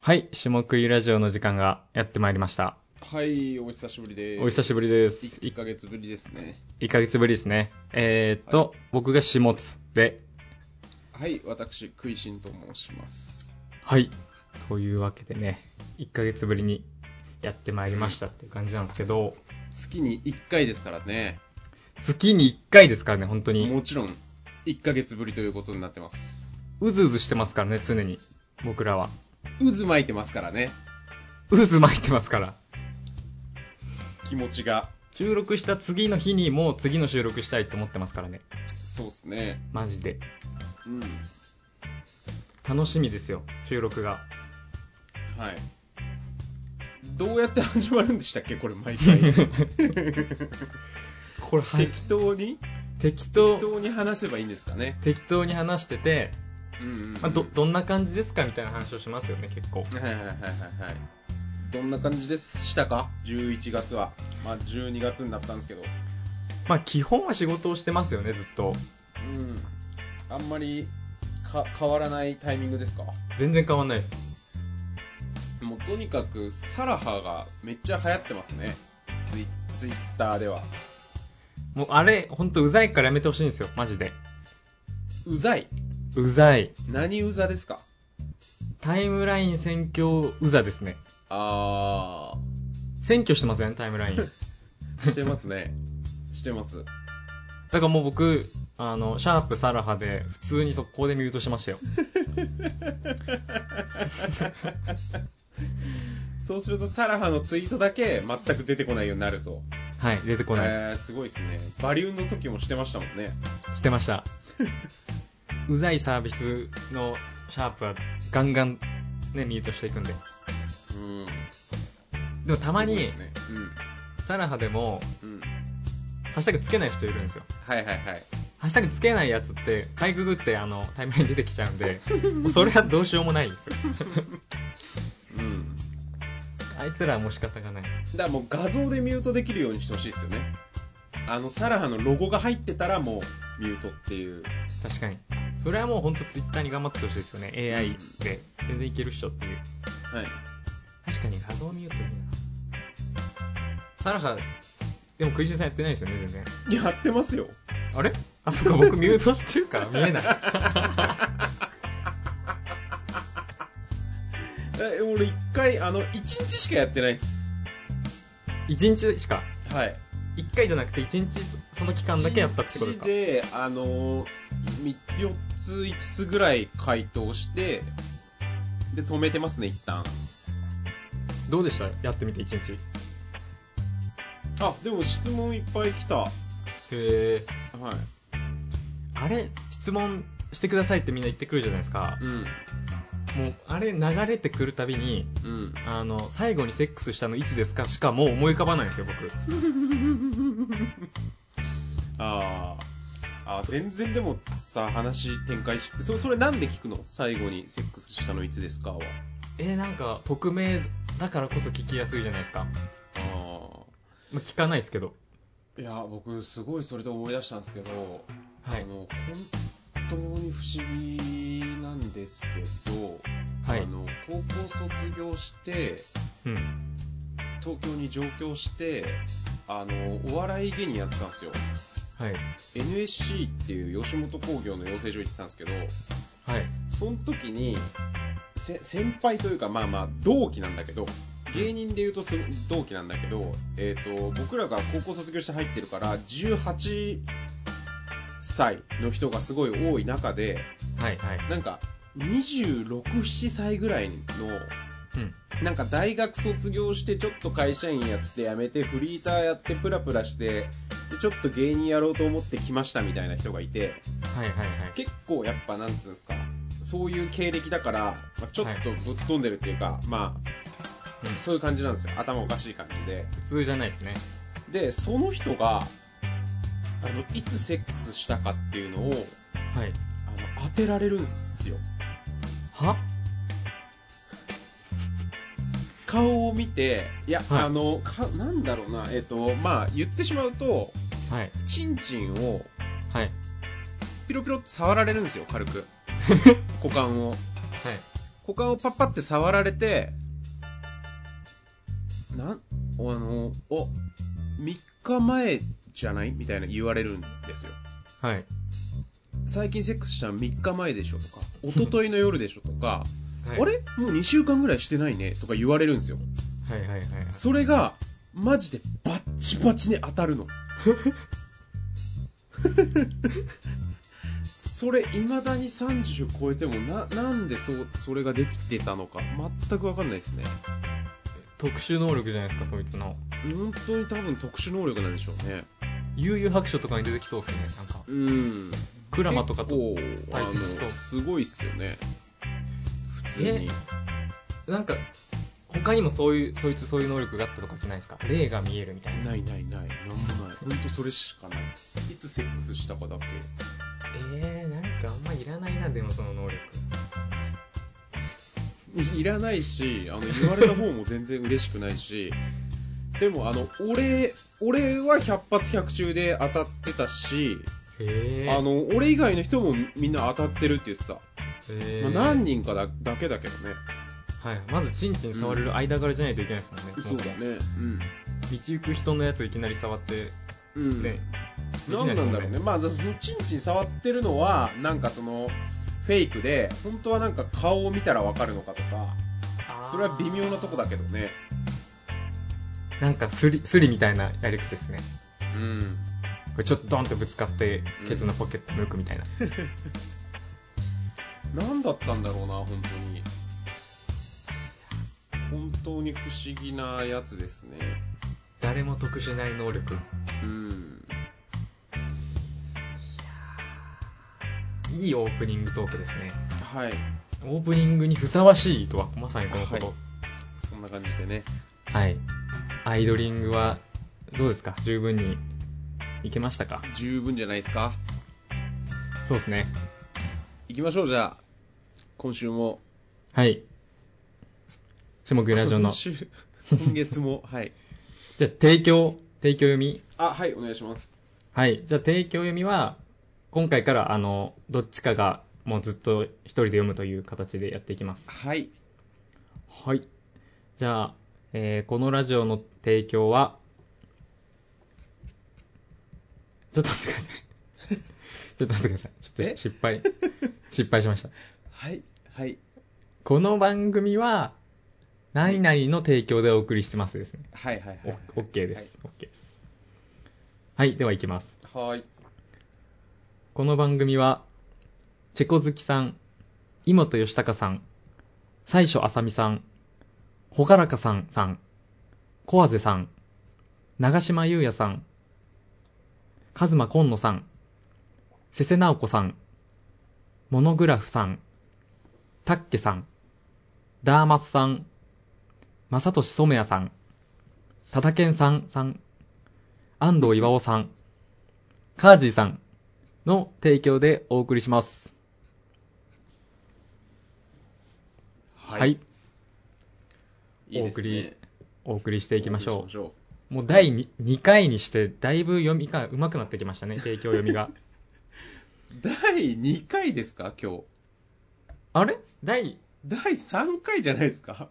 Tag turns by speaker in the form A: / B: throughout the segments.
A: はい、下食いラジオの時間がやってまいりました。
B: はい、お久しぶりで
A: お
B: す。
A: 久しぶりです
B: 1ヶ月ぶりですね。
A: 1ヶ月ぶりですね。えーっと、僕が下津で、
B: はい、私、クイシンと申します。
A: はい。というわけでね、1ヶ月ぶりにやってまいりましたっていう感じなんですけど、
B: 月に1回ですからね。
A: 月に1回ですからね、本当に。
B: もちろん、1ヶ月ぶりということになってます。
A: うずうずしてますからね、常に。僕らは。
B: 渦巻いてますからね。
A: 渦巻いてますから。
B: 気持ちが。
A: 収録した次の日にもう次の収録したいって思ってますからね。
B: そうっすね。
A: マジで。
B: うん。
A: 楽しみですよ、収録が。
B: はい。どうやって始まるんでしたっけこれ、毎回。
A: これ、は
B: 適当に
A: 適
B: 適
A: 当、
B: 当に話せばいいんですかね。
A: 適当に話してて、
B: うんうん、うん。
A: まあ、ど、どんな感じですかみたいな話をしますよね、結構。
B: はいはいはいはいはい。どんな感じでしたか ?11 月は。まあ、12月になったんですけど。
A: まあ、基本は仕事をしてますよね、ずっと。
B: うん。あんまりか変わらないタイミングですか
A: 全然変わんないです。
B: もうとにかくサラハがめっちゃ流行ってますね。ツイツイッターでは。
A: もう、あれ、ほんとうざいからやめてほしいんですよ、マジで。
B: うざい。
A: うざい。
B: 何うざですか
A: タイムライン選挙うざですね。
B: あ
A: 選挙してますよね、タイム ライン。だ
B: ー、してます ね。してます。
A: からもう僕、あの、シャープサラハで、普通に速攻でミュートしましたよ。
B: そうするとサラハのツイートだけ全く出てこないようになると。
A: はい、出てこないで
B: えー、すごいですね。バリューの時もしてましたもんね。
A: す。してま した。うざいサービスのシャープは、ガンガン、ね、ミュートしていくんで。
B: うん。
A: でもたまに、
B: すごいですね
A: サラハでも、
B: うん。うん。
A: ハッシュタグつけない人いるんですよ。
B: はいはいはい。
A: ハッシュタグつけないやつって、かいくぐってあのタイムライン出てきちゃうんで、もうそれはどうしようもないんですよ。
B: うん。
A: あいつらはもう仕方がない。
B: だからもう画像でミュートできるようにしてほしいですよね。あの、サラハのロゴが入ってたらもうミュートっていう。
A: 確かに。それはもうほんとツイッターに頑張ってほしいですよね。
B: う
A: AI
B: ん
A: で。全然いけるっしょっていう。
B: はい。
A: 確かに画像見ようといいな。サラハ、でも食いしんさんやってないですよね、全然。
B: やってますよ。
A: あれあ、そっか、僕ミュートしてるから見 えない。
B: え、俺一回、あの、一日しかやってないっす。
A: 一日しか。
B: はい。
A: 一回じゃなくて一日そその期間だけやったってことですか
B: 一日で、あのー、3つ、4つ、5つぐらい回答して、で、止めてますね、一旦。
A: どうでしたやってみて一日。へ
B: あ、でも質問いっぱい来た。はい。
A: え。あれ、質問してくださいってみんな言ってくるじゃないですか。
B: うん。
A: もう、あれ流れてくるたびに、
B: うん。
A: あの、最後にセックスしたのいつですかしかもう思い浮かばないんですよ、僕。
B: あーあー、全然でもさ、話展開し、そそれなんで聞くの最後にセックスしたのいつですかは。
A: えー、なんか、匿名だからこそ聞きやすいじゃないですか。
B: あ
A: まあ、聞かないですけど。
B: あ。いや、僕、すごいそれで思い出したんですけど、
A: は
B: あ
A: い。
B: の、本当に不思議なんですけど、
A: は
B: あ
A: い。
B: の、高校卒業して、
A: うん。
B: 東京に上京して、あの、お笑い芸人やってたんですよ。
A: はい。
B: NSC っていう吉本興業の養成所行ってたんですけど、
A: はい。
B: その時にせ先輩というかまあまあ同期なんだけど芸人でいうとその同期なんだけど、えー、と僕らが高校卒業して入ってるから18歳の人がすごい多い中で
A: はい。はい。
B: なんか267歳ぐらいの
A: うん。
B: なんか大学卒業してちょっと会社員やって辞めてフリーターやってプラプラしてでちょっと芸人やろうと思って来ましたみたいな人がいて。
A: はい。はい。はい。
B: 結構やっぱなんつうんですかそういう経歴だから、まあ、ちょっとぶっ飛んでるっていうか、ま
A: うん
B: あそういう感じなんですよ頭おかしい感じで
A: 普通じゃないですね。
B: でその人があのいつセックスしたかっていうのを
A: はい。
B: あの当てられるんですよ
A: は
B: 顔を見ていや、
A: はい
B: あのかなんだろうなえっ、とまあ言ってしまうと
A: はい。
B: チンチンを
A: はい。
B: ピロピロって触られるんですよ軽く股間を
A: はい。
B: 股間をパッパって触られて、なん、あの、お、3日前じゃないみたいな言われるんですよ。
A: はい。
B: 最近セックスしたの3日前でしょと か、一昨日の夜でしょとか、
A: はい、
B: あれもう2週間ぐらいしてないねとか言われるんですよ。
A: はいはいはいはい。
B: それが、マジでバッチバチに当た るの。それ、いまだに30超えてもな、なんでそう、それができてたのか、全くわかんないですね。
A: 特殊能力じゃないですか、そいつの。
B: 本当に多分特殊能力なんでしょうね。
A: 悠々白書とかに出てきそうですね、なんか。
B: うん。
A: クラマとかと
B: 結構
A: 対戦しそう
B: あのすごいっすよね。普通に。
A: なんか、他にもそういう、そいつそういう能力があったとかじゃないですか。霊が見えるみたいな。
B: ないないない。なんもない。ほんとそれしかない。いつセックスしたかだっけ。
A: えー、なんかあんまいらないな、でもその能力。
B: いいらないし、あの、言われた方も全然嬉しくないし、 でもあの、俺、俺は百発百中で当たってたし、
A: へえ。
B: あ、の、俺以外の人もみんな当たってるって言ってた。
A: え
B: まあ、何人かだだけだけどね。
A: はい。まず、チンチン触れる間柄じゃないといけないですもんね。
B: そうだね。
A: 道行く人のやついきなり触って、
B: うん。うん。
A: ね。できい
B: 何
A: です
B: な
A: も
B: んだろうね。。まあ、だそのチンチン触ってるのは、なんかその、フェイクで、本当はなんか顔を見たらわかるのかとか、それは微妙なとこだけどね。
A: なんか、スリ、スリみたいなやり口ですね。
B: うん。
A: これちょっとドンとぶつかって
B: うん、
A: ケツのポケット抜くみたいな。
B: 何だったんだろうな、本当に。本当に不思議なやつですね。
A: 誰も得しない能力。
B: うん。
A: いいオープニングトークですね。
B: はい。
A: オープニングにふさわしいとは、まさにこのこと。
B: そんな感じでね。
A: はい。アイドリングは、どうですか十分にいけましたか
B: 十分じゃないですか。
A: そうですね。
B: 行きましょう、じゃあ。今週も。
A: はい。下木ラジオの。
B: 今
A: じ
B: 週、今月も。はい。
A: ゃあ、提供、提供読み。
B: あ、はい、お願いします。
A: はい。じゃあ、提供読みは、今回から、あの、どっちかが、もうずっと一人で読むという形でやっていきます。
B: はい。
A: はい。じゃあ、えーこのラジオの提供は、ちょっと待ってください。ちょっと待ってください。ちょっ
B: え
A: と失敗、失敗しました。
B: はい。はい。
A: この番組は、何々の提供でお送りしてますですね。
B: はい、はい、はい。
A: オッケーです。オッケーです。はい、では行きます。
B: はい。
A: この番組は、チェコ好きさん、井本義孝さん、最初あさみさん、ほがらかさんさん、小あぜさん、長島優也さん、かずまこんのさん、せせなおこさん、モノグラフさん、たっけさん、ダーマスさん、まさとしそめやさん、たたけんさんさん、安藤岩尾さん、カージーさん、の提供でお送りします。
B: は
A: はい。
B: い。いい
A: お
B: です
A: 送
B: ね
A: りお送りしていきまし
B: お
A: ょ
B: 送りしましょ
A: う。もう第 2, 2回にして、だいぶ読みが上手くなってきましたね、提供読みが。
B: う。第2回ですか、今日。
A: あれ第、
B: 第3回じゃないで すか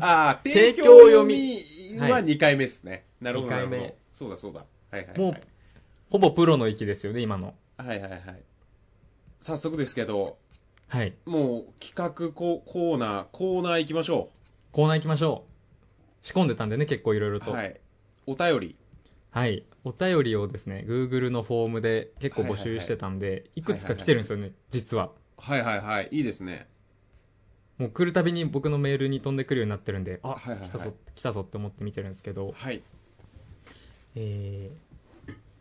B: ああ、提
A: 提
B: 供
A: 供
B: 読
A: 読
B: み
A: み
B: は
A: はい
B: 2回目ですね。なるほど、
A: 二
B: なる
A: 回
B: ほ
A: 目
B: ど。そうだ、そうだ。はいはい、
A: も
B: は
A: う、ほぼプロの域ですよね、今の。
B: い。はいはいはい。早速ですけど、
A: はい。
B: もう企画ココーナー、コーナー行きましょ
A: コーナー行きましょう。仕込んでたんでね、結構いろいろ
B: う。
A: と。
B: は
A: はい。
B: い。お便り。
A: お便りをですね、Google のフォームで結構募集してたんで、いくつか来てるんですよね、実は。
B: はいはいはい。いいですね。
A: もう来るたびに僕のメールに飛んでくるようになってるんで、あ、
B: はいはいはい
A: 来たぞ、来たぞって思って見てるんですけど、
B: はい。
A: えー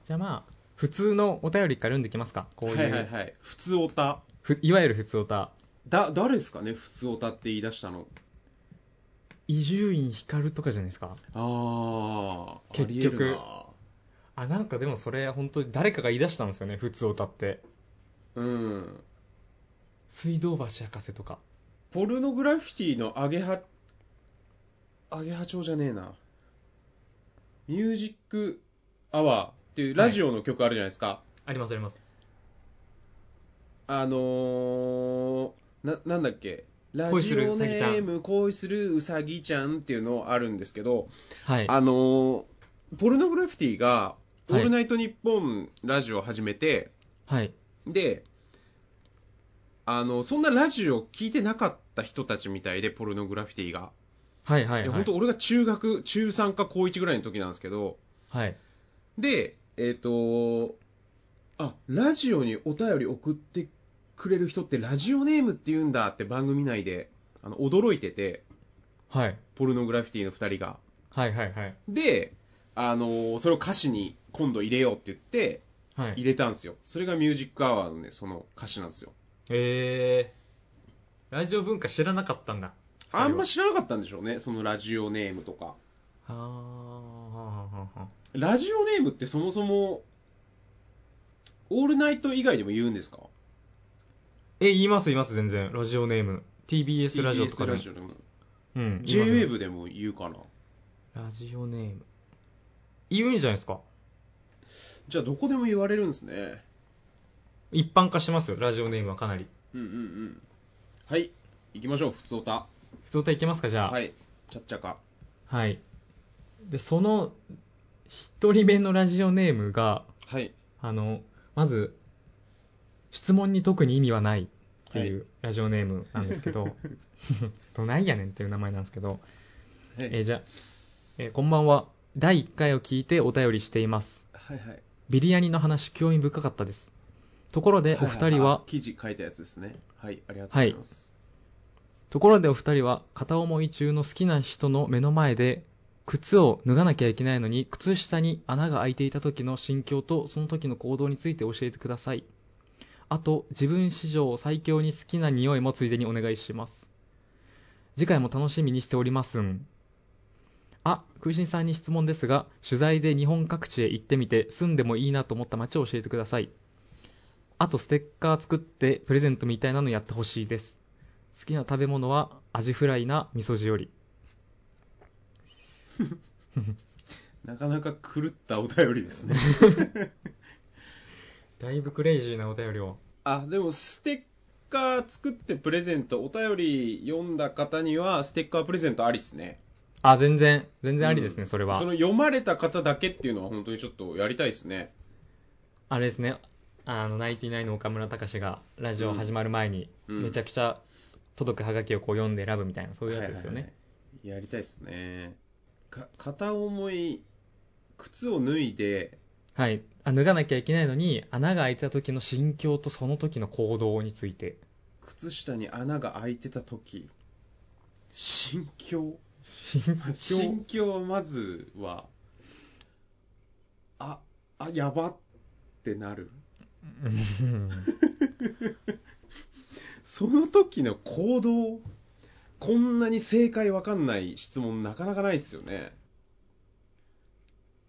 A: じゃあまあ、普通のお便りから読んでいきますか。こう、
B: はいいうはいいはい。普通おた。
A: ふいわゆる普通おた。
B: だ、誰ですかね普通おたって言い出したの。
A: 伊集院光とかじゃないですか。
B: ああ、ありえ
A: 結局
B: るな。
A: あ、なんかでもそれ、本当に誰かが言い出したんですよね、普通おたって。
B: うん。
A: 水道橋博士とか。
B: ポルノグラフィティのアゲハ、アゲハ調じゃねえな。ミュージックアワーっていうラジオの曲あるじゃないですか。
A: ありますあります。
B: あのー、ななんだっけラ
A: 恋
B: ジ
A: する
B: オ
A: うさ
B: ネ
A: ぎちゃん
B: ーム恋するうさぎちゃんっていうのあるんですけど、
A: はい。
B: あのーポルノグラフィティが「オ
A: はい
B: ールナイトニッポン」ラジオを始めて、
A: はい。
B: であのそんなラジオ聞いてなかった人たちみたいでポルノグラフィティが、
A: はいはいいは
B: や
A: い
B: 本。当俺が中学中3か高1ぐらいの時なんですけど
A: はい。
B: でえっ、とあラジオにお便り送ってくれる人ってラジオネームって言うんだって番組内であの驚いてて
A: はい。
B: ポルノグラフィティの2人が
A: はいはいはい。
B: であのそれを歌詞に今度入れようって言って
A: はい。
B: 入れたんですよそれがミュージックアワーのねその歌詞なんですよ
A: えー、ラジオ文化知らなかったんだ。
B: あんま知らなかったんでしょうね、そのラジオネームとか。
A: あーはあはあはあ
B: ラジオネームってそもそも、オールナイト以外でも言うんですか
A: え、言います言います全然。ラジオネーム。TBS ラジオとか
B: TBS
A: で
B: ラ
A: も。
B: ジオでも。
A: うん。言います言います
B: J-Wave でも言うかな。
A: ラジオネーム。言うんじゃないですか
B: じゃあどこでも言われるんですね。
A: 一般化してますよ、ラジオネームはかなり。
B: うんうんうん。はい、行きましょう、ふつおた。
A: 普通歌いけますかじゃあ。
B: はい、ちゃっちゃか。
A: はい。で、その、一人目のラジオネームが、
B: はい、
A: あの、まず、質問に特に意味はないっていうラジオネームなんですけど、 どないやねんっていう名前なんですけど、
B: はい
A: えーじゃあ、えーこんばんは。第1回を聞いてお便りしています。
B: はいはい。
A: ビリヤニの話、興味深かったです。ところで、お二人は
B: あ、記事書いたやつですね。はい、ありがとうございます。
A: ところでお二人は片思い中の好きな人の目の前で靴を脱がなきゃいけないのに靴下に穴が開いていた時の心境とその時の行動について教えてくださいあと自分史上最強に好きな匂いもついでにお願いします次回も楽しみにしておりますんあ空心さんに質問ですが取材で日本各地へ行ってみて住んでもいいなと思った街を教えてくださいあとステッカー作ってプレゼントみたいなのやってほしいです好きな食べ物はアジフライな味噌汁より
B: なかなか狂ったお便りですね。
A: だいぶクレイジーなお便りを
B: あ、でもステッカー作ってプレゼント、お便り読んだ方にはステッカープレゼントありっすね。
A: あ全然全然ありですね、それは
B: その読まれた方だけっていうのは本当にちょっとやりたいですね。
A: あれですねあのナインティナインの岡村隆史がラジオ始まる前に
B: うん
A: めちゃくちゃ届くはがきをこう読んで選ぶみたいなそういうやつですよね、
B: はいはいはいやりたいですね。か片思い、靴を脱いで、
A: はい、あ脱がなきゃいけないのに穴が開いてた時の心境とその時の行動について
B: 靴下に穴が開いてた時、心境
A: 心
B: 心境はまずは、あ、あ、やばってなる。 その時の行動、こんなに正解わかんない質問なかなかないですよね。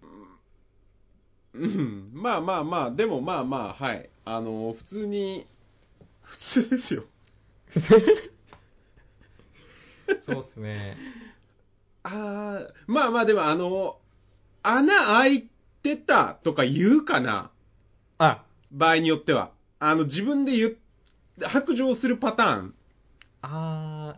B: うん、うんまあまあまあ、でもまあまあ、はい。あの、普通に、普通ですよ。
A: そうっすね
B: ああ、まあまあ、でもあの、穴開いてたとか言うかな。
A: あ
B: 場合によっては。あの、自分で言っ白状するパターン。
A: あ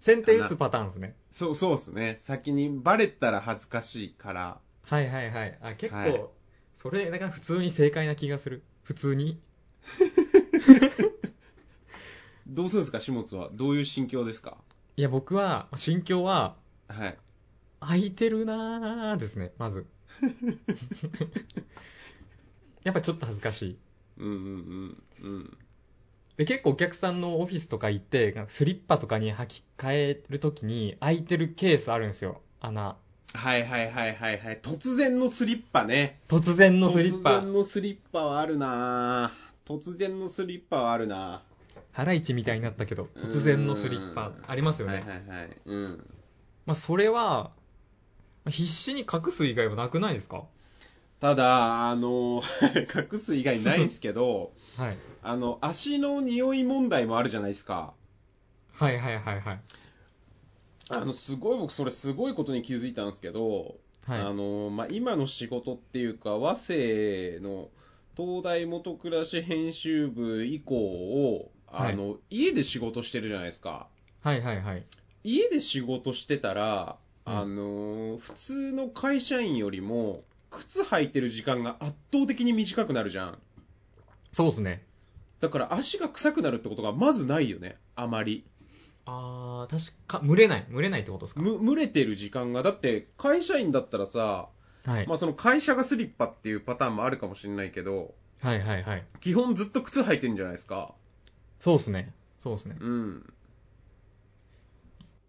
A: ー先手打つパターンですね
B: そう、そうですね。先にバレたら恥ずかしいから。
A: はいはいはい。あ、結構、
B: はい
A: それ、なんか普通に正解な気がする。普通に。
B: どうするんですか、始末は。どういう心境ですか
A: いや、僕は、心境は、
B: はい。
A: 空いてるなーですね、 まず。やっぱちょっと恥ずかしい。
B: うんうんうんうん。
A: で、結構お客さんのオフィスとか行って、なんかスリッパとかに履き替えるときに、空いてるケースあるんですよ。穴。
B: はいはいはいはいはい。突然のスリッパね。
A: 突然のスリッ
B: 突
A: パ。
B: 然のスリッパはあるなぁ突然のスリッパはあるな
A: ハライチみたいになったけど、
B: ぁ
A: 突然のスリッパ
B: う。ん
A: ありますよね。
B: はいはいはい。うん。
A: まあ、それは、まあ必死に隠す以外はなくないですか
B: ただ、あの、 隠す以外ないですけど、
A: はい。
B: あの、足の匂い問題もあるじゃないですか。
A: はいはいはいはい。
B: あの、すごい僕、それすごいことに気づいたんですけど、
A: はい。
B: あのまあ、今の仕事っていうか和製の東大元暮らし編集部以降をあの、家で仕事してるじゃないですか。
A: はいはいはい。
B: 家で仕事してたら、
A: うん
B: あのー普通の会社員よりも、靴履いてる時間が圧倒的に短くなるじゃん。
A: そうですね。
B: だから足が臭くなるってことがまずないよね、あまり。
A: あー、確か、蒸れない。蒸れないってことですか
B: む、蒸れてる時間が。だって、会社員だったらさ、
A: はい。
B: まあその会社がスリッパっていうパターンもあるかもしれないけど、
A: はいはいはい。
B: 基本ずっと靴履いてるんじゃないですか。
A: そうですね。そうですね。
B: うん。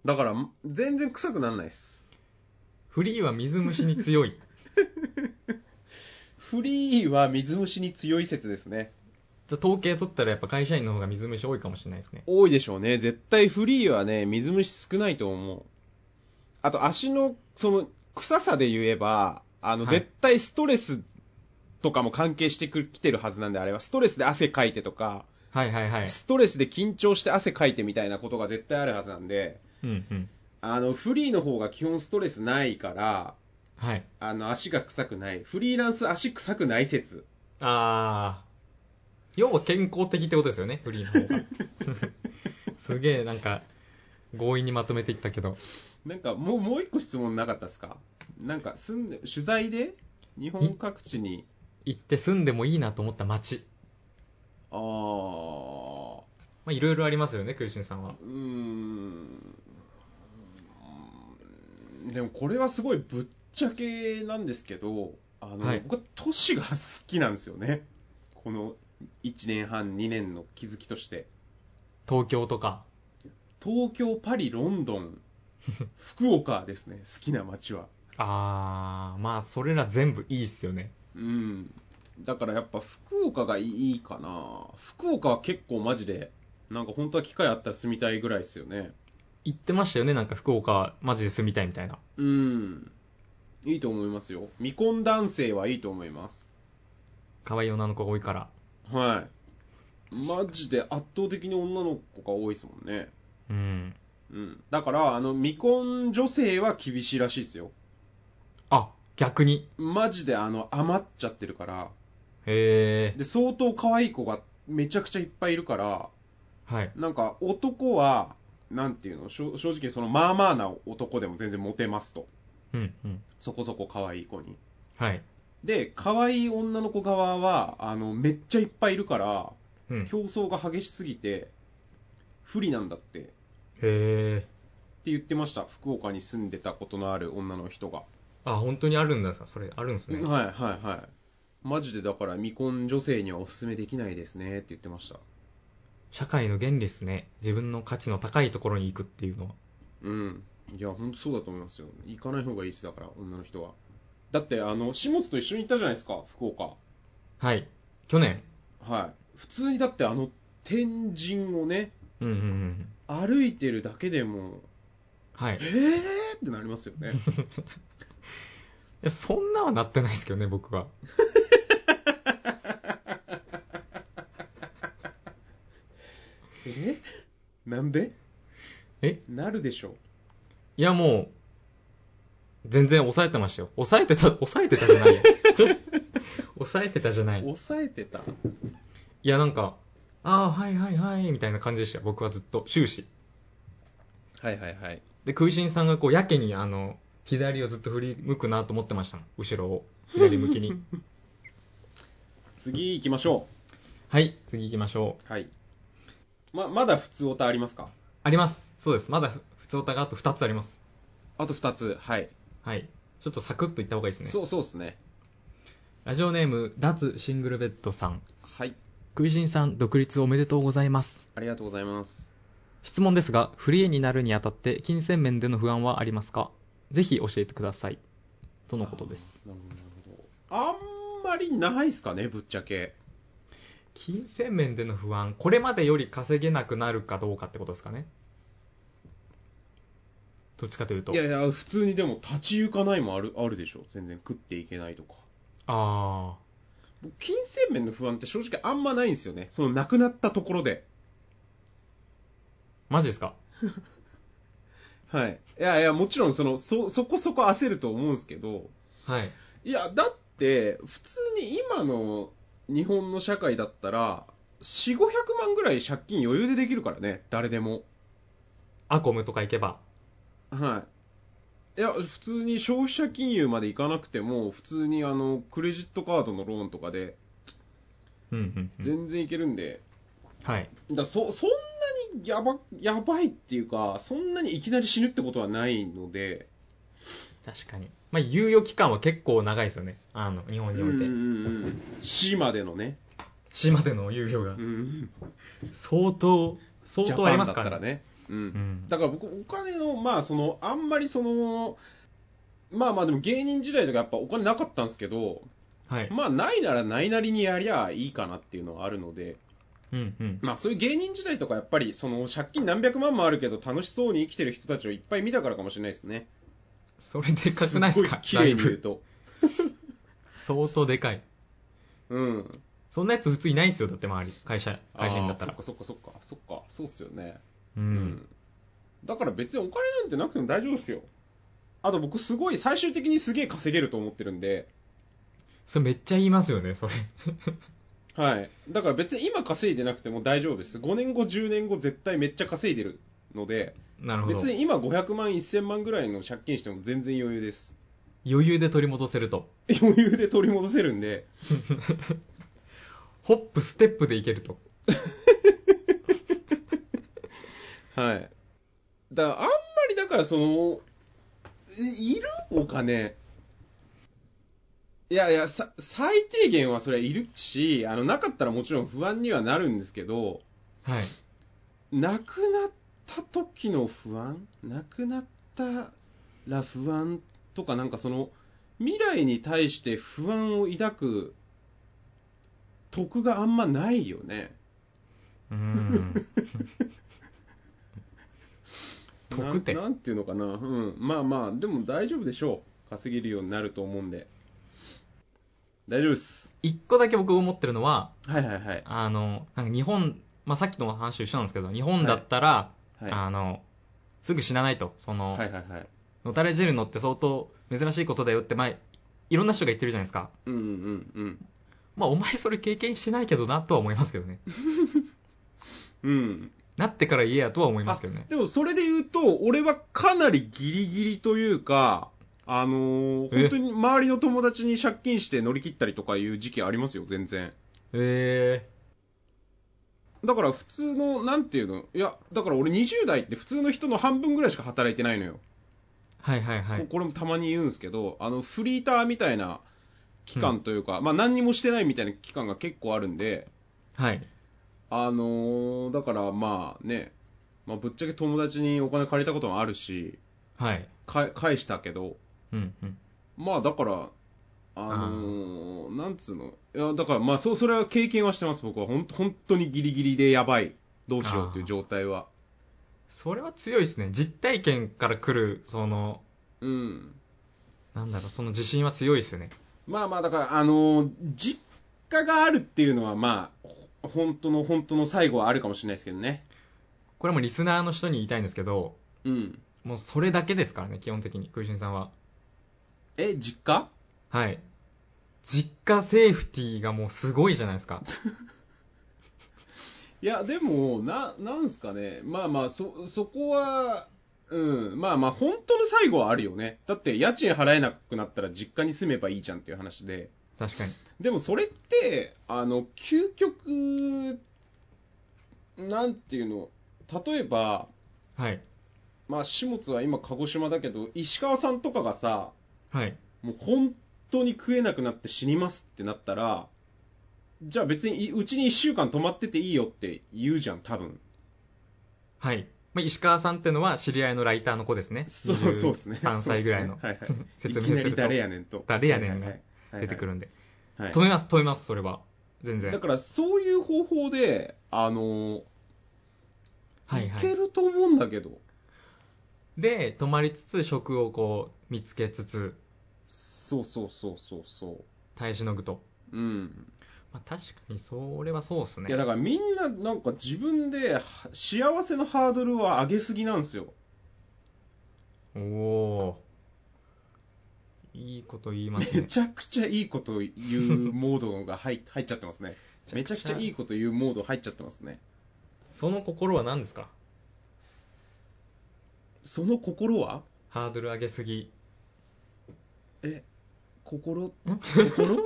B: だから、全然臭くならないです。
A: フリーは水虫に強 い。
B: フリーは水虫に強い説ですね。
A: じゃあ統計取ったらやっぱ会社員の方が水虫多いかもしれないですね。
B: 多いでしょうね。絶対フリーはね、水虫少ないと思う。あと足の、その、臭さで言えば、あの、
A: はい
B: 絶対ストレスとかも関係してくる、きてるはずなんで、あれは。ストレスで汗かいてとか、
A: はいはいはい。
B: ストレスで緊張して汗かいてみたいなことが絶対あるはずなんで、
A: うんうん。
B: あの、フリーの方が基本ストレスないから、
A: はい。
B: あの、足が臭くない。フリーランス足臭くない説。
A: あー。要は健康的ってことですよね、フリーの方が。 すげえなんか、強引にまとめていったけど。
B: なんか、もう、もう一個質問なかったですかなんか、住んで、取材で、日本各地に、
A: 行って住んでもいいなと思った街。
B: あー、
A: まあいろいろありますよね、クルシュンさんは。
B: うーん。でも、これはすごいぶっちゃけなんですけど、あの、
A: はい
B: 僕は都市が好きなんですよね。この1年半、2年の気づきとして。
A: 東京とか。
B: 東京、パリ、ロンド ン、福岡ですね、好きな街は。
A: あー、まあそれら全部いいっすよね。
B: うん。だからやっぱ福岡がいいかな。福岡は結構マジで、なんか本当は機会あったら住みたいぐらいですよね。
A: 言ってましたよね、なんか福岡はマジで住みたいみたいな。
B: うん。いいと思いますよ。未婚男性はいいと思います。
A: 可愛い女の子が多いから。
B: はい。マジで圧倒的に女の子が多いですもんね。
A: うん。
B: うん。だから、あの、未婚女性は厳しいらしいですよ。
A: あ、逆に。
B: マジであの、余っちゃってるから。
A: へえ。
B: で、相当可愛い子がめちゃくちゃいっぱいいるから、
A: はい。
B: なんか男は、なんていうの、しょ正直そのまあまあな男でも全然モテますと。
A: うん、うん。
B: そこそこ可愛い子に。
A: はい。
B: で、可愛い女の子側は、あの、めっちゃいっぱいいるから、
A: うん。へ
B: 競争が激しすぎて、不利なんだって、って
A: え。
B: 言ってました。福岡に住んでたことのある女の人が。
A: あ、本当にあるんですかそれ、あるんですね。
B: はいはいはい。マジでだから未婚女性にはおすすめできないですねって言ってました。
A: 社会の原理っすね。自分の価値の高いところに行くっていうのは。
B: うん。いや、本当そうだと思いますよ。行かない方がいいです、だから、女の人は。だって、あの、下津と一緒に行ったじゃないですか、福岡。
A: はい。去年。
B: はい。普通にだって、あの、天神をね、
A: うんうんうん。
B: 歩いてるだけでも、
A: はい。い
B: えーってなりますよね。
A: や、そんなはなってないですけどね、僕は。
B: えなんで
A: え
B: なるでしょ
A: いや、もう、全然抑えてましたよ。抑えてた、抑えてたじゃ ないよ。抑えてたじゃな
B: う。
A: い。
B: 抑えてた。
A: いや、なんか、ああ、はいはいはい、みたいな感じでしたよ。僕はずっと、終始。
B: はいはいはい。
A: で、空心さんがこう、やけに、あの、左をずっと振り向くなと思ってましたの。後ろを。左向き に。
B: 次行きましょ
A: はい、次行きましょう。
B: う。はい。ま、まだ普通オタありますか
A: あります。そうです。まだふ、普通歌があと2つあります。
B: あと2つ。はい。
A: はい。ちょっとサクッといった方がいいですね。
B: そう、そうですね。
A: ラジオネーム、脱シングルベッドさん。
B: はい。
A: 食いしんさん、独立おめでとうございます。
B: ありがとうございます。
A: 質問ですが、フリーになるにあたって、金銭面での不安はありますかぜひ教えてください。とのことです。
B: あー。なるほど、なるほど。あんまりないっすかね、ぶっちゃけ。
A: 金銭面での不安、これまでより稼げなくなるかどうかってことですかねどっちかというと。
B: いやいや、普通にでも立ち行かないもあるあるでしょ。全然食っていけないとか。
A: ああ。
B: 僕金銭面の不安って正直あんまないんですよね。その亡くなったところで。
A: マジですか
B: はい。いやいや、もちろんその、そ、そこそこ焦ると思うんですけど、
A: はい。
B: いや、だって、普通に今の日本の社会だったら、 4、500万ぐらい借金余裕でできるからね、誰でも。
A: アコムとか行けば。
B: はい。いや、普通に消費者金融まで行かなくても、普通にあの、クレジットカードのローンとかで、
A: うんうん、うん。
B: 全然いけるんで、
A: はい。
B: だからそ、そんなにやば、やばいっていうか、そんなにいきなり死ぬってことはないので、
A: 確かに。まあ、猶予期間は結構長いですよね。あの、日本において
B: うん。うんうん死までのね、
A: 死までの猶予が
B: う。ん、
A: 相当、相
B: ジャ
A: 当あ
B: パ
A: りま
B: ンだっ
A: すか
B: た
A: ら
B: ら
A: ね。
B: ね。うん
A: うん。
B: だから僕、お金の、まあ、その、あんまりその、まあまあ、でも芸人時代とかやっぱお金なかったんですけど、
A: はい。
B: まあ、ないならないなりにやりゃいいかなっていうのはあるので、
A: うんうん。
B: まあ、そういう芸人時代とかやっぱり、その、借金何百万もあるけど、楽しそうに生きてる人たちをいっぱい見たからかもしれないですね。
A: それでかくないですかだ
B: すっごい綺麗
A: い
B: に言う
A: ぶ。
B: と。
A: 相当でかい。
B: うん。
A: そんなやつ普通いないんですよ。だって周り。会社、会社員だったら
B: あ。ーそっかそっかそっか、そっか、そうっすよね。
A: う。
B: うんんだから別にお金なんてなくても大丈夫ですよ。あと僕すごい最終的にすげえ稼げると思ってるんで、
A: それめっちゃ言いますよね、それ。
B: はい。だから別に今稼いでなくても大丈夫です。5年後、10年後絶対めっちゃ稼いでるので、
A: なるほど。
B: 別に今500万、1000万ぐらいの借金しても全然余裕です。
A: 余裕で取り戻せると。
B: 余裕で取り戻せるんで、
A: ホップ、ステップでいけると。
B: はい。だからあんまりだからその、いいるお金。いやいや、さ最低限はそれはいるし、あの、なかったらもちろん不安にはなるんですけど、
A: はい。
B: なくなった時の不安なくなったら不安とかなんかその未来に対して不安を抱く得があんまないよね
A: うー ん。得って
B: ななんていうのかなうんまあまあでも大丈夫でしょう稼げるようになると思うんで大丈夫です
A: 一個だけ僕思ってるのは、
B: はいはいはい
A: あの、なんか日本、まあ、さっきの話と一緒なんですけど、日本だったら、
B: はいは
A: あの、すぐ死なないと。その、
B: いはいはい
A: のたれ死ぬのって相当珍しいことだよって、まあ、いろんな人が言ってるじゃないですか。
B: うんうんうん
A: まあ、お前それ経験してないけどなとは思いますけどね。
B: うん
A: なってから言えやとは思いますけどね。
B: でもそれで言うと、俺はかなりギリギリというか、あのー
A: え
B: 本当に周りの友達に借金して乗り切ったりとかいう時期ありますよ、全然。
A: え
B: だから普通の、なんていうの、いや、だから俺20代って普通の人の半分ぐらいしか働いてないのよ。
A: えはいはいは
B: こ
A: い。
B: これもたまに言うんですけど、あの、フリーターみたいな期間というか、まあ何にもしてないみたいな期間が結構あるんで、
A: はい。
B: あのーだからまあね、まあぶっちゃけ友達にお金借りたこともあるし、
A: はい。
B: か返したけど、
A: うんうん。
B: まあだから、あのーなんつうの、いやだからまあそうそれは経験はしてます、僕はほん本当にギリギリでやばい、どうしようっていう状態は。
A: それは強いですね。実体験から来る、その、
B: うん、
A: なんだろう、その自信は強いですよね。
B: まあまあ、だから、あのー実家があるっていうのは、まあ、ほ本当の本当の最後はあるかもしれないですけどね。
A: これはもうリスナーの人に言いたいんですけど、
B: うん、
A: もうそれだけですからね、基本的に、空心さんは。
B: え、実家
A: はい。実家セーフティーがもうすごいじゃないですか。
B: いや、でも、な、なんすかね。まあまあ、そ、そこは、うん。まあまあ、本当の最後はあるよね。だって、家賃払えなくなったら実家に住めばいいじゃんっていう話で。
A: 確かに。
B: でもそれって、あの、究極、なんていうの、例えば、
A: はい。
B: まあ、下津は今鹿児島だけど、石川さんとかがさ、
A: はい。
B: もう本当に食えなくなって死にますってなったら、じゃあ別にいうちに1週間泊まってていいよって言うじゃん、多分。
A: はい。まあ、石川さんってのは知り合いのライターの子ですね。
B: そうそうですね。
A: 3歳ぐらいの
B: そうっすねはいはい、
A: 説明
B: いき
A: す
B: な
A: る
B: り
A: と
B: 誰やねんと。
A: 誰やねんが
B: はいはいはい
A: 出てくるんで。
B: はい
A: 止めます、止めます、それは。全然
B: だ。からそういう方法で、あの、
A: はい
B: い
A: は
B: け
A: い。
B: ると思うんだけど。
A: で、泊まりつつ、食をこう、見つけつつ、
B: そうそうそうそうそう。
A: 耐えしのぐと。
B: うん、
A: まあ、確かに、それはそうです
B: いや
A: ね。
B: だからみんななんか自分では幸せのハードルは上げすぎなんですよ
A: おおーいいこと言います
B: め
A: ね。
B: ちゃくちゃいいこと言うモードが入っ入っちゃってますねめちゃくちゃいいこと言うモード入っちゃってますね
A: その心は何ですか
B: その心は
A: ハードル上げすぎ
B: え心心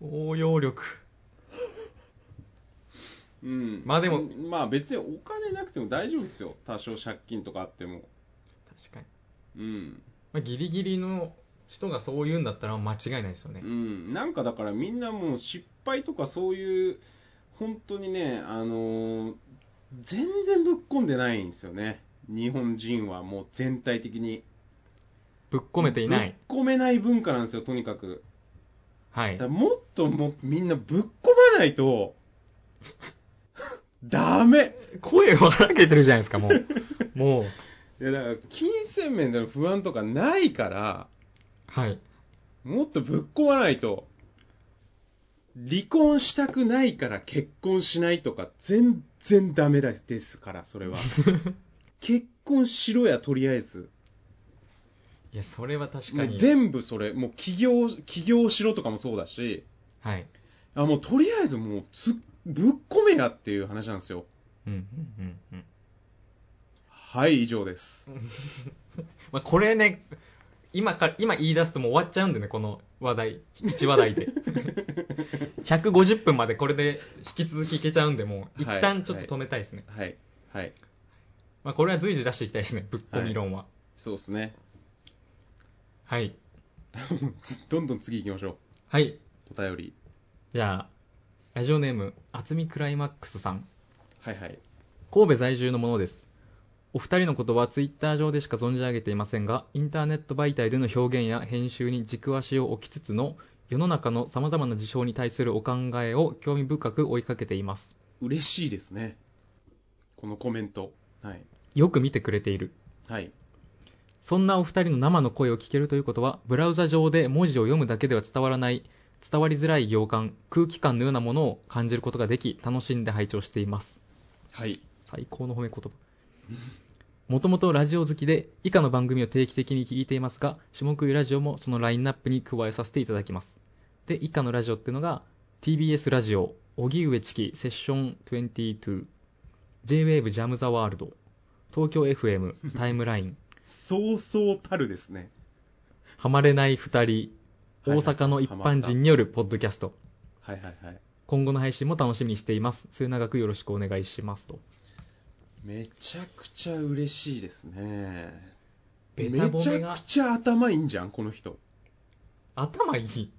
A: 応用力
B: うん
A: まあでも
B: うんまあ別にお金なくても大丈夫ですよ多少借金とかあっても
A: 確かに、
B: うん、
A: まあ、ギリギリの人がそう言うんだったら間違いないですよね
B: うん、なんかだからみんなもう失敗とかそういう本当にねあのー全然ぶっ込んでないんですよね日本人はもう全体的に
A: ぶっ込めていない
B: ぶっ込めない文化なんですよとにかく
A: はい
B: だからもっともみんなぶっ込まないと ダメ
A: 声を荒げてるじゃないですかも うもう
B: いやだから金銭面での不安とかないから
A: はい
B: もっとぶっ込まないと離婚したくないから結婚しないとか全然ダメだですからそれ は結婚しろやとりあえず
A: いやそれは確か
B: もう
A: に
B: 全部それもう起業起業しろとかもそうだし
A: はい
B: あもうとりあえずもうつぶっ込めやっていう話なんですよ
A: うんうんうんうん
B: はい以上です
A: まあ、これね今から今言い出すともう終わっちゃうんでねこの話題1話 題で150分までこれで引き続きいけちゃうんでもう一
B: はい
A: 旦ちょっと止めたいですね、
B: はいはい
A: まあ、これは随時出していきたいですねぶっ込み論は
B: そうですね
A: はい
B: どんどん次行きましょう
A: はい、
B: お便り
A: じゃあラジオネーム渥美クライマックスさん
B: はいはい
A: 神戸在住のものですお二人のことはツイッター上でしか存じ上げていませんがインターネット媒体での表現や編集に軸足を置きつつの世の中のさまざまな事象に対するお考えを興味深く追いかけています
B: 嬉しいですねこのコメントはい
A: よく見てくれている
B: はい
A: そんなお二人の生の声を聞けるということはブラウザ上で文字を読むだけでは伝わらない伝わりづらい行間空気感のようなものを感じることができ楽しんで拝聴しています
B: はい
A: 最高の褒め言葉もともとラジオ好きで以下の番組を定期的に聞いていますが下食いラジオもそのラインナップに加えさせていただきますで以下のラジオっていうのが TBS ラジオ荻上チキセッション 22JWAVE ジャム・ザ・ワールド東京 FM タイムライン
B: そうそうたるですね
A: ハマれない2人
B: はい
A: 大
B: はい
A: 阪の一般人によるポッドキャスト
B: はいはいはい
A: 今後の配信も楽しみにしています末永くよろしくお願いしますと
B: めちゃくちゃ嬉しいですね
A: ベ
B: め
A: タ褒
B: ち
A: め
B: ゃ
A: が
B: くちゃ頭いいんじゃんこの人
A: 頭い い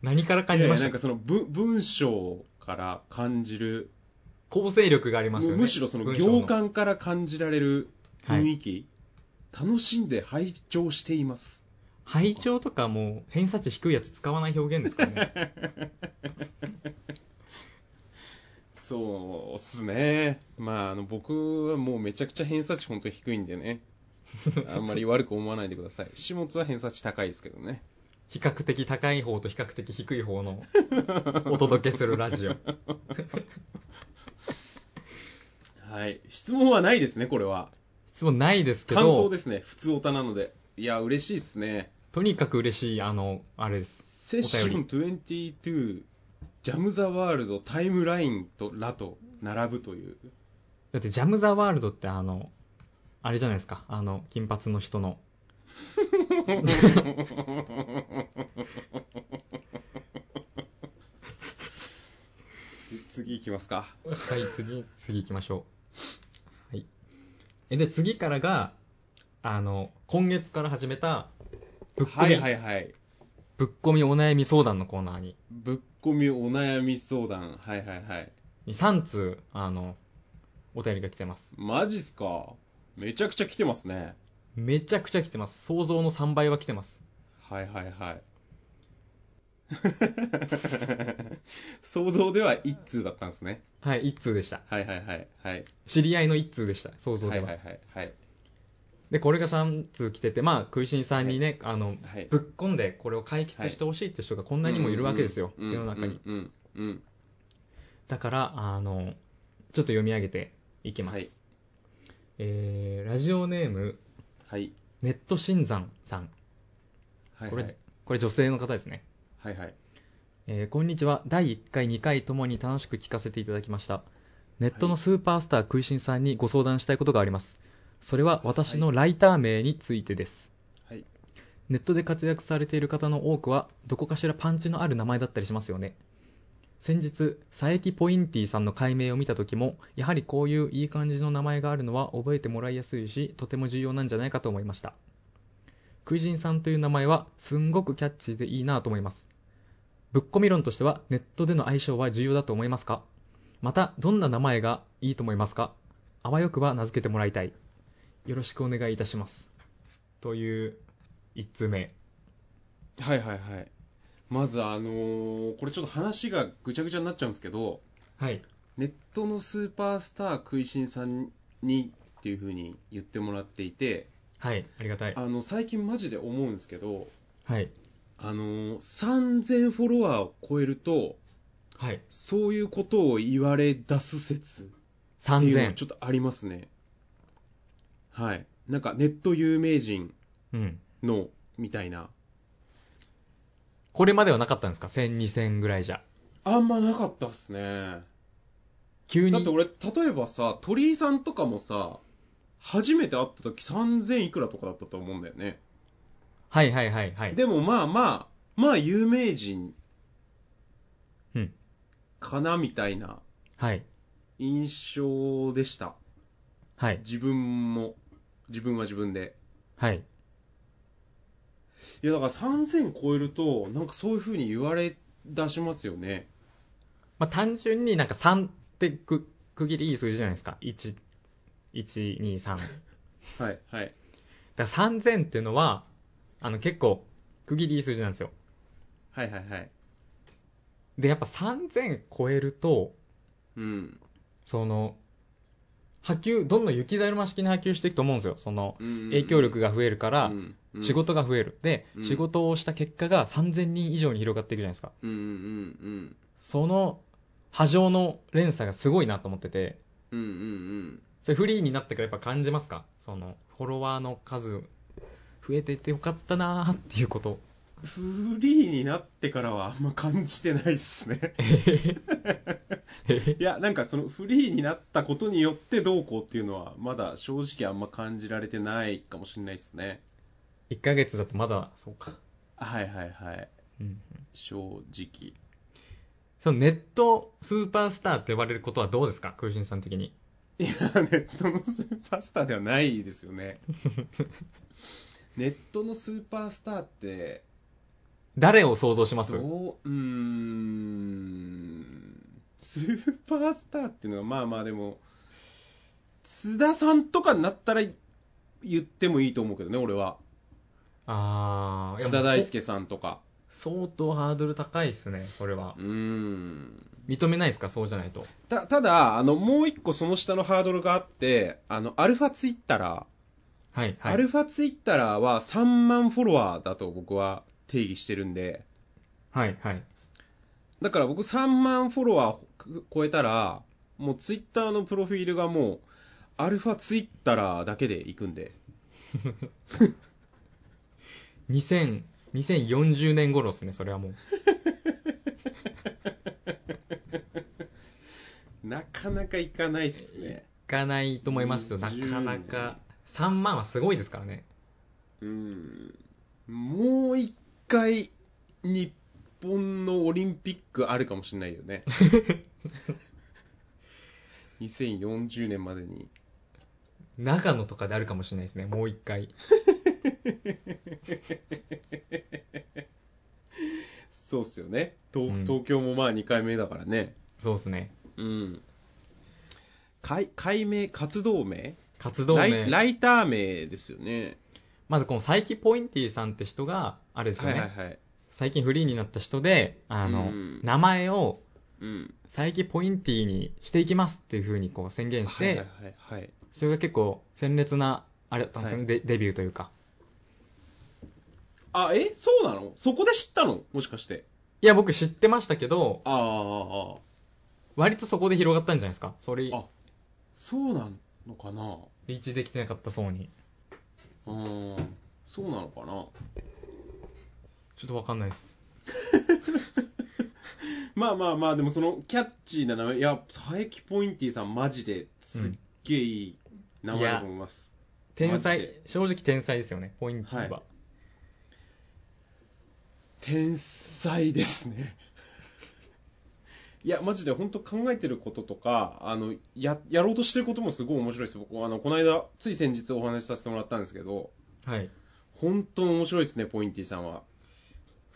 A: 何から感じ
B: い
A: ま
B: やいや
A: し
B: な
A: た
B: んかその文文章から感じる、
A: 構成力がありますよ
B: む
A: ね
B: むしろその
A: 文章
B: 行間から感じられる雰囲気、楽しんで拝聴しています
A: 配調とかもう偏差値低いやつ使わない表現ですから ね
B: そうっすね。まあ、あの、僕はもうめちゃくちゃ偏差値本当に低いんで ね。あんまり悪く思わないでください。始末は偏差値高いですけどね。
A: 比較的高い方と比較的低い方のお届けするラジオ
B: はい。質問はないですね、これは。
A: 質問ないですけ
B: 感想
A: ど
B: ですね。普通オタなので。いや、嬉しいですね。
A: とにかく嬉しいあのあれです
B: セッション22、ジャム・ザ・ワールド、タイムラインとラと並ぶという。
A: だって「ジャム・ザ・ワールド」ってあのあれじゃないですかあの金髪の人の
B: つ次行きますか。
A: はい次次行きましょうはいえで次からがあの今月から始めたぶっこ
B: は
A: み、
B: いはいはい。
A: ぶっこみお悩み相談のコーナーに
B: ぶっこみお悩み相談。はいはいはい。
A: に3通あのお便りが来てます
B: マジっすか。めちゃくちゃ来てますね。
A: めちゃくちゃ来てます想像の3倍は来てます
B: はいはいはい。 想像では一通だったんですね。
A: はい1通でした
B: はいはいはいはい。
A: 知り合いの1通でした想像
B: は
A: で
B: い
A: は、
B: はいはいはい。
A: でこれが3通来ててまあ食いしんさんにね、あの
B: はい
A: ぶっ込んでこれを解決してほしいって人がこんなにもいるわけですよ、
B: うんうん
A: 世の中に、。
B: うんうんうん。
A: だからあのちょっと読み上げていきます、
B: はい
A: えーラジオネーム
B: はい。
A: ネット新山さん
B: はい
A: こ
B: は
A: れ,、
B: い。
A: これ女性の方ですね
B: はいはい。
A: えーこんにちは第1回2回ともに楽しく聞かせていただきましたネットのスーパースター食いしんさんにご相談したいことがありますそれは私のライター名についてです、
B: はい。
A: ネットで活躍されている方の多くはどこかしらパンチのある名前だったりしますよね先日佐伯ポインティさんの解明を見た時もやはりこういういい感じの名前があるのは覚えてもらいやすいしとても重要なんじゃないかと思いましたクイジンさんという名前はすんごくキャッチーでいいなと思いますぶっこみ論としてはネットでの相性は重要だと思いますかまたどんな名前がいいと思いますかあわよくば名付けてもらいたいよろしくお願いいたしますという1通目
B: はいはいはい。まず、あのーこれちょっと話がぐちゃぐちゃになっちゃうんですけど、
A: はい
B: ネットのスーパースター食いしんさんにっていうふうに言ってもらっていて、
A: はいありがたい
B: あの、最近マジで思うんですけど、
A: はい
B: あのー3000フォロワーを超えると、
A: はい
B: そういうことを言われ出す説っていうのが
A: 3000
B: ちょっとありますね。はい。なんかネット有名人
A: うん
B: のみたいな。
A: これまではなかったんですか10002000ぐらいじゃ
B: あんまなかったっすね。
A: 急
B: だっ
A: に
B: て俺、例えばさ、鳥居さんとかもさ、初めて会った時3000いくらとかだったと思うんだよね。
A: はいはいはいはい
B: でもまあまあ、まあ有名人
A: うん
B: かなみたいな
A: はい
B: 印象でした。
A: はい
B: 自分も、自分は自分で。
A: はい
B: いやだから3000超えると、なんかそういう風に言われ出しますよね。
A: まあ単純になんか3ってく区切りいい数字じゃないですか1123だか
B: はい、はい。
A: ら3000っていうのはあの結構区切りいい数字なんですよ
B: はいはいはい。
A: でやっぱ3000超えると
B: うん。
A: その波及どんどん雪だるま式に波及していくと思うんですよその
B: 影
A: 影響力が増えるから仕、事が増えるで、
B: うん
A: 仕事をした結果が3000人以上に広がっていくじゃないですか
B: うんうんうん
A: その波状の連鎖がすごいなと思ってて
B: うん。うんうん
A: それフリーになってからやっぱ感じますかそのフォロワーの数増えててよかったなーっていうこと
B: うん。フリーになってからはあんま感じてないっすね。 いや、なんかそのフリーになったことによってどうこうっていうのは、まだ正直あんま感じられてないかもしれないっすね。
A: 1ヶ月だとまだそうか、
B: はいはいはい。
A: うん、
B: 正直。
A: そのネットスーパースターと呼ばれることはどうですか空心さん的に
B: いや、ネットのスーパースターではないですよね。ネットのスーパースターって、
A: 誰を想像します
B: どう、うーん、スーパースターっていうのは、まあまあでも、津田さんとかになったら言ってもいいと思うけどね、俺は。
A: ああ
B: 津田大介さんとか。
A: 相当ハードル高いっすねこれは
B: うーん。
A: 認めないですかそうじゃないと
B: た、ただ、あの、もう一個その下のハードルがあって、あの、アルファツイッターラ
A: はい
B: ー、
A: はい
B: アルファツイッターラーは3万フォロワーだと僕は定義してるんで、
A: はいはい
B: だから僕3万フォロワー超えたら、もうツイッターのプロフィールがもう、アルファツイッターラーだけで行くんで。
A: 2000 2040年頃ですねそれはもう
B: なかなか行かないっすね。
A: いかないと思いますよな
B: 20
A: かなか3万はすごいですからね
B: うん。もう一回、日本のオリンピックあるかもしれないよ ね。2040年までに。
A: 長野とかであるかもしれないですねもう一回
B: そうっすよね。東,、
A: うん
B: 東京もまあ2回目だからね。
A: そうですね
B: うん。解解明、活動名
A: 活動
B: ライ
A: 名
B: ライター名ですよね。
A: まずこの佐伯ポインティさんって人があれですよ
B: は
A: ね、
B: いはいはい。
A: 最近フリーになった人であの、
B: うん
A: 名前を
B: うん。
A: 佐伯ポインティにしていきますっていうふうにこう宣言して、
B: はいはいはいはい。
A: それが結構鮮烈なあれだったんですよね、デデビューというか
B: あ、えそうなのそこで知ったのもしかして。
A: いや僕知ってましたけど
B: ああ、ああ、ああ。
A: 割とそこで広がったんじゃないですかそれ
B: あそうなのかな
A: リーチできてなかったそうに
B: うーん。そうなのかな
A: ちょっとわかんないです
B: まあまあまあ、でもそのキャッチーな名前、いや、佐伯ポインティさん、マジですっげえいい名前だと思います。
A: 天
B: マジ
A: 才
B: で、
A: 正直天才ですよね、ポインティは。
B: は天才ですね。いや、マジで本当考えてることとか、あの、や、やろうとしてることもすごい面白いです。僕、あの、この間、つい先日お話しさせてもらったんですけど、
A: はい。
B: 本当面白いですね、ポインティさんは。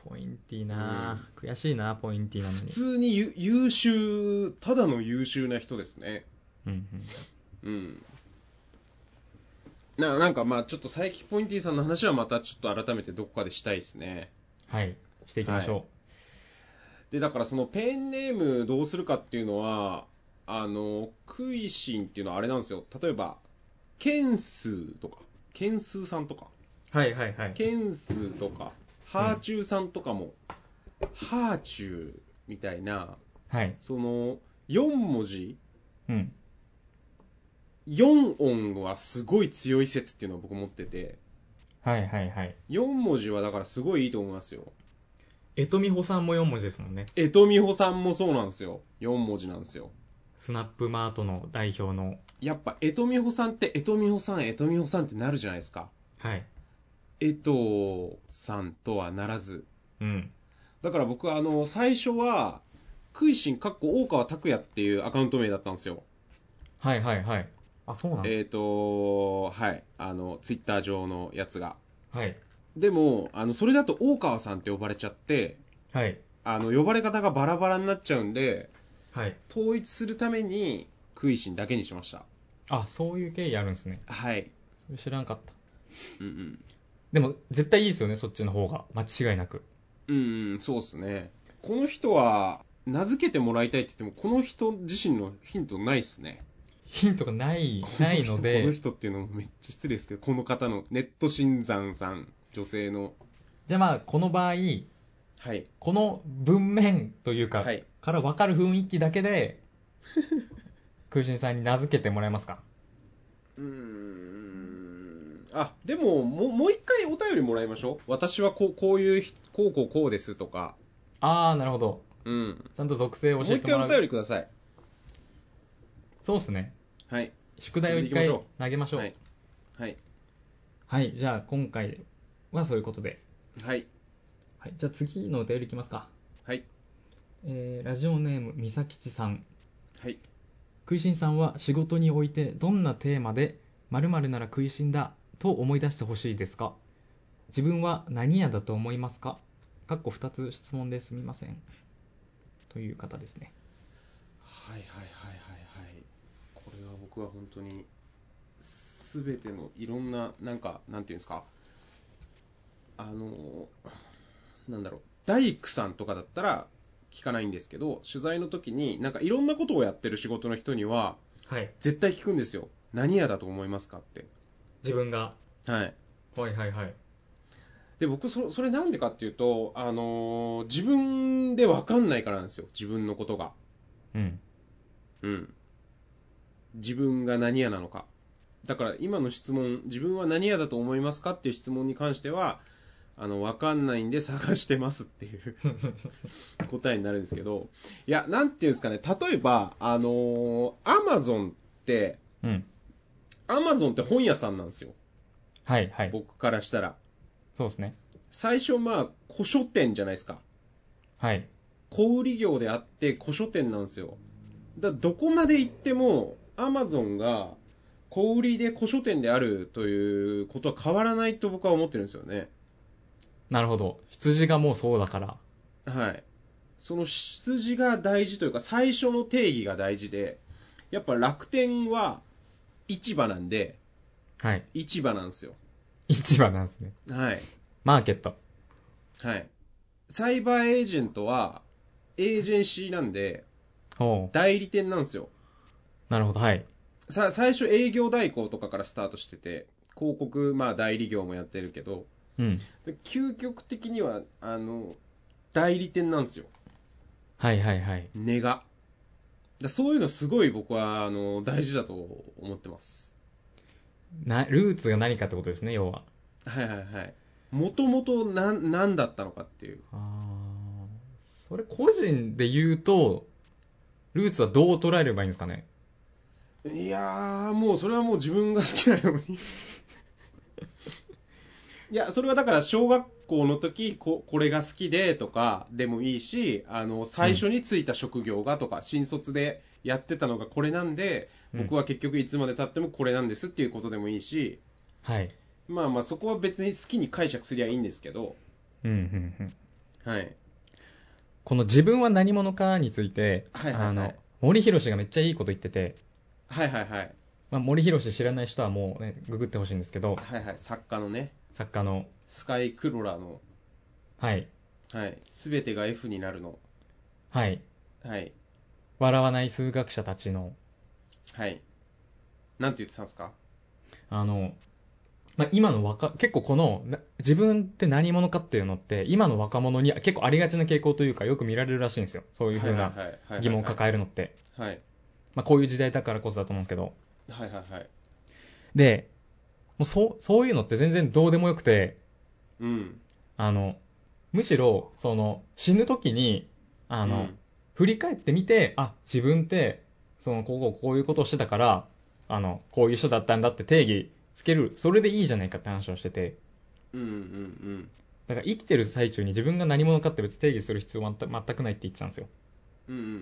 A: ポインティなぁ、悔しいなぁ、ポインティなのに
B: 普。通にゆ優秀、ただの優秀な人ですね。
A: うんうん、
B: うん。ななんかまあちょっと佐伯ポインティさんの話はまたちょっと改めてどこかでしたいですね。
A: はい、していきましょ
B: で、だからそのペンネームどうするかっていうのは、あの、クイシンっていうのはあれなんですよ。例えば、ケンスーとか、ケンスーさんとか、
A: う。はい、はい、はい。
B: ケンスーとか、ハーチューさんとかも、ハーチューみたいな、
A: はい。
B: その、4文字、
A: うん。
B: 4音はすごい強い説っていうのを僕持ってて、
A: はい、はい、はい。
B: 4文字はだからすごいいいと思いますよ。
A: えとみほさんも4文字ですもんね。
B: えとみほさんもそうなんですよ。4文字なんですよ。
A: スナップマートの代表の。
B: やっぱ、えとみほさんって、えとみほさん、えとみほさんってなるじゃないですか。
A: はい。
B: えとさんとはならず。
A: うん。
B: だから僕は、あの、最初は、クイシン、かっこ大川拓也っていうアカウント名だったんですよ。
A: はい、はい、はい。あ、そうなんだ。
B: えっ、と、はい。あの、ツイッター上のやつが。
A: はい。
B: でも、あの、それだと大川さんって呼ばれちゃって、
A: はい。
B: あの、呼ばれ方がバラバラになっちゃうんで、
A: はい。
B: 統一するために、クイシンだけにしました。
A: あ、そういう経緯あるんですね。
B: はい。
A: それ知らんかった。
B: うんうん。
A: でも、絶対いいですよね、そっちの方が。間違いなく。
B: うん、そうですね。この人は、名付けてもらいたいって言っても、この人自身のヒントないっすね。
A: ヒントがない、ないの
B: この
A: で、
B: 人この人っていうのもめっちゃ失礼ですけど、この方のネット新山さん、女性の。
A: じゃあまあ、この場合、
B: はい。
A: この文面というか、
B: はい
A: から分かる雰囲気だけで 空心さんに名付けてもらえますか
B: うーん。あ、でも、もう、もう一回お便りもらいましょう。私はこう、こういうひ、こうこうこうですとか。
A: ああなるほど
B: うん。
A: ちゃんと属性を
B: もう
A: 教え
B: 一
A: て
B: 回
A: もら
B: お
A: う
B: 便りください。
A: そうですね
B: はい。
A: 宿題を一回投げましょう
B: は
A: はいい、。
B: はい。
A: じゃあ今回はそういうことで、
B: はい。
A: はい、じゃあ次のお便りいきますか
B: はい。
A: えーラジオネームみさきちさん
B: はい。
A: 食いしんさんは仕事においてどんなテーマで〇〇なら食いしんだと思い出してほしいですか自分は何屋だと思いますかかっこ2つ質問ですみませんという方ですね
B: はいはいはいはいはいこれは僕は本当に全てのいろんななんかなんていうんですかあのなんだろう大工さんとかだったら聞かないんですけど取材の時になんかいろんなことをやってる仕事の人には
A: はい
B: 絶対聞くんですよ何屋だと思いますかって
A: 自分が
B: はい
A: はいはいはい
B: で僕そそれなんでかっていうとあの自分で分かんないからなんですよ自分のことが
A: うん
B: うん。自分が何屋なのか。だから今の質問、自分は何屋だと思いますかっていう質問に関しては、あの、わかんないんで探してますっていう 答えになるんですけど、いや、なんていうんですかね、例えば、あのー、アマゾンって、
A: うん
B: アマゾンって本屋さんなんですよ。
A: はいはい
B: 僕からしたら。
A: そうですね
B: 最初、まあ、古書店じゃないですか。
A: はい
B: 小売業であって古書店なんですよだからどこまで行ってもアマゾンが小売りで古書店であるということは変わらないと僕は思ってるんですよね
A: なるほど羊がもうそうだから
B: はいその出自が大事というか最初の定義が大事でやっぱ楽天は市場なんで
A: はい
B: 市場なんですよ
A: 市場なんですね
B: はい
A: マーケット
B: はいサイバーエージェントはエージェンシーなんで
A: おう
B: 代理店なんですよ
A: なるほどはい
B: さ最初営業代行とかからスタートしてて広告、まあ、代理業もやってるけど
A: うん
B: で究極的にはあの代理店なんですよ
A: はいはいはい
B: 根がだそういうのすごい僕はあの大事だと思ってます
A: なルーツが何かってことですね要は
B: はいはいはいもともと何だったのかっていう
A: ああそれ個人で言うと、ルーツはどう捉えればいいんですかね。
B: いやー、もうそれはもう自分が好きなように。いや、それはだから小学校の時こ、これが好きでとかでもいいし、あの、最初についた職業がとか、新卒でやってたのがこれなんで、
A: うん
B: 僕は結局いつまで経ってもこれなんですっていうことでもいいし、
A: はい。
B: まあまあそこは別に好きに解釈すりゃいいんですけど、
A: うんうんうん。
B: はい。
A: この自分は何者かについて、
B: はいはいはい
A: あの、森博がめっちゃいいこと言ってて、
B: はいはいはい。
A: まあ、森博知らない人はもう、ね、ググってほしいんですけど、
B: はいはい。作家のね、
A: 作家の、
B: スカイ・クロラの、
A: はい、
B: はい。すべてが F になるの。
A: はい、
B: はい。
A: 笑わない数学者たちの、
B: はい。なんて言ってたんですか
A: あの、まあ、今の若、結構この、な自分って何者かっていうのって、今の若者に結構ありがちな傾向というか、よく見られるらしいんですよ。そういうふうな疑問を抱えるのって。
B: えはい
A: まあ、こういう時代だからこそだと思うんですけど。
B: はいはいはい
A: で、もうそう、そういうのって全然どうでもよくて、
B: うん
A: あの、むしろ、その、死ぬ時に、あの、
B: うん
A: 振り返ってみて、あ、自分って、その、ここ、こういうことをしてたから、あの、こういう人だったんだって定義つける、それでいいじゃないかって話をしてて、
B: うんうん
A: だから生きてる最中に自分が何者かって別に定義する必要は全全くないって言ってたんですよ。
B: うんうんうんう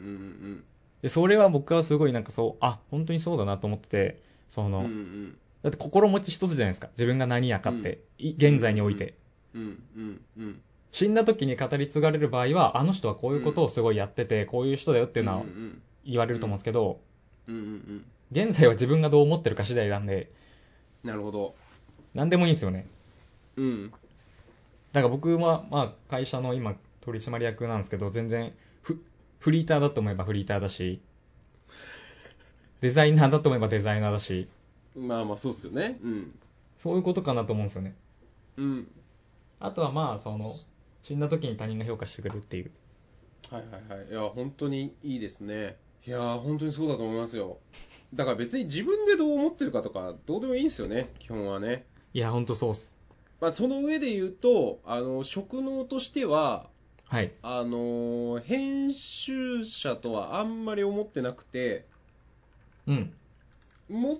B: ん
A: で、それは僕はすごいなんかそう、あ、本当にそうだなと思ってて、そ
B: うんうん
A: の、
B: うん
A: だって心持ち一つじゃないですか。自分が何やかって、い現在において。
B: うんうんうん
A: 死んだ時に語り継がれる場合は、あの人はこういうことをすごいやってて、こういう人だよっていうのは
B: うんうん
A: 言われると思うんですけど、
B: うんうんうん
A: 現在は自分がどう思ってるか次第なんで、
B: なるほど
A: 何でもいいんですよね。
B: うん
A: だから僕は、まあ、会社の今、取締役なんですけど、全然フ、フリーターだと思えばフリーターだし、デザイナーだと思えばデザイナーだし、
B: まあまあそうっすよねうん
A: そういうことかなと思うんですよね。
B: うん
A: あとはまあ、その、死んだ時に他人が評価してくれるっていう。
B: はいはいはいいや本当にいいですねいやー本当にそうだと思いますよだから別に自分でどう思ってるかとかどうでもいいんですよね基本はね
A: いや、ほんとそうっす。
B: まあその上で言うとあの職能としては
A: はい。
B: あのー編集者とはあんまり思ってなくて、
A: うん。
B: もっ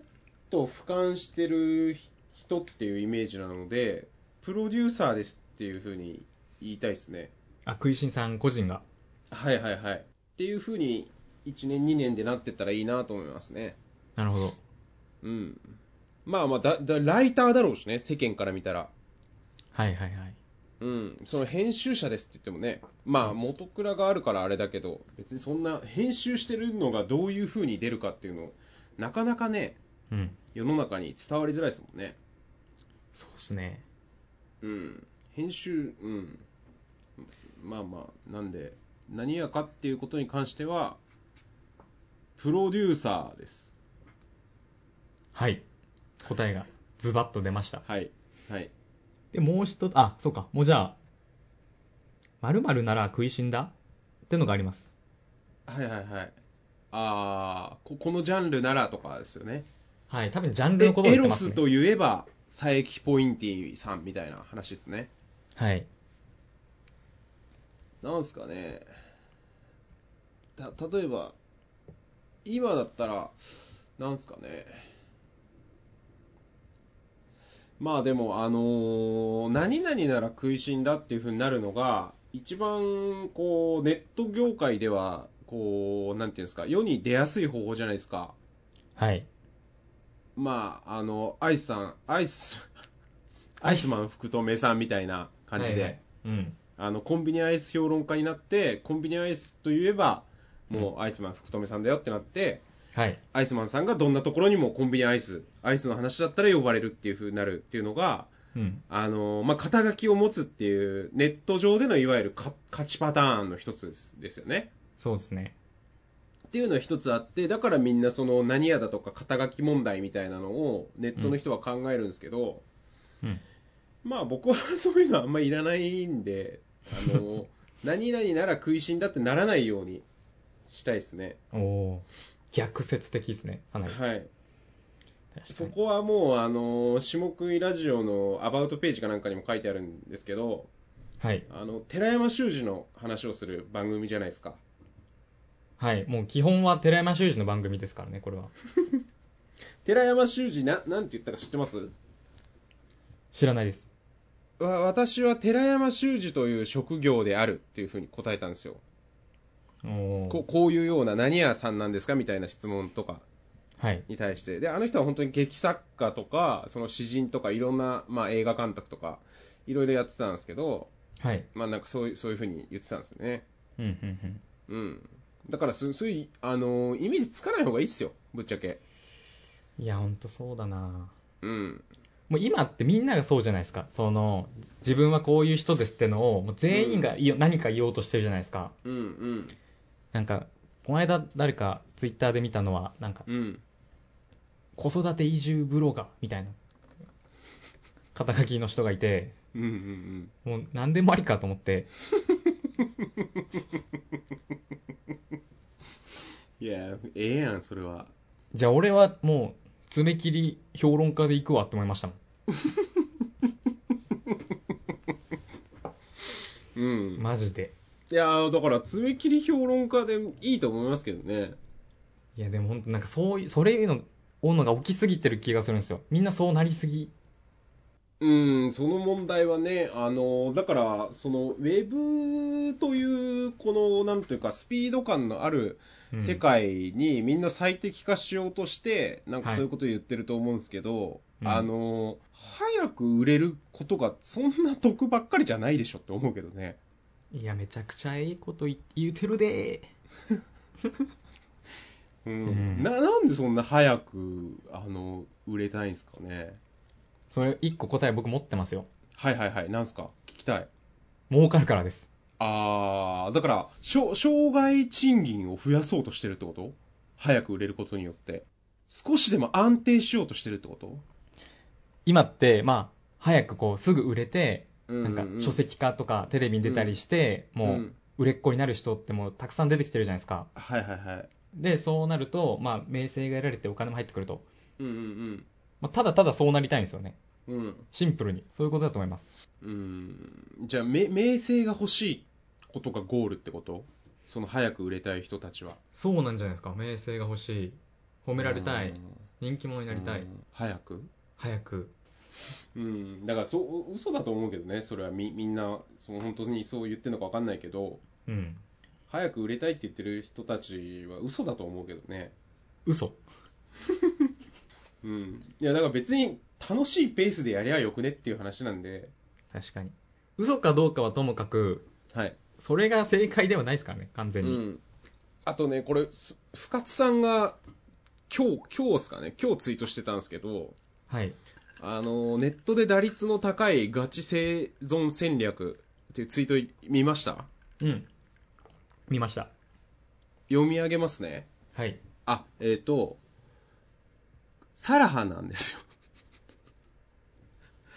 B: と俯瞰してる人っていうイメージなので、プロデューサーですっていうふうに言いたいですね。
A: あ、食いしんさん個人が。
B: はいはいはい。っていうふうに1年2年でなってったらいいなと思いますね。
A: なるほど。
B: うん。まあまあだ、だライターだろうしね、世間から見たら。
A: はいはいはい。
B: うん、その編集者ですって言ってもね、まあ、元蔵があるからあれだけど、別にそんな編集してるのがどういう風に出るかっていうの、なかなかね、
A: うん。
B: 世の中に伝わりづらいですもんね。
A: そうっすね。
B: うん、編集、うん、まあまあ、なんで、何やかっていうことに関しては、プロデューサーです。
A: はい。答えがズバッと出ました。
B: はい、はい、
A: で、もう一つ、あ、そうか。もうじゃあ、〇〇なら食いしんだってのがあります。
B: はいはいはい。ああ、ここのジャンルならとかですよね。
A: はい。多分ジャンル
B: え
A: のことを
B: エ
A: 言って
B: ロ
A: ます、
B: ス
A: ね。
B: といえば佐伯ポインティさんみたいな話ですね
A: はい。
B: なんすかねた例えば今だったらなんすかねまあでもあのー何々なら食いしんだっていう風になるのが一番こうネット業界ではこうなんていうんですか世に出やすい方法じゃないですか
A: はい。
B: まあ、あの、アイスさん、アイス、
A: ア
B: ア
A: イ
B: イ
A: ス
B: スマン福留さんみたいな感じ
A: は
B: で、
A: いはいうん。
B: あの、コンビニアイス評論家になって、コンビニアイスといえば、もうアイスマン福留さんだよってなって、
A: はい。
B: アイスマンさんがどんなところにもコンビニアイス、アイスの話だったら呼ばれるっていう風になるっていうのが、
A: うん。
B: あの、まあ、肩書きを持つっていう、ネット上でのいわゆるか勝ちパターンの一つですですよね。
A: そうですね。
B: っていうのは一つあって、だからみんなその何やだとか肩書き問題みたいなのをネットの人は考えるんですけど、
A: うん。
B: まあ僕はそういうのはあんまりいらないんで、あの、何々なら食いしんだってならないようにしたいですね。
A: おおー。逆説的ですね。かなり。
B: はい。
A: 確か
B: そ
A: に
B: こはもう、あの、下食いラジオのアバウトページかなんかにも書いてあるんですけど、
A: はい。
B: あの寺山修司の話をする番組じゃないですか
A: はい。もう基本は寺山修司の番組ですからね、これは。
B: 寺山修司ななんて言ったか知ってます
A: 知らないです。
B: わ私は寺山修司という職業であるっていうふうに答えたんですよ
A: おー
B: ここういうような何屋さんなんですかみたいな質問とか
A: はい。
B: に対してであの人は本当に劇作家とかその詩人とかいろんな、まあ、映画監督とかいろいろやってたんですけど、
A: はい。
B: まあ、なんかそういうそういうふうに言ってたんですよね、
A: うん、うん、うん。
B: うん、だからすそういう、あのーイメージつかない方がいいっすよぶっちゃけ、
A: いや、ほんとそうだな
B: うん、
A: もう今ってみんながそうじゃないですか。その、自分はこういう人ですってのを、もう全員がいい何か言おうとしてるじゃないですか。
B: うんうん
A: なんか、この間誰かツイッターで見たのは、なんか、
B: うん
A: 子育て移住ブロガーみたいな、肩書きの人がいて、
B: うんうんうん
A: もう何でもありかと思って、
B: いやええやんそれは
A: じゃあ俺はもう、爪切り評論家で行くわって思いましたもん。
B: うん
A: マジで。
B: いやーだから爪切り評論家でいいと思いますけどね
A: いやでも本当なんかそういう、それいうの、おのが起きすぎてる気がするんですよ。みんなそうなりすぎ。
B: うん、その問題はね、あの、だから、その、ウェブという、この、なんというか、スピード感のある
A: うん
B: 世界にみんな最適化しようとして、なんか
A: はい
B: そういうことを言ってると思うんですけど、
A: うん
B: あの、早く売れることがそんな得ばっかりじゃないでしょって思うけどね。
A: いや、めちゃくちゃいいこと言言うてるで
B: う
A: う
B: ん。
A: ん
B: な、なんでそんな早く、あの、売れたいんですかね。
A: それ、一個答え僕持ってますよ。
B: はいはいはい、なんすか聞きたい。
A: 儲かるからです。
B: ああ、だから、しょ障害賃金を増やそうとしてるってこと早く売れることによって。少しでも安定しようとしてるってこと
A: 今って、まあ、早くこう、すぐ売れて、なんか
B: ううう
A: 書籍化とかテレビに出たりして、も
B: う
A: うん売れっ子になる人ってもうたくさん出てきてるじゃないですか。
B: はいはいはい。
A: で、そうなると、まあ、名声が得られてお金も入ってくると。
B: うんうん
A: まあ、ただただそうなりたいんですよね。
B: うん。うん。
A: シンプルに。そういうことだと思います。
B: うん。じゃあ、め名声が欲しいことがゴールってことその早く売れたい人たちは。
A: そうなんじゃないですか。名声が欲しい。褒められたい。人気者に
B: う
A: な
B: ん。
A: りた
B: う
A: い。
B: ん。早く
A: 早く。
B: うん。だから、そう、嘘だと思うけどね。それはみ、みんな、その本当にそう言ってるのか分かんないけど、
A: うん。
B: 早く売れたいって言ってる人たちは嘘だと思うけどね。
A: 嘘。
B: うん。いや、だから別に楽しいペースでやりゃよくねっていう話なんで、
A: 確かに。嘘かどうかはともかく、
B: はい。
A: それが正解ではないですからね、完
B: う
A: 全に。
B: ん。あとね、これ、す深津さんが、今日、今日ですかね、今日ツイートしてたんですけど、
A: はい。
B: あの、ネットで打率の高いガチ生存戦略っていうツイート見ました
A: うん。見ました。
B: 読み上げますね。
A: はい。
B: あ、えっ、と、サラハなんですよ。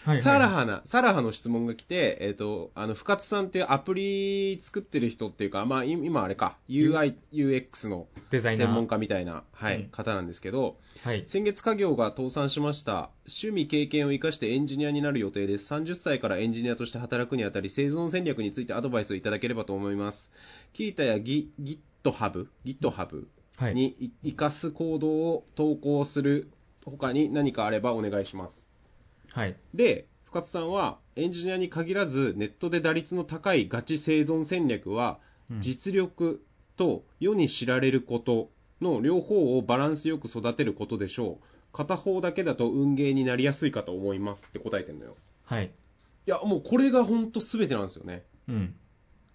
A: はい、
B: サラハな、サラハの質問が来て、えっ、と、あの、深津さんっていうアプリ作ってる人っていうか、まあ、い今あれか、UI、UX の
A: デザイナー。
B: 専門家みたいな、はい、
A: うん
B: 方なんですけど、
A: はい。
B: 先月家業が倒産しました。趣味経験を生かしてエンジニアになる予定です。30歳からエンジニアとして働くにあたり、生存戦略についてアドバイスをいただければと思います。キータやギ GitHub、GitHub
A: はい。
B: にい生かす行動を投稿する他に何かあればお願いします。
A: はい。
B: で、深津さんはエンジニアに限らずネットで打率の高いガチ生存戦略は
A: うん
B: 実力と世に知られることの両方をバランスよく育てることでしょう。片方だけだと運ゲーになりやすいかと思いますって答えてるのよ。
A: はい。
B: いや、もうこれが本当全てなんですよね。
A: うん。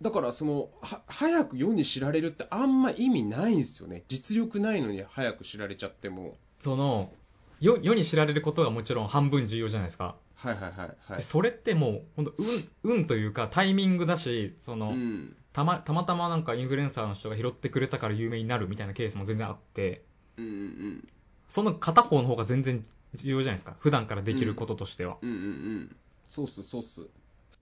B: だからその、は早く世に知られるってあんま意味ないんですよね。実力ないのに早く知られちゃっても。
A: その、よ世に知られることがもちろん半分重要じゃないですか。
B: はいはいはいは
A: で
B: い。
A: それってもう、本当運、運というかタイミングだし、その、
B: うん。
A: たま、たまたまなんかインフルエンサーの人が拾ってくれたから有名になるみたいなケースも全然あって、
B: うんうん
A: その片方の方が全然重要じゃないですか。普段からできることとしては。
B: うんうんうん。そうっす、そうっす。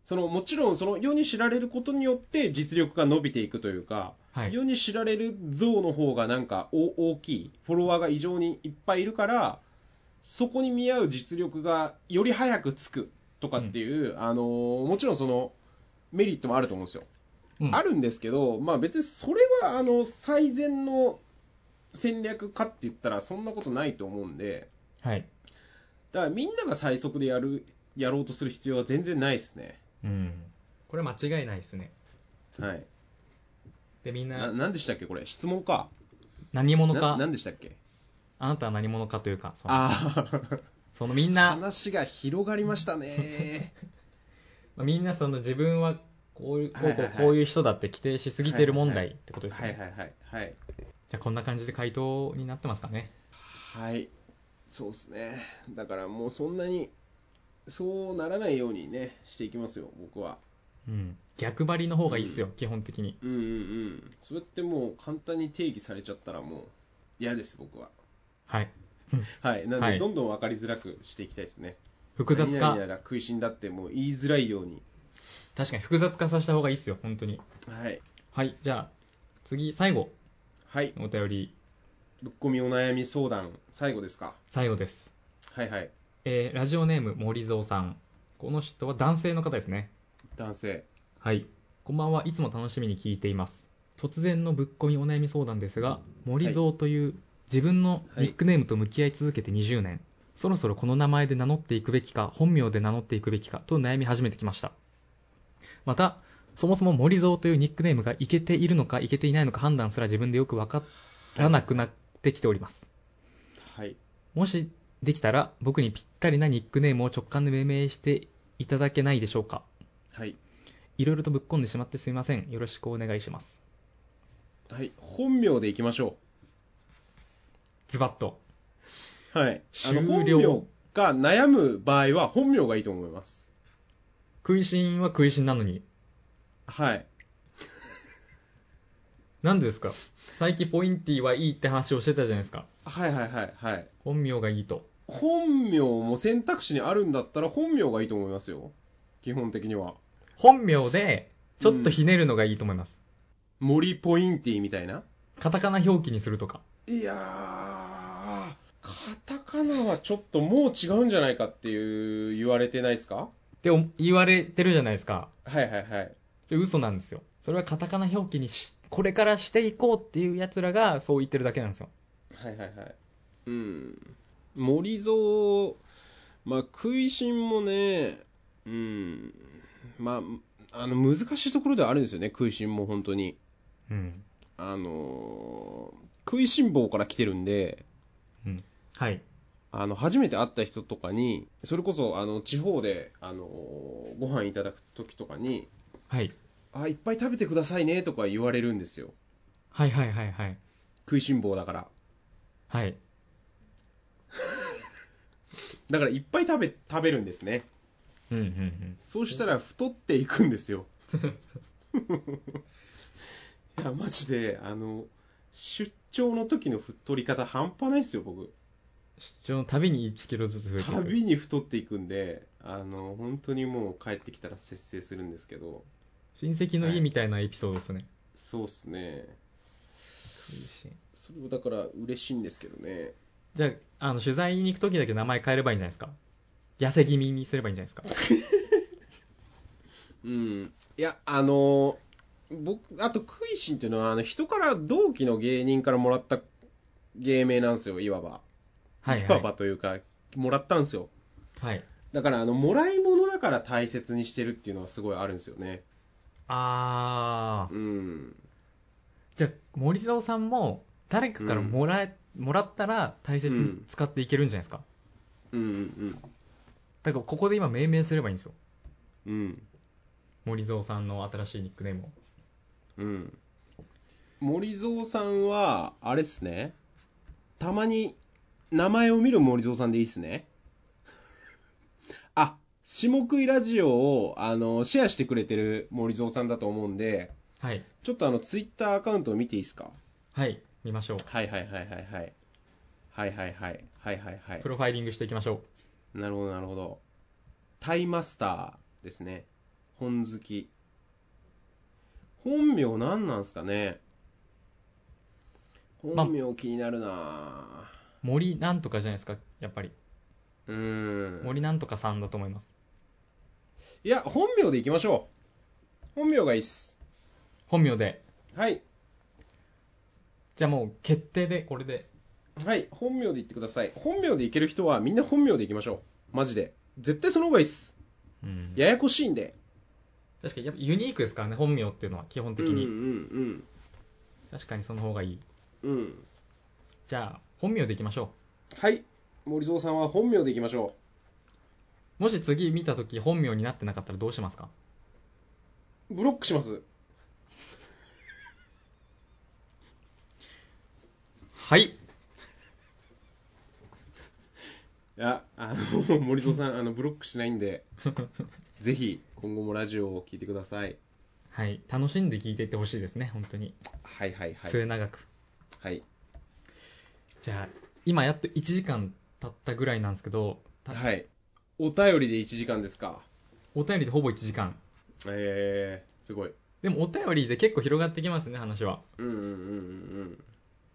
B: そのもちろんその世に知られることによって実力が伸びていくというか、
A: はい。
B: 世に知られる像の方がなんかお大きいフォロワーが異常にいっぱいいるからそこに見合う実力がより早くつくとかっていう、あのーもちろんそのメリットもあると思うんですよ。
A: うん
B: あるんですけど、まあ別にそれはあの最善の戦略かって言ったらそんなことないと思うんで、
A: はい。
B: だからみんなが最速でやる、やろうとする必要は全然ないですね。
A: うん。これ間違いないですね。
B: はい。
A: で、みん
B: な、
A: な、
B: なんでしたっけこれ質問か。
A: 何者
B: な
A: か、
B: なんでしたっけ
A: あなたは何者かというか、その
B: あ
A: そのみん
B: あ、
A: な、
B: 話が広がりましたね。
A: まあみんなその自分はこういう、こ
B: は
A: う
B: いはい
A: こ
B: はいう
A: こういう人だって規定しすぎてる問題ってこと ですよ
B: はい
A: ね。
B: はいはい。はい。
A: じゃあこんな感じで回答になってますかね。
B: はい。そうですね。だからもうそんなに、そうならないようにね、していきますよ、僕は。
A: うん。逆張りの方がいいっすよ、基本的に。
B: うんうんうん。そうやってもう簡単に定義されちゃったらもう嫌です、僕は。
A: はい。
B: はい。なん
A: はい
B: で、どんどん分かりづらくしていきたいですね。
A: 複雑
B: 何
A: 化
B: 々、やら食いしんだってもう言いづらいように。
A: 確かに複雑化させた方がいいっすよ、本当に。
B: はい。
A: はい、じゃあ、次、最後
B: はい。
A: のお便り、
B: ぶっこみお悩み相談、最後ですか。
A: 最後です。
B: はいはい。
A: えーラジオネーム森蔵さんこの人は男性の方ですね
B: 男性。
A: はいこんばんはいつも楽しみに聞いています突然のぶっこみお悩み相談ですが森蔵という自分のニックネームと向き合い続けて20年、そろそろこの名前で名乗っていくべきか本名で名乗っていくべきかと悩み始めてきましたまたそもそも森蔵というニックネームがイケているのかイケていないのか判断すら自分でよくわからなくなってきております
B: はい。
A: もしできたら僕にぴったりなニックネームを直感で命名していただけないでしょうか
B: はい。
A: いろいろとぶっこんでしまってすみませんよろしくお願いします
B: はい。本名でいきましょ
A: ズバッと
B: う。はい。あの、
A: 終
B: 本
A: 了
B: 名が悩む場合は本名がいいと思います。
A: 食いしんは食いしんなのに
B: はい。
A: なんでですか最近ポインティはいいって話をしてたじゃないですか
B: はいはいはいはい。
A: 本名がいいと
B: 本名も選択肢にあるんだったら本名がいいと思いますよ。基本的には。
A: 本名でちょっとひねるのがいいと思います、
B: 森ポインティみたいな。
A: カタカナ表記にするとか
B: いやー、カタカナはちょっともう違うんじゃないかっていう言われてないですか
A: って思言われてるじゃないですか
B: はいはいはい。
A: じゃあ嘘なんですよそれはカタカナ表記にしこれからしていこうっていうやつらがそう言ってるだけなんですよ
B: はいはいはい。うん。森蔵、まあ、食いしんもね、うん。まあ、あの、難しいところではあるんですよね、食いしんも本当に。
A: うん
B: あのー食いしん坊から来てるんで、
A: はい
B: あの、初めて会った人とかに、それこそ、あの、地方で、あのーご飯いただく時とかに、
A: はい
B: あ、いっぱい食べてくださいね、とか言われるんですよ。
A: はいはいはいはい。
B: 食いしん坊だから。
A: はい。
B: だから、いっぱい食べ、食べるんですね。
A: うんうんうん。
B: そうしたら、太っていくんですよ。いや、マジで、あの、出張の時の太り方半端ないですよ、僕。
A: 出張の旅に1キロずつ増えていく。
B: 旅に太っていくんで、あの、本当にもう帰ってきたら節制するんですけど、
A: 親戚の家みたいなエピソードですね。
B: そうっすね。
A: 食いしん
B: それをだから嬉しいんですけどね。
A: じゃあ、あの、取材に行くときだけ名前変えればいいんじゃないですか。痩せ気味にすればいいんじゃないですか。
B: うん。いや、あの、僕、あと、クイシンっていうのは、あの、人から、同期の芸人からもらった芸名なんですよ、いわば。
A: はい
B: わ
A: は
B: ばというか、もらったんですよ。
A: い。はい。
B: だから、あの、もらい物だから大切にしてるっていうのはすごいあるんですよね。
A: あー。
B: うん。
A: じゃあ、森蔵さんも、誰かからもらえ、もらったら大切に使っていけるんじゃないですか。
B: うんうん
A: だから、ここで今命名すればいいんですよ。
B: うん。うん。
A: 森蔵さんの新しいニックネームを。
B: うん。森蔵さんは、あれっすね。たまに、名前を見る森蔵さんでいいっすね。あ、下食いラジオを、あの、シェアしてくれてる森蔵さんだと思うんで、
A: はい。
B: ちょっとあの、ツイッターアカウントを見ていいっすか
A: はい。見ましょう。
B: はいはいはいはいはい。はいはいはい。はいはいはい
A: プ。ロファイリングしていきましょう。
B: なるほどなるほど。タイマスターですね。本好き。本名なんなんすかね
A: ま
B: 本名気になるな
A: 森なんとかじゃないですか、やっぱり。
B: ぁうーん。
A: 森なんとかさんだと思います。
B: いや、本名でいきましょ本名がいいっす。
A: 本名で。
B: はい。
A: じゃあもう決定で、これで。
B: はい。本名で言ってください。本名でいける人はみんな本名でいきましょう。マジで。絶対その方がいいっす。
A: うん
B: ややこしいんで。
A: 確かにやっぱユニークですからね、本名っていうのは基本的に。
B: うんうん
A: 確かにその方がいい。
B: うん。うん。
A: じゃあ、本名でいきましょ
B: はい。森蔵さんは本名でいきましょ
A: う。もし次見たとき本名になってなかったらどうしますか
B: う。ブロックします。
A: はい。
B: いや、あの、 森蔵さん、あの、ブロックしない んで、ぜひ、今後もラジオを聞いてください。
A: はい。楽しんで聞いていってほしいですね、本当に。
B: はいはいはい。
A: 末永く。
B: はい。
A: じゃあ、今やっと1時間経ったぐらいなんですけど、た
B: はい。お便りで1時間ですか。
A: お便りでほぼ1時間。
B: えー、すごい。
A: でもお便りで結構広がってきますね、話は。
B: うんうんうんうん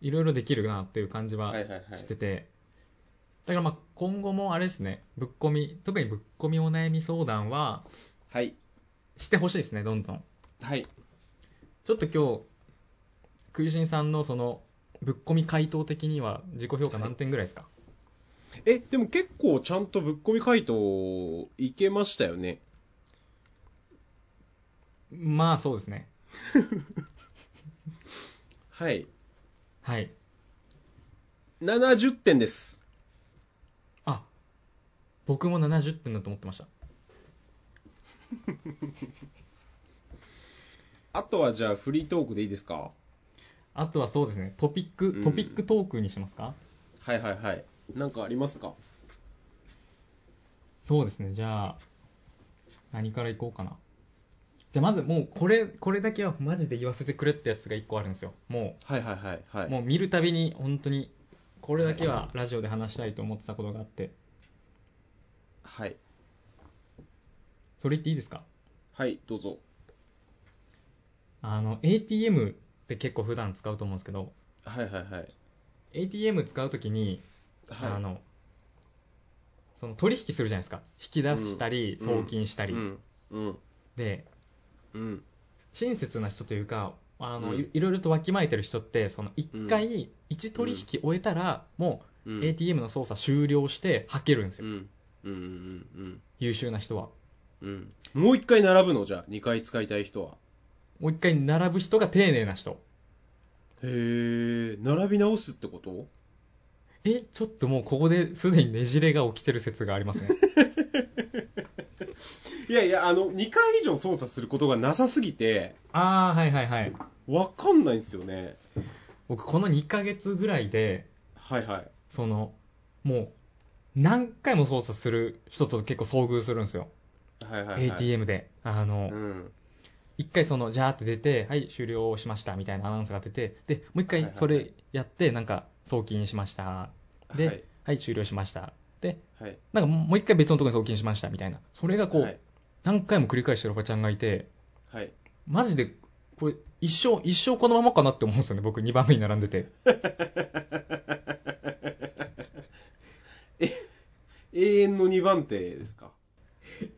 A: いろいろできるなっていう感じ
B: うん。
A: は
B: はいはいは
A: して
B: い。
A: て、だからまあ今後もあれですね、ぶっこみ、特にぶっこみお悩み相談は
B: はい。
A: してほしいですね、どんどん。
B: はい。
A: ちょっと今日、クイシンさんのそのぶっこみ回答的には自己評価何点ぐらいですか、
B: え、でも結構ちゃんとぶっ込み回答いけましたよね。
A: まあそうですね。
B: はい。
A: はい。
B: 70点です。
A: あ僕も70点だと思ってました。
B: あとはじゃあフリートークでいいですか
A: あとはそうですね、トピック、トピックトークにしますか、
B: はいはいはい。なんかありますか
A: そうですね、じゃあ、何からいこうかな。じゃあ、まずもう、これ、これだけはマジで言わせてくれってやつが1個あるんですよ。も
B: はいはいはいは
A: う、
B: い。
A: もう見るたびに、本当に、これだけはラジオで話したいと思ってたことがあって、
B: はい。
A: それ言っていいですか
B: はい、どうぞ。
A: あの、ATM って結構普段使うと思うんですけど、
B: はいはいはい。
A: ATM 使うときに、あ
B: はい。
A: の、その取引するじゃないですか。引き出したり、
B: うん
A: 送金したり。
B: うん。うん。
A: で、
B: うん。
A: 親切な人というかあの、
B: うん
A: いいろいろとわきまえてる人ってその1回1取引終えたら、も
B: う。
A: うん ATM の操作終了してはけるんです
B: う
A: よ、
B: ん。うんうんうん
A: 優秀な人は
B: うん。うん。もう一回並ぶのじゃあ、二回使いたい人は。
A: もう1回並ぶ人が丁寧な人
B: へえ、並び直すってこと
A: えちょっともうここですでにねじれが起きてる説があります ね
B: いやいや、あの、2回以上操作することがなさすぎて、
A: ああはいはいはい
B: わかんないんですよね。
A: 僕この2ヶ月ぐらいで
B: はいはい。
A: そのもう何回も操作する人と結構遭遇するんですよ、
B: はいはい、はい。
A: ATM であの、
B: うん。
A: 一回そのジャーって出てはい終了しましたみたいなアナウンスが出てでもう一
B: は
A: 回
B: いはい
A: それやってなんか送金しましたで
B: はい。
A: はい終了しましたで
B: はい。
A: なんかもう一回別のところに送金しましたみたいなそれがこ
B: は
A: う
B: い。
A: 何回も繰り返してるおばちゃんがいて
B: はい。
A: マジでこれ一生一生このままかなって思うんですよね僕2番目に並んでて
B: 永遠の2番手ですか。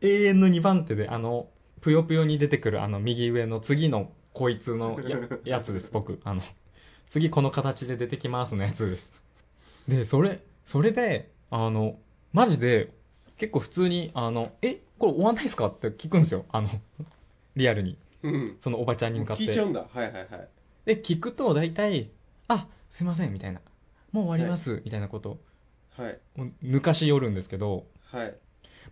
A: 永遠の2番手であのぷよぷよに出てくるあの右上の次のこいつの ややつです僕あの次この形で出てきますのやつですでそれそれであのマジで結構普通にあのえこれ終わんないですかって聞くんですよあのリアルに
B: うん。
A: そのおばちゃんに向かって
B: 聞いちゃうんだ。はいはいはい。
A: で聞くと大体あすいませんみたいなもう終わります、みたいなことを
B: はい。
A: もう抜かし寄るんですけど
B: はい。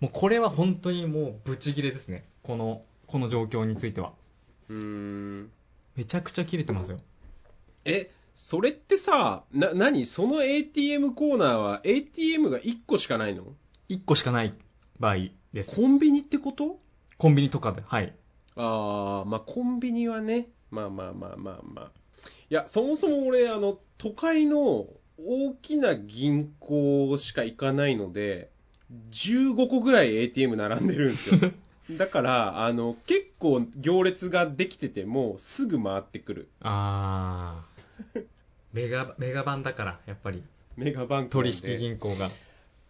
A: もうこれは本当にもうブチギレですねこのこの状況については
B: うーん。
A: めちゃくちゃ切れてますよ。
B: え、それってさ、な、何その ATM コーナーは ATM が1個しかないの
A: 1個しかない場合です。
B: コンビニってこと
A: コンビニとかで。はい。
B: ああ、まあコンビニはね、まあまあまあまあまあ。いや、そもそも俺、あの、都会の大きな銀行しか行かないので、15個ぐらい ATM 並んでるん ですよ。だから、あの、結構行列ができてても、すぐ回ってくる。
A: あー。メガ、メガ版だから、やっぱり。
B: メガバンクなん
A: 取
B: で。
A: 引銀行が。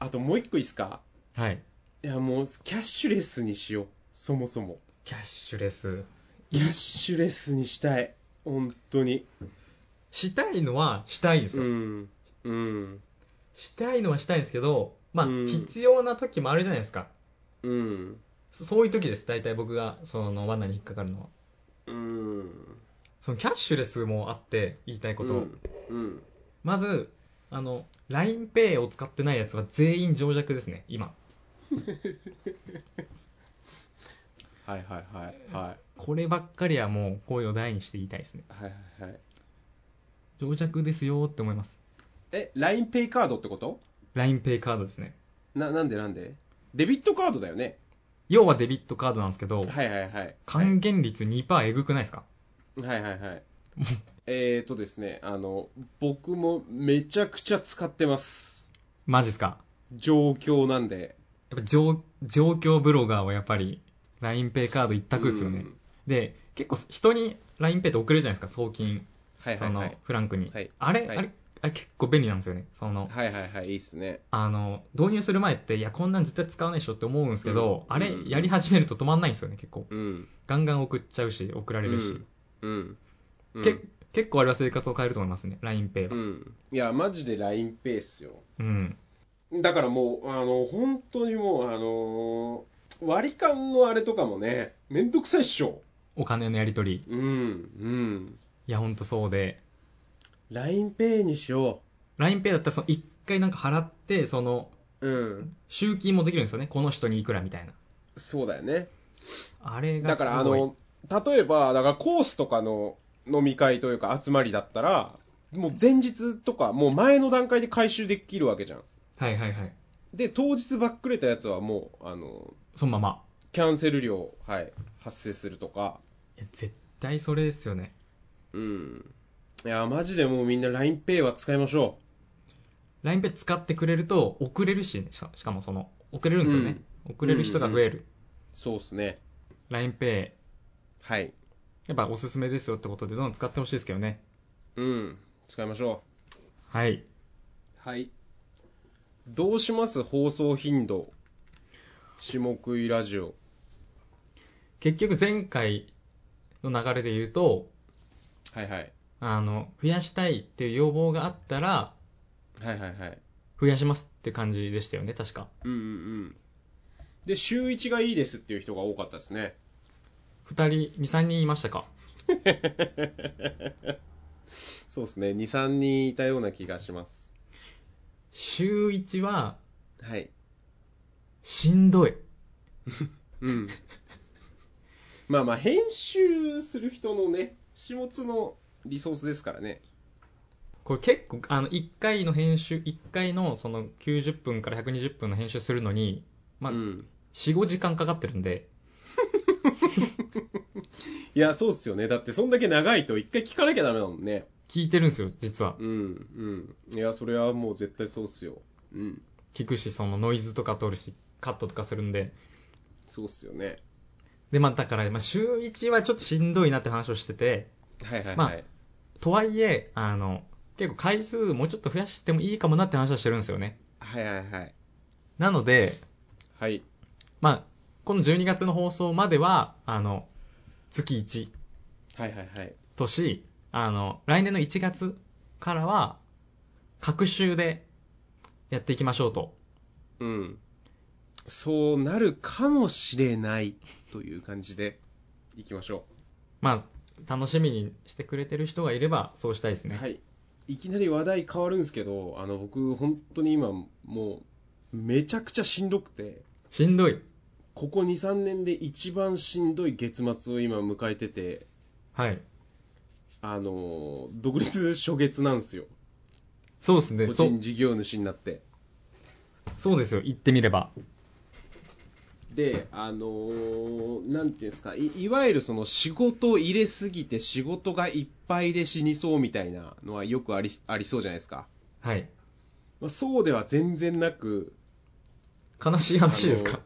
B: あともう一個いいっすか
A: はい。
B: いや、もう、キャッシュレスにしよう。そもそも。
A: キャッシュレス。
B: キャッシュレスにしたい。本当に。
A: したいのはしたいです
B: う
A: よ、
B: ん。うん。
A: したいのはしたいんですけどまあ、
B: うん
A: 必要な時もあるじゃないですか
B: うん。
A: そそういう時です大体僕がその罠に引っかかるのは
B: うん。
A: そのキャッシュレスもあって言いたいこと、
B: うん。うん。
A: まずあの LINEPay を使ってないやつは全員情弱ですね今
B: はいはいはい。はい。
A: こればっかりはもう声を大にして言いたいですね
B: はいはいはい。
A: 情弱ですよーって思います
B: え、LINEPay カードってこと
A: LINEPay カードですね
B: な、なんでなんでデビットカードだよね。
A: 要はデビットカードなんですけど
B: はいはいはい。
A: 還元率2%えぐくないですか、
B: はいはい はい。えーとですね、あの、僕もめちゃくちゃ使ってます。
A: マジっすか
B: 状況なんで。
A: やっぱ状状況ブロガーはやっぱり LINEPay カード一択ですよね、
B: うん
A: で結構人に LINEPay って送れるじゃないですか送金
B: はいは
A: そ
B: い
A: の、
B: はい。
A: フランクに、
B: はい
A: あれ、
B: はい
A: あれあれ結構便利なんですよねその
B: はいはいはい、いいっすね。
A: あの導入する前っていやこんなん絶対使わないでしょって思うんですけど、
B: うん
A: あれ
B: うん
A: やり始めると止まんないんですよね結構
B: うん。
A: ガンガン送っちゃうし送られるし、
B: うん。うん。
A: け結構あれは生活を変えると思いますね LINEPay は
B: うん。いや、マジで LINEPay っすよ。
A: うん、
B: だからもう、あの、本当にもう、あのー割り勘のあれとかもね、めんどくさいっしょ。
A: お金のやり取り
B: うん、うん。
A: いやほんとそうで
B: LINEPay にしよ
A: LINEPay だったらその1回なんか払ってその
B: う。うん。
A: 集金もできるんですよねこの人にいくらみたいな
B: そうだよね。
A: あれが
B: だ
A: す
B: か
A: ごい
B: ら、あの、例えば、だからコースとかの飲み会というか集まりだったら、もう前日とか、もう前の段階で回収できるわけじゃん。
A: はいはいはい
B: で、当日ばっくれたやつはもう、あの、
A: そのまま
B: キャンセル料、はい、発生するとか。
A: いや絶対それですよね
B: うん。いや、マジでもうみんな LINEPay は使いましょ
A: LINEPay 使ってくれると送れるし,、ね、しかしかもその送れるんですよね、送れる人が増える、
B: う。そうっすね。
A: LINEPay
B: はい。
A: やっぱおすすめですよってことでどんどん使ってほしいですけどね
B: うん。使いましょ
A: はい。
B: う。はい。どうします放送頻度。下食いラジオ。
A: 結局前回の流れで言うと、
B: はいはい。
A: あの、増やしたいっていう要望があったら、
B: はいはいはい。
A: 増やしますって感じでしたよね、確か。
B: うんうんうん。で、週1がいいですっていう人が多かったですね。
A: 二人、二三人いましたか。
B: そうですね。2、3人いたような気がします。
A: 週一は、
B: はい。
A: しんどい。
B: うん。まあまあ、編集する人のね、始末のリソースですからね。
A: これ結構、あの、一回の編集、一回のその90分から120分の編集するのに、まあ、
B: うん。
A: 4、5時間かかってるんで、
B: いや、そうっすよね。だって、そんだけ長いと一回聞かなきゃダメだもんね。
A: 聞いてるんですよ、実は。
B: うん、うん。いや、それはもう絶対そうっすよ。うん。
A: 聞くし、そのノイズとか通るし、カットとかするんで、
B: そうっすよね。
A: で、まあ、だから、まあ、週1はちょっとしんどいなって話をしてて、
B: はいはいはい。
A: まあとはいえ、あの、結構回数もうちょっと増やしてもいいかもなって話はしてるんですよね。
B: はいはいはい。
A: なので、
B: はい。
A: まあ、この12月の放送までは、あの、月1
B: はいはいはい。
A: とし、あの、来年の1月からは、各週でやっていきましょうと。
B: うん。そうなるかもしれないという感じでいきましょ
A: まあ、楽しみにしてくれてる人がいれば、そうしたいです
B: う。
A: ね。
B: はい。いきなり話題変わるんですけど、あの、僕、本当に今、もう、めちゃくちゃしんどくて、
A: しんどい。
B: ここ2、3年で一番しんどい月末を今迎えてて、
A: はい。
B: あの、独立初月なんですよ。
A: そうですね。
B: 個
A: そう
B: 人、事業主になって。
A: そうですよ。言ってみれば。
B: で、あのーなんていうんですかい、いわゆるその仕事を入れすぎて仕事がいっぱいで死にそうみたいなのはよくありありそうじゃないですか。
A: はい。
B: まあ、そうでは全然なく、
A: 悲しい話ですか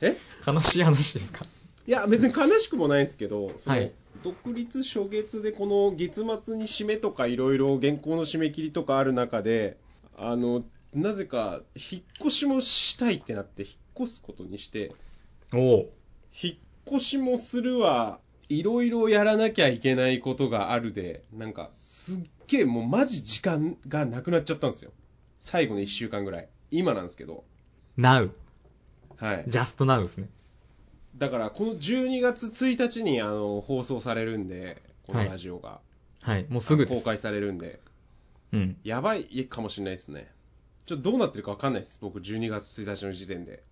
B: え
A: 悲しい話ですか
B: いや、別に悲しくもないですけど、その
A: はい
B: 独立初月でこの月末に締めとかいろいろ原稿の締め切りとかある中で、あの、なぜか引っ越しもしたいってなって引っ越すことにして、
A: おお
B: 引っ越しもするわ、いろいろやらなきゃいけないことがあるで、なんか、すっげえ、もうマジ時間がなくなっちゃったんですよ。最後の1週間ぐらい。今なんですけど。
A: Now。
B: はい。
A: Just Now ですね。
B: だから、この12月1日に、あの、放送されるんで、このラジオが。
A: はい。もうすぐで
B: 公
A: す。
B: 開されるんで。
A: うん。
B: やばいかもしれないですね。ちょっとどうなってるかわかんないです。僕、12月1日の時点で。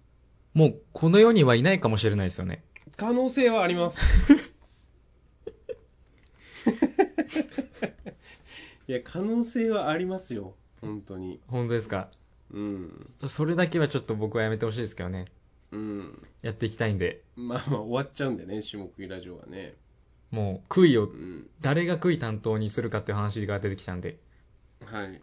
A: もう、この世にはいないかもしれないですよね。
B: 可能性はあ ります。いや、可能性はありますよ。本当に。
A: 本当ですか。
B: うん。
A: それだけはちょっと僕はやめてほしいですけどね。
B: うん。
A: やっていきたいんで、
B: まあまあ、終わっちゃうんでね、種目ラジオはね。
A: もう、杭
B: う
A: を、
B: ん。
A: 誰が杭担当にするかっていう話が出てきたんで、
B: はい。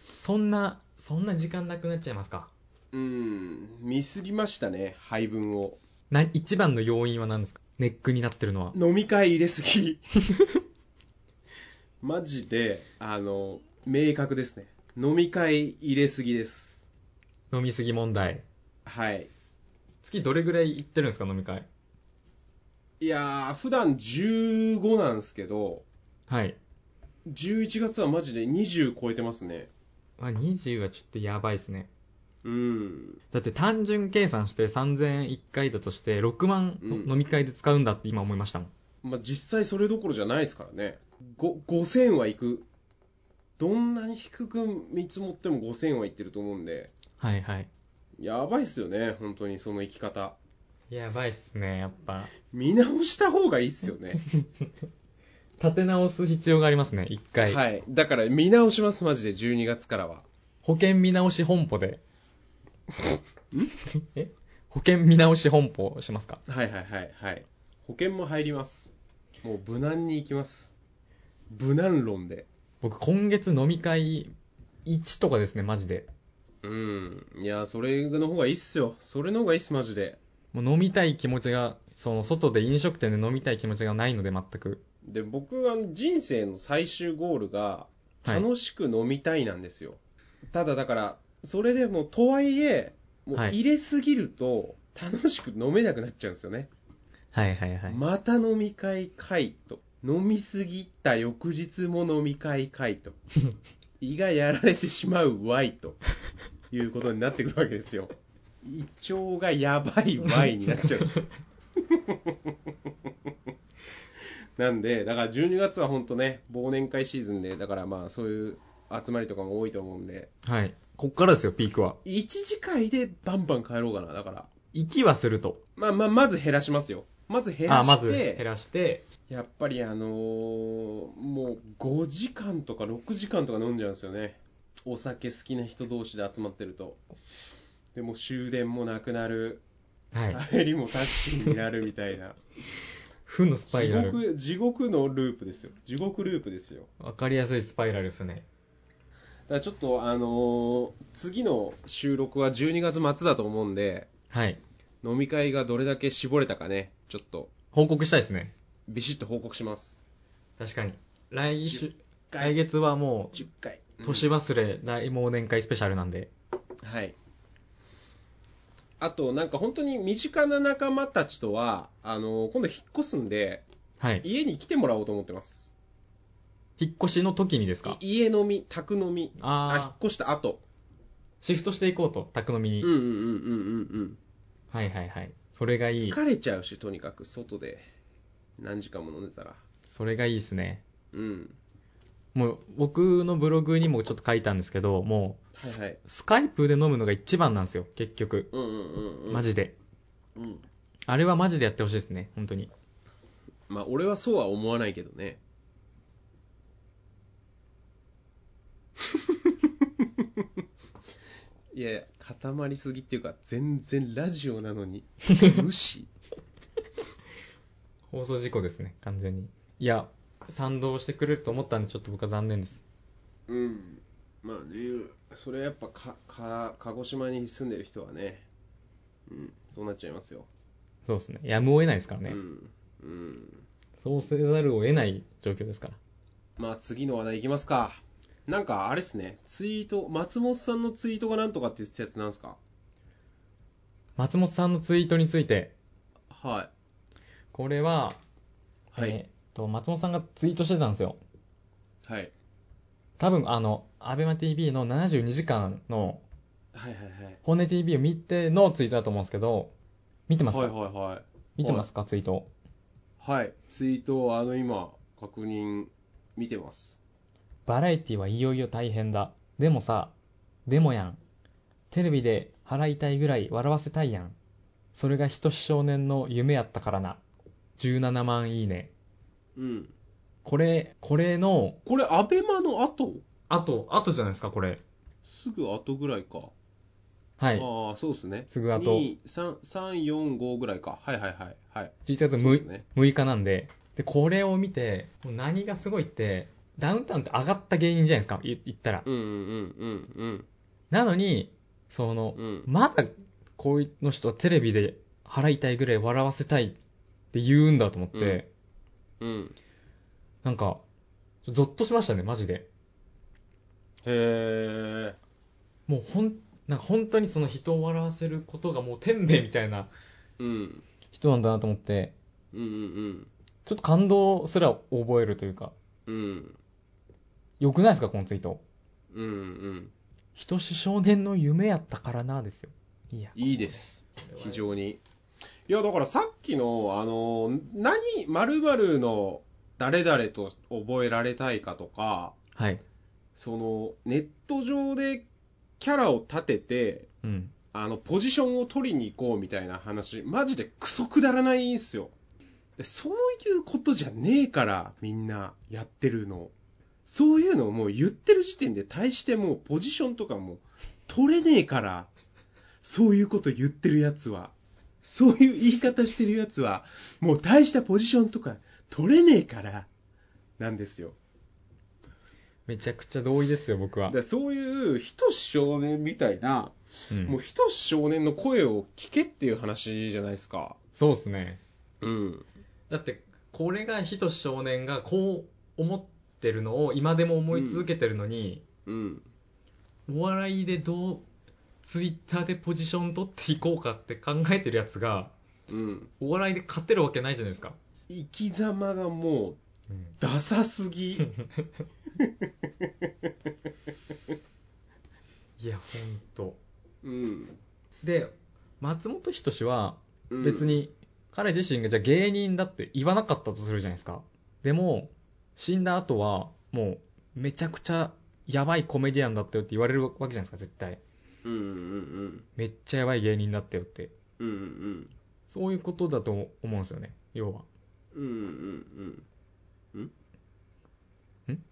A: そんな、そんな時間なくなっちゃいますか。
B: うん。ミスりましたね、配分を。
A: な、一番の要因は何ですかネックになってるのは。
B: 飲み会入れすぎ マジであの明確ですね飲み会入れすぎです
A: 飲みすぎ問題。
B: はい
A: 月どれぐらい行ってるんですか、飲み会。
B: いやー普段15なんですけど
A: はい。
B: 11月はマジで20超えてますね
A: まあ、20はちょっとやばいですね。
B: うん
A: だって単純計算して3000円1回だとして6万
B: うん
A: 飲み会で使うんだって今思いましたもん。
B: まあ実際それどころじゃないですからねご5000はいくどんなに低く見積もっても5000はいってると思うんで
A: はいはい。
B: やばいっすよね本当にその生き方
A: やばいっすね、やっぱ。
B: 見直した方がいいっすよね
A: 立て直す必要がありますね、1回。
B: はい。だから見直します、マジで、12月からは。
A: 保険見直し本舗 で。え保険見直し本舗しますか
B: はいはいはいはい。保険も入ります。もう無難に行きます。無難論で。
A: 僕今月飲み会1とかですね、マジで。
B: うん。いや、それの方がいいっすよ。それの方がいいっす、マジで。
A: もう飲みたい気持ちが、その外で飲食店で飲みたい気持ちがないので全く。
B: で、僕は人生の最終ゴールが、
A: はい。
B: 楽しく飲みたいなんですよ。ただだから、それでも、とはいえ、もう
A: はい
B: 入れすぎると、楽しく飲めなくなっちゃうんですよね。
A: はいはいはい。
B: また飲み会かいと飲みすぎた翌日も飲み会かい と胃がやられてしまうわいということになってくるわけですよ胃腸がやばいわいになっちゃうん ですよなんでだから12月は本当ね忘年会シーズンでだからまあそういう集まりとかも多いと思うんで
A: はい。こっからですよ、ピークは。
B: 1次会でバンバン帰ろうかなだから
A: 行きはすると。
B: まあまあまず減らしますよまず減ら
A: あ、
B: して
A: まず減らして。
B: やっぱりあのーもう5時間とか6時間とか飲んじゃうんですよね。お酒好きな人同士で集まってると。でもう終電もなくなる。
A: はい。
B: 帰りもタクシーになるみたいな。
A: 負のスパ
B: 地
A: イラル。
B: 獄、地獄のループですよ。地獄ループですよ。
A: わかりやすいスパイラルですね。
B: だからちょっとあのー次の収録は12月末だと思うんで、
A: はい。
B: 飲み会がどれだけ絞れたかね、ちょっと
A: 報告したいですね。
B: ビシッと報告します。
A: 確かに。来週、来
B: 回
A: 月はも
B: 10回。
A: う、
B: うん
A: 年忘れ大忘年会スペシャルなんで。
B: はい。あと、なんか本当に身近な仲間たちとは、あの、今度引っ越すんで、
A: はい。
B: 家に来てもらおうと思ってます。
A: 引っ越しの時にですか
B: い家飲み、宅飲み。あ、引っ
A: ああ、
B: 越した後。
A: シフトしていこうと、宅飲みに。
B: うんうんうんうんうん
A: はいはいはい。それが
B: うん。
A: いい。
B: 疲れちゃうし、とにかく外で。何時間も飲んでたら。
A: それがいいですね。
B: うん。
A: もう、僕のブログにもちょっと書いたんですけど、もう、
B: はいはい。
A: スカイプで飲むのが一番なんですよ、結局。
B: うんうんうんうん。
A: マジで。
B: うん。
A: あれはマジでやってほしいですね、本当に。
B: まあ、俺はそうは思わないけど ね。いやいや、固まりすぎっていうか、全然ラジオなの に、無視。
A: 放送事故ですね、完全に。いや、賛同してくれると思ったんで、ちょっと僕は残念です。
B: うん。まあね、それはやっぱか、か、鹿児島に住んでる人はね、うん、そうなっちゃいますよ。
A: そうですね。やむを得ないですからね。
B: うん。うん。
A: そうせざるを得ない状況ですから。
B: まあ、次の話題いきますか。なんか、あれですね、ツイート、松本さんのツイートがなんとかって言ってたやつなんですか
A: 松本さんのツイートについて、
B: はい。
A: これは、
B: はい
A: えーっと、松本さんがツイートしてたんですよ。
B: はい。
A: 多分、あの、アベマ t v の72時間の、
B: はいはいはい。
A: 本音 TV を見てのツイートだと思うんですけど、見てますか、
B: はいはいはい。
A: 見てますか、ツイート。
B: はい。ツイートをあの今、確認、見てます。
A: バラエティはいよいよ大変だ。でもさ、でもやん。テレビで払いたいぐらい笑わせたいやん。それがひとし少年の夢やったからな。17万いいね。
B: うん。
A: これ、これの、
B: これ、アベマの後
A: あと、あとじゃないですか、これ。
B: すぐ後ぐらいか。
A: はい。
B: ああ、そうですね。
A: すぐ後
B: 2、3、3、4、5ぐらいか。はいはいはい。はい。
A: 11月
B: そうです
A: 6
B: ね。
A: 日なんで。で、これを見て、もう何がすごいって、ダウンタウンって上がった芸人じゃないですか、い言ったら。
B: うんうんうんうん
A: なのに、その、
B: うん。うん。
A: まだこういうの人はテレビで払いたいぐらい笑わせたいって言うんだと思って、
B: うんうん。
A: なんか、ゾッとしましたね、マジで。
B: へえ。
A: もうほん、なんか本当にその人を笑わせることがもう天命みたいな
B: うん。
A: 人なんだなと思って、
B: うんうん
A: ちょっと感動すら覚えるというか、
B: うん。うん。
A: 良くないですか、このツイート。
B: うんうん。
A: 人志少年の夢やったからな、ですよ。いや。
B: いいです。非常に。いや、だからさっきの、あの、何、〇〇の誰々と覚えられたいかとか、
A: はい。
B: その、ネット上でキャラを立てて、
A: うん。
B: あの、ポジションを取りに行こうみたいな話、マジでクソくだらないんすよ。でそういうことじゃねえから、みんなやってるの。そういうのをもう言ってる時点で、対してもうポジションとかも取れねえから、そういうこと言ってるやつは、そういう言い方してるやつは、もう大したポジションとか取れねえから、なんですよ。
A: めちゃくちゃ同意ですよ、僕は。
B: でそういう、人少年みたいな、
A: うん
B: もう、ひとし少年の声を聞けっていう話じゃないですか。
A: そうですね。
B: うん。
A: だってこれがひとし少年がこう思ってるのを今でも思い続けてるのに、
B: うん。
A: お笑いでどうツイッターでポジション取っていこうかって考えてるやつが
B: うん。
A: お笑いで勝てるわけないじゃないですか、
B: 生き様がもう、ダサすぎ。
A: いやほんと
B: うん。
A: で松本人志は
B: うん
A: 別。に彼自身がじゃあ芸人だって言わなかったとするじゃないですかでも死んだ後はもうめちゃくちゃやばいコメディアンだったよって言われるわけじゃないですか絶対
B: うんうんうん。
A: めっちゃやばい芸人だったよって
B: うんうん
A: そういうことだと思うんですよね要は
B: うん。うんうんうん。んん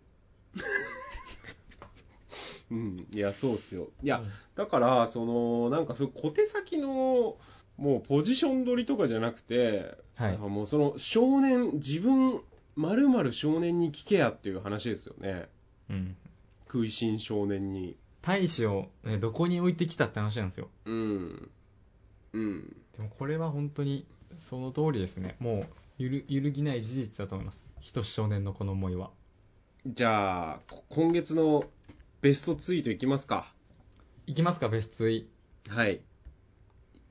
B: うん。いや、そうっすよ。いや、だから、その、なんか、そう小手先の、もうポジション取りとかじゃなくて、
A: はい
B: なんかもうその少年、自分、まるまる少年に聞けやっていう話ですよね。
A: うん
B: 食いしん少年に。
A: 大使を、ね、どこに置いてきたって話なんですよ
B: うん。うん。
A: でもこれは本当にその通りですねもうゆる揺るぎない事実だと思います人志少年のこの思いは
B: じゃあ、こ今月のベストツイートいきますか。
A: いきますか別ツイ
B: はい。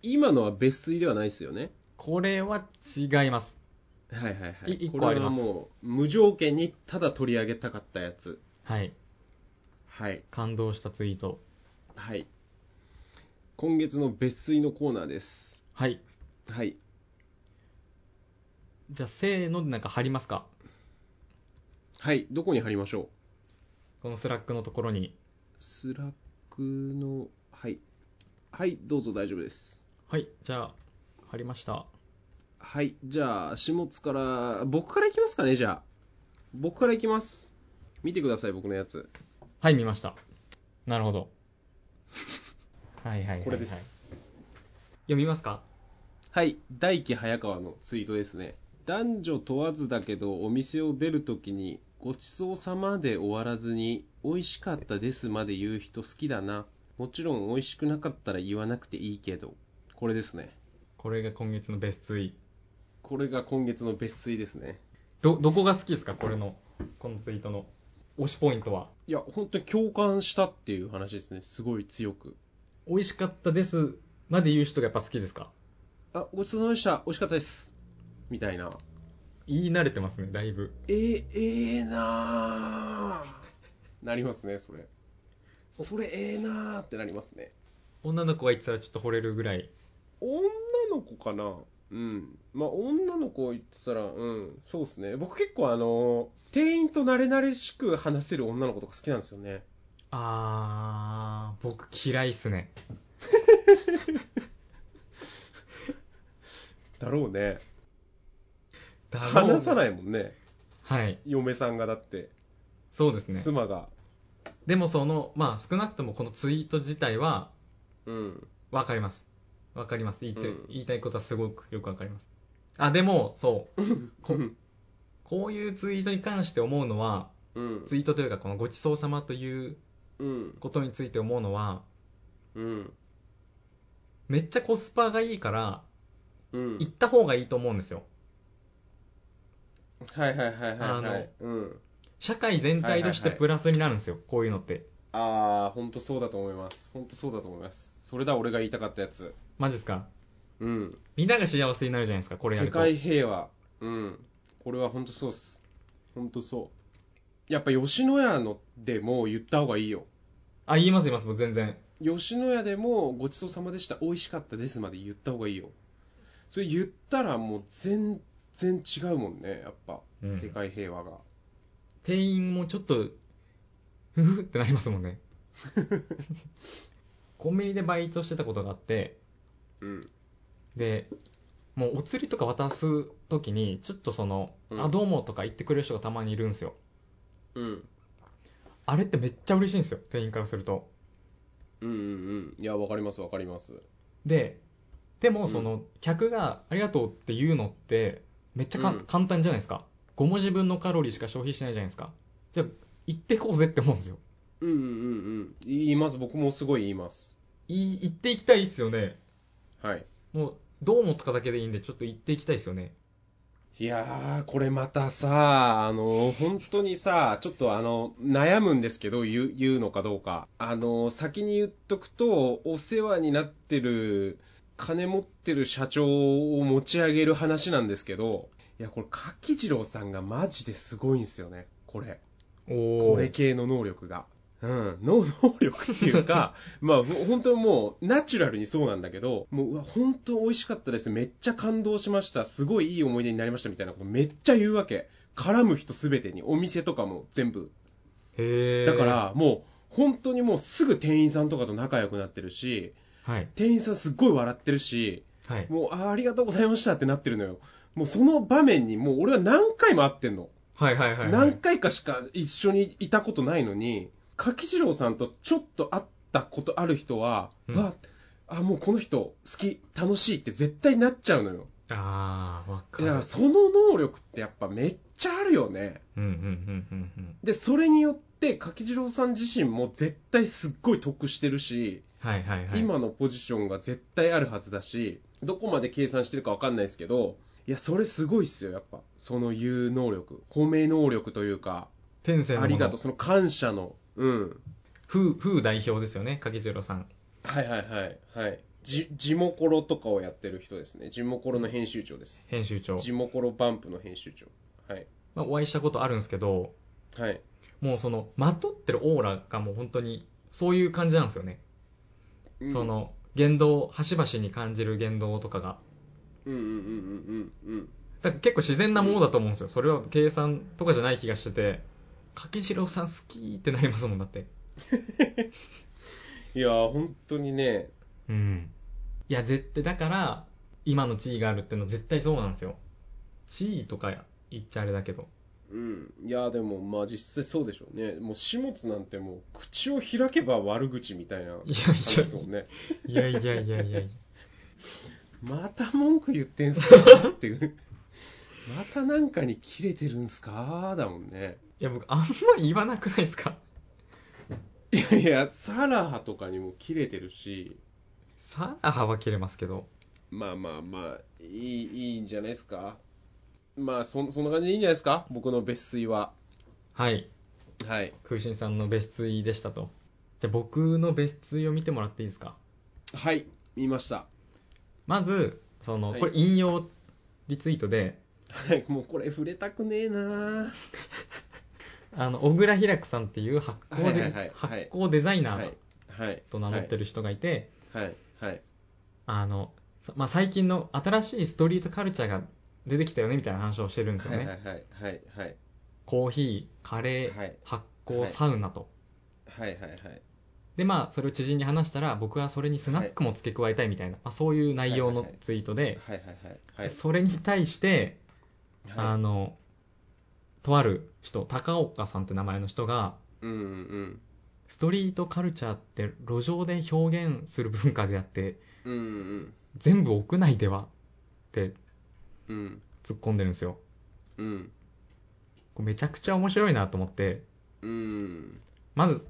B: 今のはベストツイではないですよね。
A: これは違います
B: はいはいはい。
A: い一個
B: こ
A: あ
B: れ
A: り
B: は
A: ます
B: もう、無条件にただ取り上げたかったやつ。
A: はい
B: はい。
A: 感動したツイート
B: はい。今月の別水のコーナーです。
A: はい
B: はい。
A: じゃあせーのでなんか貼りますか
B: はい。どこに貼りましょう
A: このスラックのところに
B: スラックの、はい。はい、どうぞ大丈夫です。
A: はいじゃあ貼りました
B: はい。じゃあ、下津から、僕からいきますかね、じゃあ。僕からいきます。見てください、僕のやつ。
A: はい見ましたなるほど はいはいはい、はい、
B: これです。
A: 読みますか
B: はい。大輝早川のツイートですね。男女問わずだけど、お店を出るときに、ごちそうさまで終わらずに、美味しかったですまで言う人好きだな。もちろん美味しくなかったら言わなくていいけど。これですね。
A: これが今月のベストツイ
B: これが今月の別水ですね。
A: どどこが好きですかこれのこのツイートの推しポイントはい
B: や、本当に共感したっていう話ですね。すごい強く。
A: 美味しかったですまで言う人がやっぱ好きですか
B: あ、ごちそうさまでした。美味しかったです。みたいな。
A: 言い慣れてますね、だいぶ。
B: えええなーなりますねそれそれええなーってなりますね
A: 女の子が言ってたらちょっと惚れるぐらい。
B: 女の子かなうんまあ女の子言ってたらうんそうですね僕結構あの店員と慣れ慣れしく話せる女の子とか好きなんですよね
A: あー、僕嫌いっすね。
B: だろうね
A: だろう
B: 話さないもんね
A: はい。
B: 嫁さんがだって
A: そうですね。
B: 妻が、
A: でもその、まあ少なくともこのツイート自体は、
B: うん
A: わかります。わかります。言いたい、
B: うん
A: 言いたいことはすごくよくわかります。あ、でも、そう。ここういうツイートに関して思うのは、
B: うん
A: ツイートというかこのごちそうさまという
B: うん
A: ことについて思うのは、
B: うん
A: めっちゃコスパがいいから、
B: うん
A: 行った方がいいと思うんですよ。
B: はいはいはいはいはいうん
A: 社会全体として
B: はいはいはい
A: プラスになるんですよ、こういうのって。
B: ああ本当そうだと思います本当そうだと思いますそれだ俺が言いたかったやつ
A: マジですか
B: うん
A: みんなが幸せになるじゃないですか、これや
B: 世
A: ると。
B: 界平和うんこれは本当そうっす本当そうやっぱ吉野家のでも言った方がいいよ
A: あ、言います言います、もう全然。
B: 吉野家でもごちそうさまでした美味しかったですまで言った方がいいよそれ言ったらもう全然違うもんねやっぱ、
A: うん
B: 世界平和が
A: 店員もちょっと、ふふってなりますもん ね。コンビニでバイトしてたことがあって、
B: うん
A: で、もうお釣りとか渡すときに、ちょっとその、
B: うん
A: あ、どうもとか言ってくれる人がたまにいるんですよ。
B: うん
A: あれってめっちゃ嬉しいんですよ、店員からすると。
B: うんうんうんいやわかりますわかります
A: で、でも
B: ん
A: その、客がありがとうって言うのって、めっちゃかん、
B: うん
A: 簡単じゃないですか。5文字分のカロリーしか消費しないじゃないですか。じゃあ、行ってこうぜって思うんですよ。
B: うんうんうんうん言います僕もすごい言います
A: い行っていきたいですよね。
B: はい
A: もう、どう思ったかだけでいいんで、ちょっと行っていきたいですよね。
B: いやー、これまたさ、あの、本当にさ、ちょっとあの、悩むんですけど、言う、言うのかどうか。あの、先に言っとくと、お世話になってる、金持ってる社長を持ち上げる話なんですけど、いや、これ、柿次郎さんがマジですごいんですよね、これ。
A: お
B: これ系の能力が。うん、能能力っていうか、まあ、ほ本当にもう、ナチュラルにそうなんだけど、もう、うわ、本当美味しかったです。めっちゃ感動しました。すごいいい思い出になりました。みたいなことめっちゃ言うわけ。絡む人すべてに、お店とかも全部。
A: へえ。
B: だか、ら、もう、本当にもうすぐ店員さんとかと仲良くなってるし、
A: はい。
B: 店員さんすっごい笑ってるし、
A: はい。
B: もう、あーありがとうございましたってなってるのよ。もうその場面に、もう俺は何回も会ってんの。
A: はいはいはい、は
B: 何
A: い。
B: 回かしか一緒にいたことないのに、柿次郎さんとちょっと会ったことある人は、
A: うん
B: わあ、もうこの人好き、楽しいって絶対なっちゃうのよ。
A: あー、わかる
B: だか。らその能力ってやっぱめっちゃあるよね。
A: うんうんうんうんうん。
B: で、それによって柿次郎さん自身も絶対すっごい得してるし、
A: はいはいはい。、
B: 今のポジションが絶対あるはずだし、どこまで計算してるかわかんないですけど、いや、それすごいっすよ、やっぱ。その言う能力。褒め能力というか、
A: 天性の
B: あ
A: もの
B: りがとう、その感謝の。うん。
A: 風、風代表ですよね、柿次郎さん。
B: はいはいはい。はい。じ、ジモコロとかをやってる人ですね。ジモコロの編集長です。
A: 編集長。
B: ジモコロバンプの編集長。はい。
A: まあ、お会いしたことあるんですけど、
B: はい。
A: もうその、まとってるオーラがもう本当に、そういう感じなんですよね。
B: うん
A: そ、の、言動、端々に感じる言動とかが。
B: うんうんうんうんうんうん。
A: だから結構自然なものだと思うんですよ。それは計算とかじゃない気がしてて、柿次郎さん好きってなりますもんだって。
B: いやー、本当にね。
A: うん。いや、絶対、だから、今の地位があるってのは絶対そうなんですよ。地位とか言っちゃあれだけど。
B: うん。いやー、でも、まあ実際そうでしょうね。もう、始末なんてもう、口を開けば悪口みたいな感
A: いやいや
B: じですもんね。
A: いやいやいやいやいや。
B: また文句言ってんすかっていう。 またなんかに切れてるんすかだもんね。
A: いや、僕、あんま言わなくないですか
B: いやいや、サラハとかにも切れてるし。
A: サラハは切れますけど。
B: まあまあまあ、いい、いいんじゃないですか。まあ、そ、そんな感じでいいんじゃないですか。僕の別水は。
A: はい。
B: はい。
A: 空心さんの別tweet でしたと。じゃあ、僕の別tweet を見てもらっていいですか
B: はい、見ました。
A: まず、その、
B: はい
A: これ引用リツイートで、
B: はい、もうこれ触れたくねえな
A: あの小倉平久さんっていう発酵で、
B: はいはいはい
A: 発酵デザイナ
B: は
A: ー
B: いはい
A: と名乗ってる人がいて、
B: はいはい
A: あの、まあ、最近の新しいストリートカルチャーが出てきたよねみたいな話をしてるんですよ
B: は
A: ね、
B: いはいはいはいはい
A: コーヒーカレー、
B: はい
A: 発
B: は
A: 酵
B: い
A: サウナと、
B: はいはいはい
A: でまあそれを知人に話したら僕はそれにスナックも付け加えたいみたいな、まあ、そういう内容
B: はい
A: の
B: はいはい
A: ツイートで、
B: はいはいはいはい
A: それに対して、あ
B: はい
A: のとある人高岡さんって名前の人が
B: うんうん
A: ストリートカルチャーって路上で表現する文化であって
B: うんうん
A: 全部屋内ではって
B: うん
A: 突っ込んでるんですよ
B: うん
A: これめちゃくちゃ面白いなと思って
B: うん
A: まず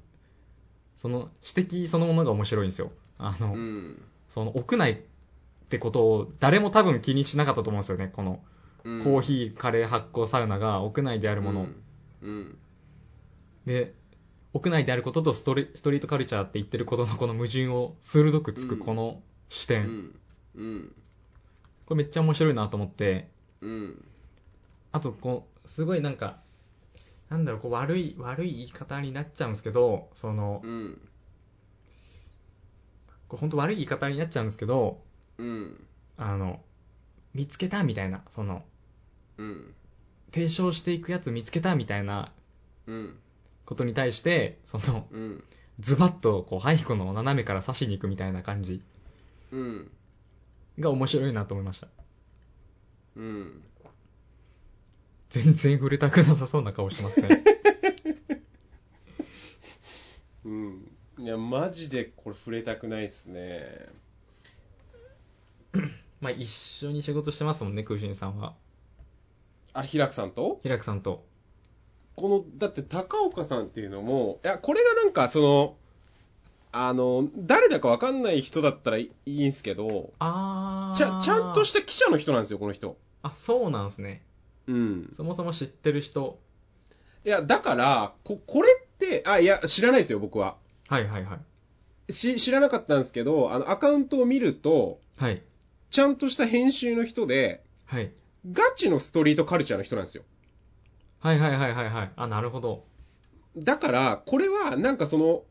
A: その指摘そのものが面白いんですよあの、
B: うん
A: その屋内ってことを誰も多分気にしなかったと思うんですよねこの
B: うん
A: コーヒーカレー発酵サウナが屋内であるもの、
B: うんうん
A: で屋内であることとストリストリートカルチャーって言ってることのこの矛盾を鋭くつくこの視
B: う
A: 点、
B: んうん
A: これめっちゃ面白いなと思って
B: うん
A: あとこうすごいなんかなんだろうこう悪い悪い言い方になっちゃうんですけどその
B: うん
A: これ本当悪い言い方になっちゃうんですけど
B: うん
A: あの見つけたみたいなその
B: うん
A: 提唱していくやつ見つけたみたいな
B: うん
A: ことに対してその
B: うん
A: ズバッとこう背後の斜めから刺しに行くみたいな感じ
B: うん
A: が面白いなと思いました
B: うん
A: 全然触れたくなさそうな顔してますね
B: うんいやマジでこれ触れたくないっすね
A: まあ一緒に仕事してますもんね空心さんは
B: あ平久さんと
A: 平久さんと
B: このだって高岡さんっていうのもいやこれがなんかそのあの誰だかわかんない人だったらいいいんすけど
A: ああ
B: ちゃちゃんとしたた記者の人なんですよこの人
A: あそうなんですね
B: うん
A: そもそも知ってる人
B: いやだからここれってあいや知らないですよ僕は
A: はいはいはい
B: し知らなかったんですけどあのアカウントを見ると
A: はい
B: ちゃんとした編集の人で
A: はい
B: ガチのストリートカルチャーの人なんですよ
A: はいはいはいはいはいあなるほど
B: だから、これはなんかその、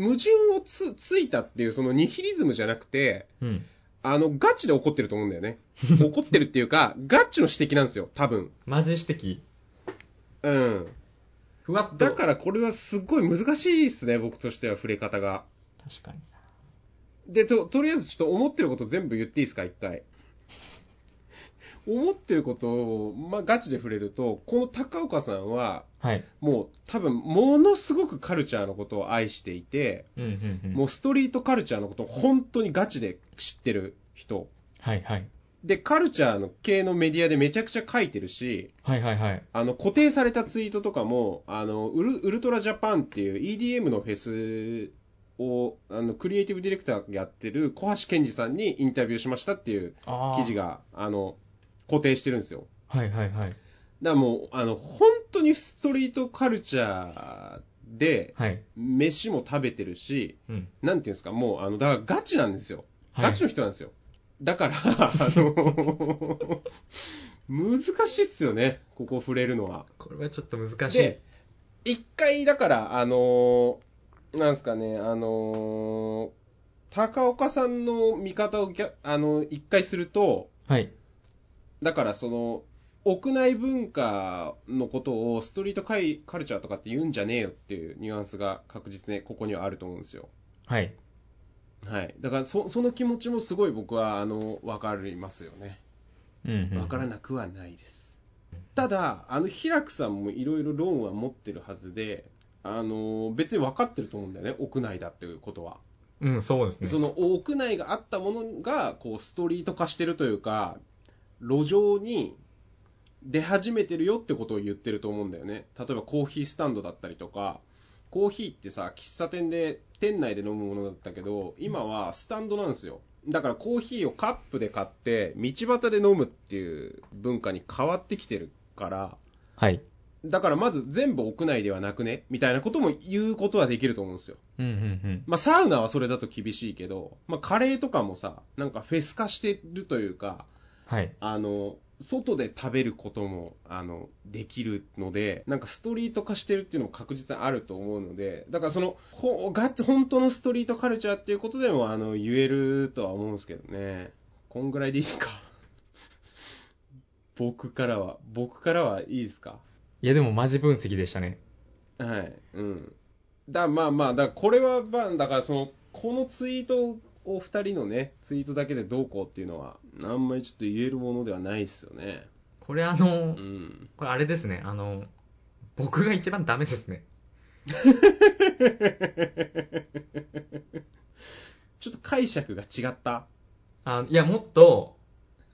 B: 矛盾をつついたっていう、そのニヒリズムじゃなくて、
A: うん
B: あの、ガチで怒ってると思うんだよね。怒ってるっていうか、ガチの指摘なんですよ、多分。
A: マジ指摘
B: うん。
A: ふわっと
B: だからこれはすっごい難しいですね、僕としては触れ方が。
A: 確かに
B: で、と、とりあえずちょっと思ってること全部言っていいですか、一回。思ってることを、まあ、ガチで触れると、この高岡さんは、
A: はい
B: もう多分、ものすごくカルチャーのことを愛していて、
A: うんうんうん
B: もうストリートカルチャーのことを本当にガチで知ってる人。
A: はいはい
B: で、カルチャーの系のメディアでめちゃくちゃ書いてるし、
A: はいはいはい
B: あの、固定されたツイートとかも、あの、ウルウルトラジャパンっていう EDM のフェスを、あの、クリエイティブディレクターがやってる小橋健二さんにインタビューしましたっていう
A: あー
B: 記事が、あの、固定してるんですよ。
A: はいはいはい
B: だからもう、あの、本当にストリートカルチャーで、
A: はい
B: 飯も食べてるし、
A: うん
B: なんていうんですか、もう、あの、だからガチなんですよ。
A: はい
B: ガチの人なんですよ。だから、あの、 難しいっすよね、ここ触れるのは。
A: これはちょっと難しい
B: で、一回、だから、あの、なんですかね、あの、高岡さんの見方をぎゃあの、一回すると、
A: はい
B: だからその、屋内文化のことをストリートカイカルチャーとかって言うんじゃねえよっていうニュアンスが確実にここにはあると思うんですよ。
A: はい
B: はい、だからそその気持ちもすごい僕はあの分かりますよね
A: うんうん
B: 分からなくはないです、ただあの平久さんもいろいろ論は持ってるはずであの別に分かってると思うんだよね屋内だっていうことは、
A: うんそうですね
B: その屋内があったものがこうストリート化してるというか路上に出始めてるよってことを言ってると思うんだよね例えばコーヒースタンドだったりとかコーヒーってさ喫茶店で店内で飲むものだったけど今はスタンドなんですよだからコーヒーをカップで買って道端で飲むっていう文化に変わってきてるから
A: はい
B: だからまず全部屋内ではなくねみたいなことも言うことはできると思うんですよ
A: うんうん
B: まあ、サウナはそれだと厳しいけど、まあ、カレーとかもさ、なんかフェス化してるというか、
A: はい
B: あの、外で食べることも、あの、できるので、なんかストリート化してるっていうのも確実にあると思うので、だからその、ほガチ、本当のストリートカルチャーっていうことでも、あの、言えるとは思うんですけどね。こんぐらいでいいですか 僕からは、僕からはいいですか
A: いや、でもマジ分析でしたね。
B: はい、うん。だ、まあまあ、だこれは、まあ、だからその、このツイートを二人のね、ツイートだけでどうこうっていうのは、あんまりちょっと言えるものではないですよね。
A: これあの
B: う、ん。
A: これあれですね、あの、僕が一番ダメですね。
B: ちょっと解釈が違った。
A: あいや、もっと、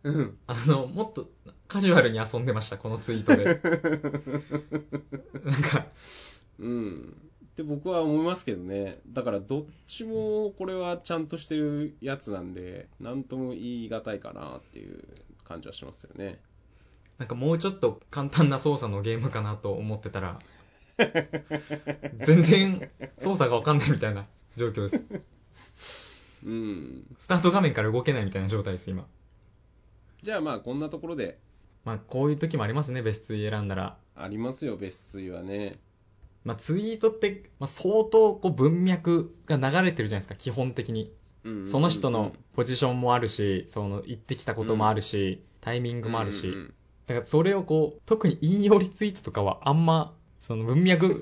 B: うん。
A: あの、もっとカジュアルに遊んでました、このツイートで。 なんか、
B: うん。って僕は思いますけどね。だからどっちもこれはちゃんとしてるやつなんで、なんとも言い難いかなっていう感じはしますよね。
A: なんかもうちょっと簡単な操作のゲームかなと思ってたら、全然操作がわかんないみたいな状況です。
B: うん。
A: スタート画面から動けないみたいな状態です、今。
B: じゃあまあこんなところで
A: まあ、こういう時もありますね、別ツイ選んだら。
B: ありますよ、別水はね。
A: まあ、ツイートって、まあ、相当こう文脈が流れてるじゃないですか、基本的に。
B: うんうんうんうん
A: その人のポジションもあるし、その言ってきたこともあるし、タイミングもある
B: うんう
A: し、
B: ん
A: だからそれをこう、特に引用リツイートとかはあんま、その文 脈、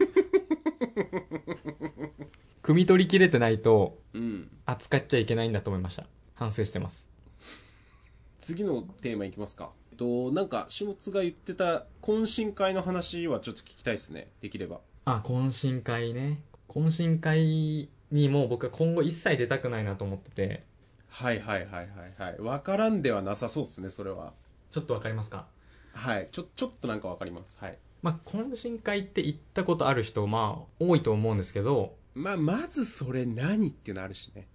A: 汲み取りきれてないと
B: うんうん
A: 扱っちゃいけないんだと思いました。反省してます。
B: 次のテーマいきますか。えっと、なんか、下津が言ってた懇親会の話はちょっと聞きたいですね、できれば。
A: あ、懇親会ね。懇親会にもう僕は今後一切出たくないなと思ってて、
B: はいはいはいはいはい。わからんではなさそうですね、それは。
A: ちょっとわかりますか
B: はい。ちょ、ちょっとなんかわかります。はい。
A: まあ、懇親会って行ったことある人、まあ、多いと思うんですけど、
B: まあ、まずそれ何っていうのあるしね。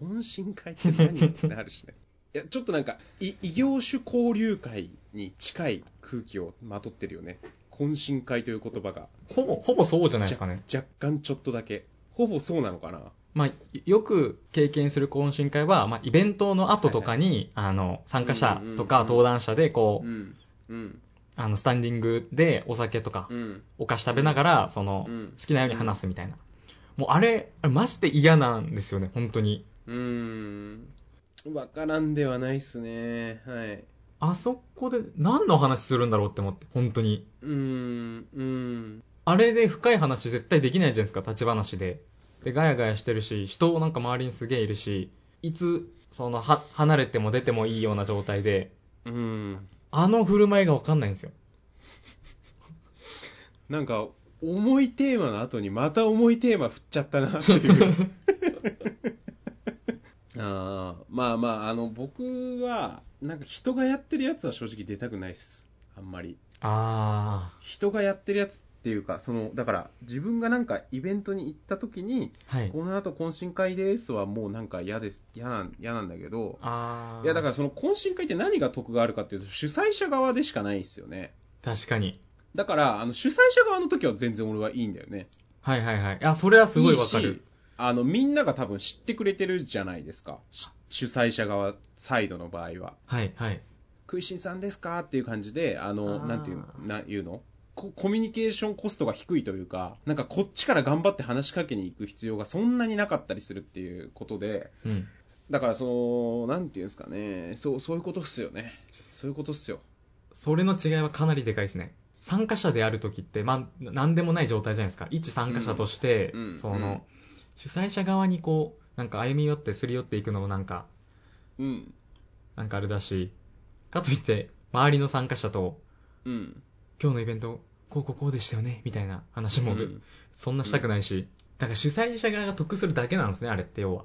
B: 懇親会って何ってなる しね。いや、ちょっとなんか、い異業種交流会に近い空気をまとってるよね。懇親会という言葉が。
A: ほぼ、ほぼそうじゃないですかね。
B: 若干ちょっとだけ。ほぼそうなのかな。
A: まあ、よく経験する懇親会は、まあ、イベントの後とかに、あの、参加者とか
B: うんうんうん
A: 登壇者で、こ
B: う
A: う、
B: ん。うん。
A: あの、スタンディングでお酒とか
B: う、ん。
A: お菓子食べながら、その
B: う、ん
A: 好きなように話すみたいな。もう、あれ、あれマジで嫌なんですよね、本当に。
B: うーん。わからんではないっすね。はい。
A: あそこで何の話するんだろうって思って、本当に。
B: うーん。うーん。
A: あれで深い話絶対できないじゃないですか、立ち話で。で、ガヤガヤしてるし、人なんか周りにすげえいるし、いつ、その、は、離れても出てもいいような状態で、
B: うーん。
A: あの振る舞いがわかんないんですよ。
B: なんか、重いテーマの後にまた重いテーマ振っちゃったなっていう。あーまあまあ、あの、僕は、なんか人がやってるやつは正直出たくないっす。あんまり。
A: あ
B: 人がやってるやつっていうか、その、だから、自分がなんかイベントに行った時に、
A: あ。はい。
B: この後懇親会ですはもうなんか嫌です、嫌なん、嫌なんだけど、
A: ああ。
B: いやだからその懇親会って何が得があるかっていうと主催者側でしかないですよね
A: 確かに。
B: だからあの主催者側の時は全然俺はいいんだよね
A: はいはいはい。あ、それはすごいわか
B: いい
A: る
B: し。あのみんなが多分知ってくれてるじゃないですかし主催者側サイドの場合は
A: はいはい。
B: 食いしんさんですかっていう感じであの
A: あー
B: なんていうな言うのこコミュニケーションコストが低いというかなんかこっちから頑張って話しかけに行く必要がそんなになかったりするっていうことで
A: うん。
B: だからそのなんていうんですかねそうそういうことっすよねそういうことっすよ
A: それの違いはかなりでかいですね。参加者である時って、まあ、なんでもない状態じゃないですか。一参加者として、
B: うんうん
A: その、
B: うん
A: 主催者側にこう、なんか歩み寄ってすり寄っていくのもなんか、
B: うん
A: なんかあれだし、かといって、周りの参加者と、
B: うん
A: 今日のイベント、こうこうこうでしたよね、みたいな話も、
B: うん
A: そんなしたくないし、だから主催者側が得するだけなんですね、あれって要は。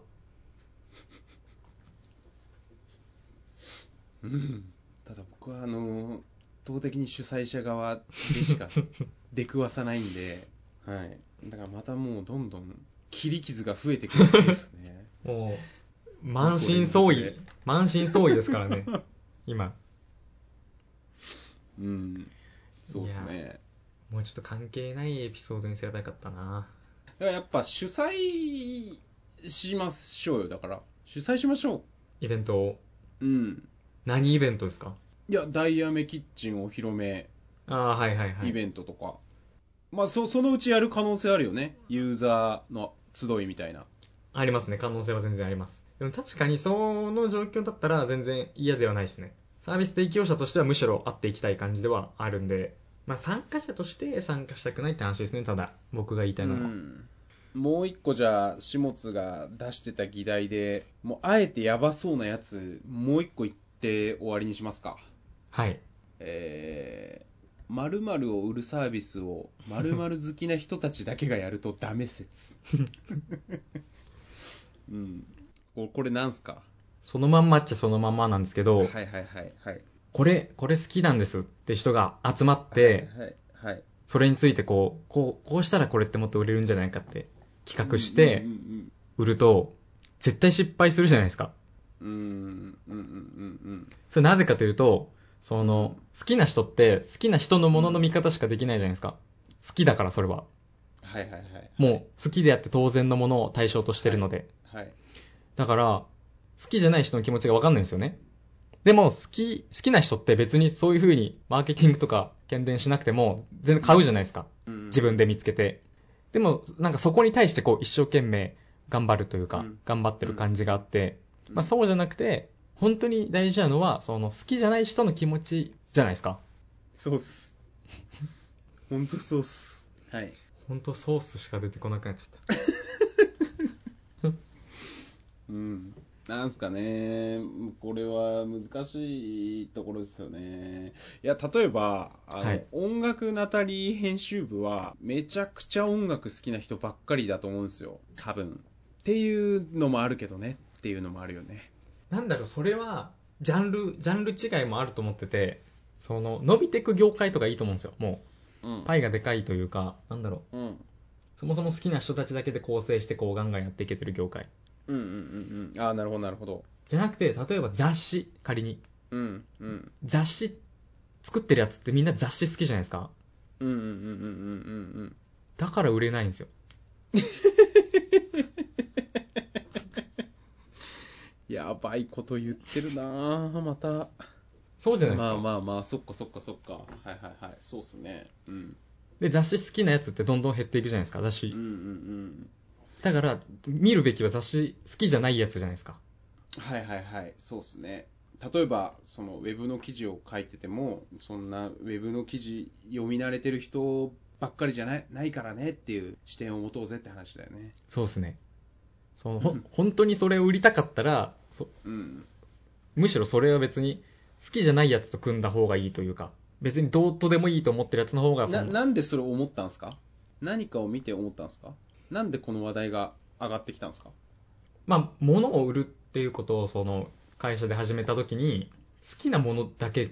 B: うんただ僕はあのー圧倒的に主催者側でし か出くわさないんで、はい、だからまたもうどんどん切り傷が増えてくるんですね
A: もう、満身創
B: ここ
A: 痍
B: で、
A: 満身創痍ですから ね、今。
B: うんそうです
A: い
B: ね
A: もうちょっと関係ないエピソードにすればよかったな。
B: だからやっぱ主催しましょうよだから主催しましょ
A: イベントを、
B: ううん
A: 何イベントですか
B: いや、ダイヤメキッチンお披露目
A: ああ、はいはいはい。
B: イベントとか、まあそ、そのうちやる可能性あるよね。ユーザーの集いみたいな。
A: ありますね。可能性は全然あります。でも確かにその状況だったら全然嫌ではないですね。サービス提供者としてはむしろ会っていきたい感じではあるんで、まあ参加者として参加したくないって話ですね。ただ、僕が言いたいのは。
B: うんもう一個じゃあ、始末が出してた議題で、もうあえてやばそうなやつ、もう一個言って終わりにしますか。
A: はい。
B: えー、〇〇を売るサービスを〇〇好きな人たちだけがやるとダ メ説。うん。ここれなんすか
A: そのまんまっちゃそのまんまなんですけ
B: は
A: ど
B: い、はいはいはい。
A: これ、これ好きなんですって人が集まって、
B: はいはい。
A: それについてこう、こう、こうしたらこれってもっと売れるんじゃないかって企画して
B: うんうん
A: 売ると、絶対失敗するじゃないですか。
B: うんうん。うんうんうんうん
A: それなぜかというと、その、好きな人って好きな人のものの見方しかできないじゃないですか。好きだからそれは。
B: はいはいはい。
A: もう好きであって当然のものを対象としてるので。
B: はい。
A: だから、好きじゃない人の気持ちがわかんないんですよね。でも、好き、好きな人って別にそういう風にマーケティングとか検伝しなくても全然買うじゃないですか。
B: うん
A: 自分で見つけて。でも、なんかそこに対してこう一生懸命頑張るというか、
B: うん
A: 頑張ってる感じがあって、
B: うん
A: まあそうじゃなくて、本当に大事なのは、その好きじゃない人の気持ちじゃないですか。
B: そうっす。ほんとそうっす。はい。
A: 本当ソースしか出てこなくなっちゃ った。
B: うん。なんすかね。これは難しいところですよね。いや、例えば、あの、
A: はい
B: 音楽ナタリー編集部は、めちゃくちゃ音楽好きな人ばっかりだと思うんですよ。多分。っていうのもあるけどね。っていうのもあるよね。
A: なんだろう、それは、ジャンル、ジャンル違いもあると思ってて、その、伸びてく業界とかいいと思うんですよ。も
B: うん
A: う、。パイがでかいというか、なんだろう、
B: うん。
A: そもそも好きな人たちだけで構成してこうガンガンやっていけてる業界。
B: うんうんうんうん。ああ、なるほど、なるほど。
A: じゃなくて、例えば雑誌、仮に。
B: うん。うん。
A: 雑誌作ってるやつってみんな雑誌好きじゃないですか
B: うんうんうんうんうんうんうん。
A: だから売れないんですよ
B: やばいこと言ってるなぁ、また。
A: そうじゃないです
B: ま
A: か、
B: あまあまあ、そっかそっかそっか。はいはいはい。そうっすね。うん。
A: で雑誌好きなやつってどんどん減っていくじゃないですか雑
B: うん
A: 誌
B: うんうん。
A: だから見るべきは雑誌好きじゃないやつじゃないですか
B: はいはいはい。そうっすね。例えば、そのウェブの記事を書いてても、そんなウェブの記事読み慣れてる人ばっかりじゃないないからねっていう視点を持とうぜって話だよね。
A: そうですねそのほ
B: うん
A: 本当にそれを売りたかったらそ
B: うん。
A: むしろそれは別に好きじゃないやつと組んだ方がいいというか別にどうとでもいいと思ってるやつの方がそ
B: な、
A: の
B: なんでそれを思ったんですか何かを見て思ったんですかなんでこの話題が上がってきたんですか
A: まあ物を売るっていうことをその会社で始めた時に好きなものだけ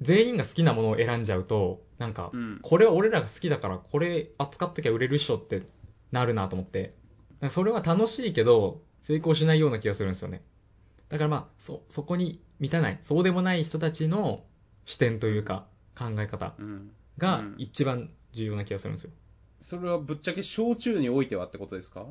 A: 全員が好きなものを選んじゃうとなんか
B: うん。
A: これは俺らが好きだからこれ扱っときゃ売れるっしょってなるなと思ってだからそれは楽しいけど成功しないような気がするんですよねだからまあそそこに満たないそうでもない人たちの視点というか考え方
B: うん。
A: が
B: うん
A: 一番重要な気がするんですよ
B: それはぶっちゃけ焼酎においてはってことですか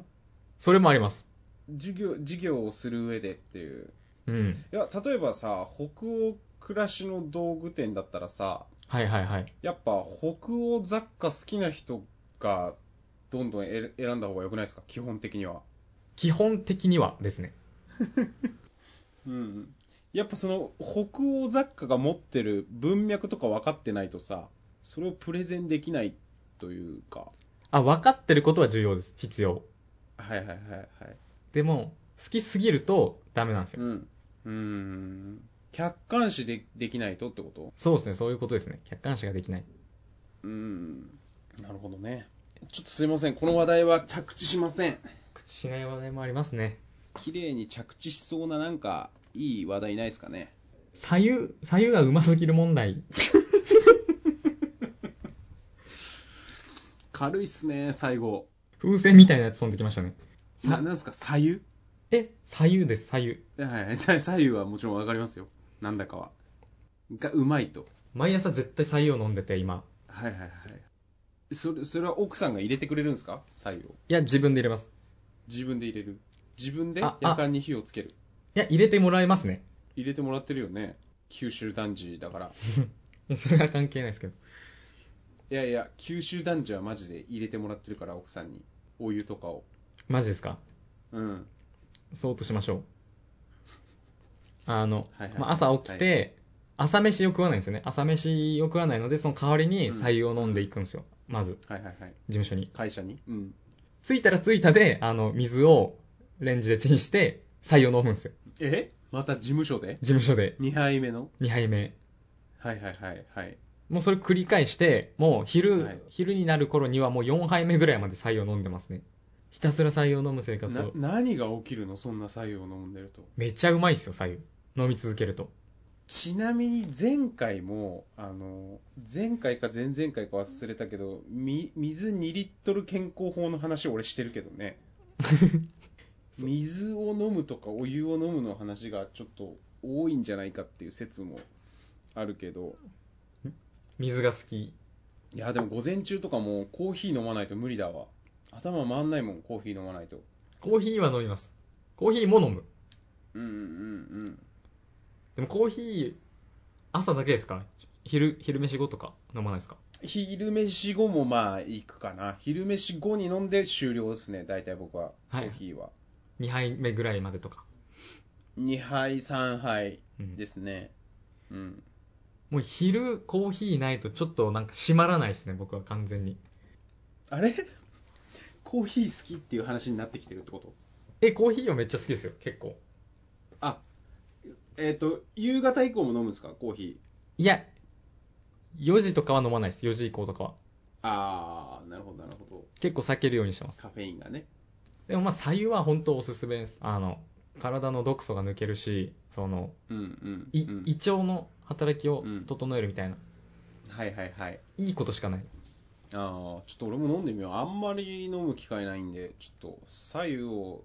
A: それもあります
B: 授業事業をする上でっていう
A: うん
B: いや例えばさ北欧暮らしの道具店だったらさ
A: はいはいはい
B: やっぱ北欧雑貨好きな人がどんどんえ選んだ方が良くないですか基本的には
A: 基本的にはですね
B: うんやっぱその北欧雑貨が持ってる文脈とか分かってないとさそれをプレゼンできないというか
A: あ分かってることは重要です必要
B: はいはいはいはい
A: でも好きすぎるとダメなんですよ
B: うんうーん客観視でできないとってこと
A: そうですねそういうことですね客観視ができないう
B: ーん、なるほどね。ちょっとすいません、この話題は着地しません。
A: 口しない話題もありますね
B: 綺麗に着地しそうな、なんか、いい話題ないですかね。
A: 左右、左右がうますぎる問題。
B: 軽いっすね、最後。
A: 風船みたいなやつ飛んできましたね。
B: な
A: さ
B: なんすか、左
A: え、左右です、左右。
B: 右はい はい、さ左右はもちろんわかりますよ。なんだかは。が、うまいと。
A: 毎朝絶対左右を飲んでて、今。
B: はいはいはい。それ、それは奥さんが入れてくれるんですか左右を。
A: いや、自分で入れます。
B: 自分で入れる。自分で
A: ああ
B: 夜間に火をつける。
A: いや、入れてもらえますね。
B: 入れてもらってるよね。九州男児だから
A: いやそれは関係ないですけど。
B: いやいや九州男児はマジで入れてもらってるから奥さんにお湯とかを
A: マジですか
B: うん
A: そうとしましょう。あの、
B: はいはい
A: まあ、朝起きて、朝飯を食わないんですよね。朝飯を食わないので、その代わりに白湯を飲んでいくんですよ。まず、
B: はいはいはい
A: 事務所に。
B: 会社にうん
A: 着いたら着いたで、あの、水をレンジでチンして、白湯を飲むんですよ。
B: えまた事務所で
A: 事務所で
B: 2杯目の
A: 2杯目。
B: はいはいはいはい
A: もうそれ繰り返して、もう昼、
B: はい
A: 昼になる頃にはもう4杯目ぐらいまで白湯を飲んでますね。ひたすら白湯を飲む生活
B: な
A: を。
B: 何が起きるのそんな作用を飲んでると
A: めっちゃうまいっすよ、白湯。飲み続けると。
B: ちなみに前回もあの前回か前々回か忘れたけどみ水2リットル健康法の話俺してるけどね水を飲むとかお湯を飲むの話がちょっと多いんじゃないかっていう説もあるけど
A: 水が好き。
B: いやでも午前中とかもうコーヒー飲まないと無理だわ頭回んないもんコーヒー飲まないと
A: コーヒーは飲みます。コーヒーも飲む。
B: うんうんうんうん
A: でもコーヒー、朝だけですか昼、昼飯後とか飲まないですか
B: 昼飯後もまあ行くかな昼飯後に飲んで終了ですね大体僕はコ
A: はい
B: ーヒーは、
A: ?2 杯目ぐらいまでとか。
B: 2杯3杯
A: うん
B: ですねうん
A: もう昼コーヒーないとちょっとなんか閉まらないですね、僕は完全に。
B: あれコーヒー好きっていう話になってきてるってこと
A: え、コーヒーはめっちゃ好きですよ、結構。
B: あえっ、と夕方以降も飲むんですかコーヒー
A: いや、4時とかは飲まないです、4時以降とかは。
B: ああなるほどなるほど
A: 結構避けるようにしてます。
B: カフェインがね
A: でもまあ、白湯は本当おすすめです。あの、体の毒素が抜けるし、その、
B: うんうん
A: い
B: うん
A: 胃腸の働きを整えるみたいな、
B: はいはいはい
A: いいことしかない。
B: ああちょっと俺も飲んでみようあんまり飲む機会ないんでちょっと左右を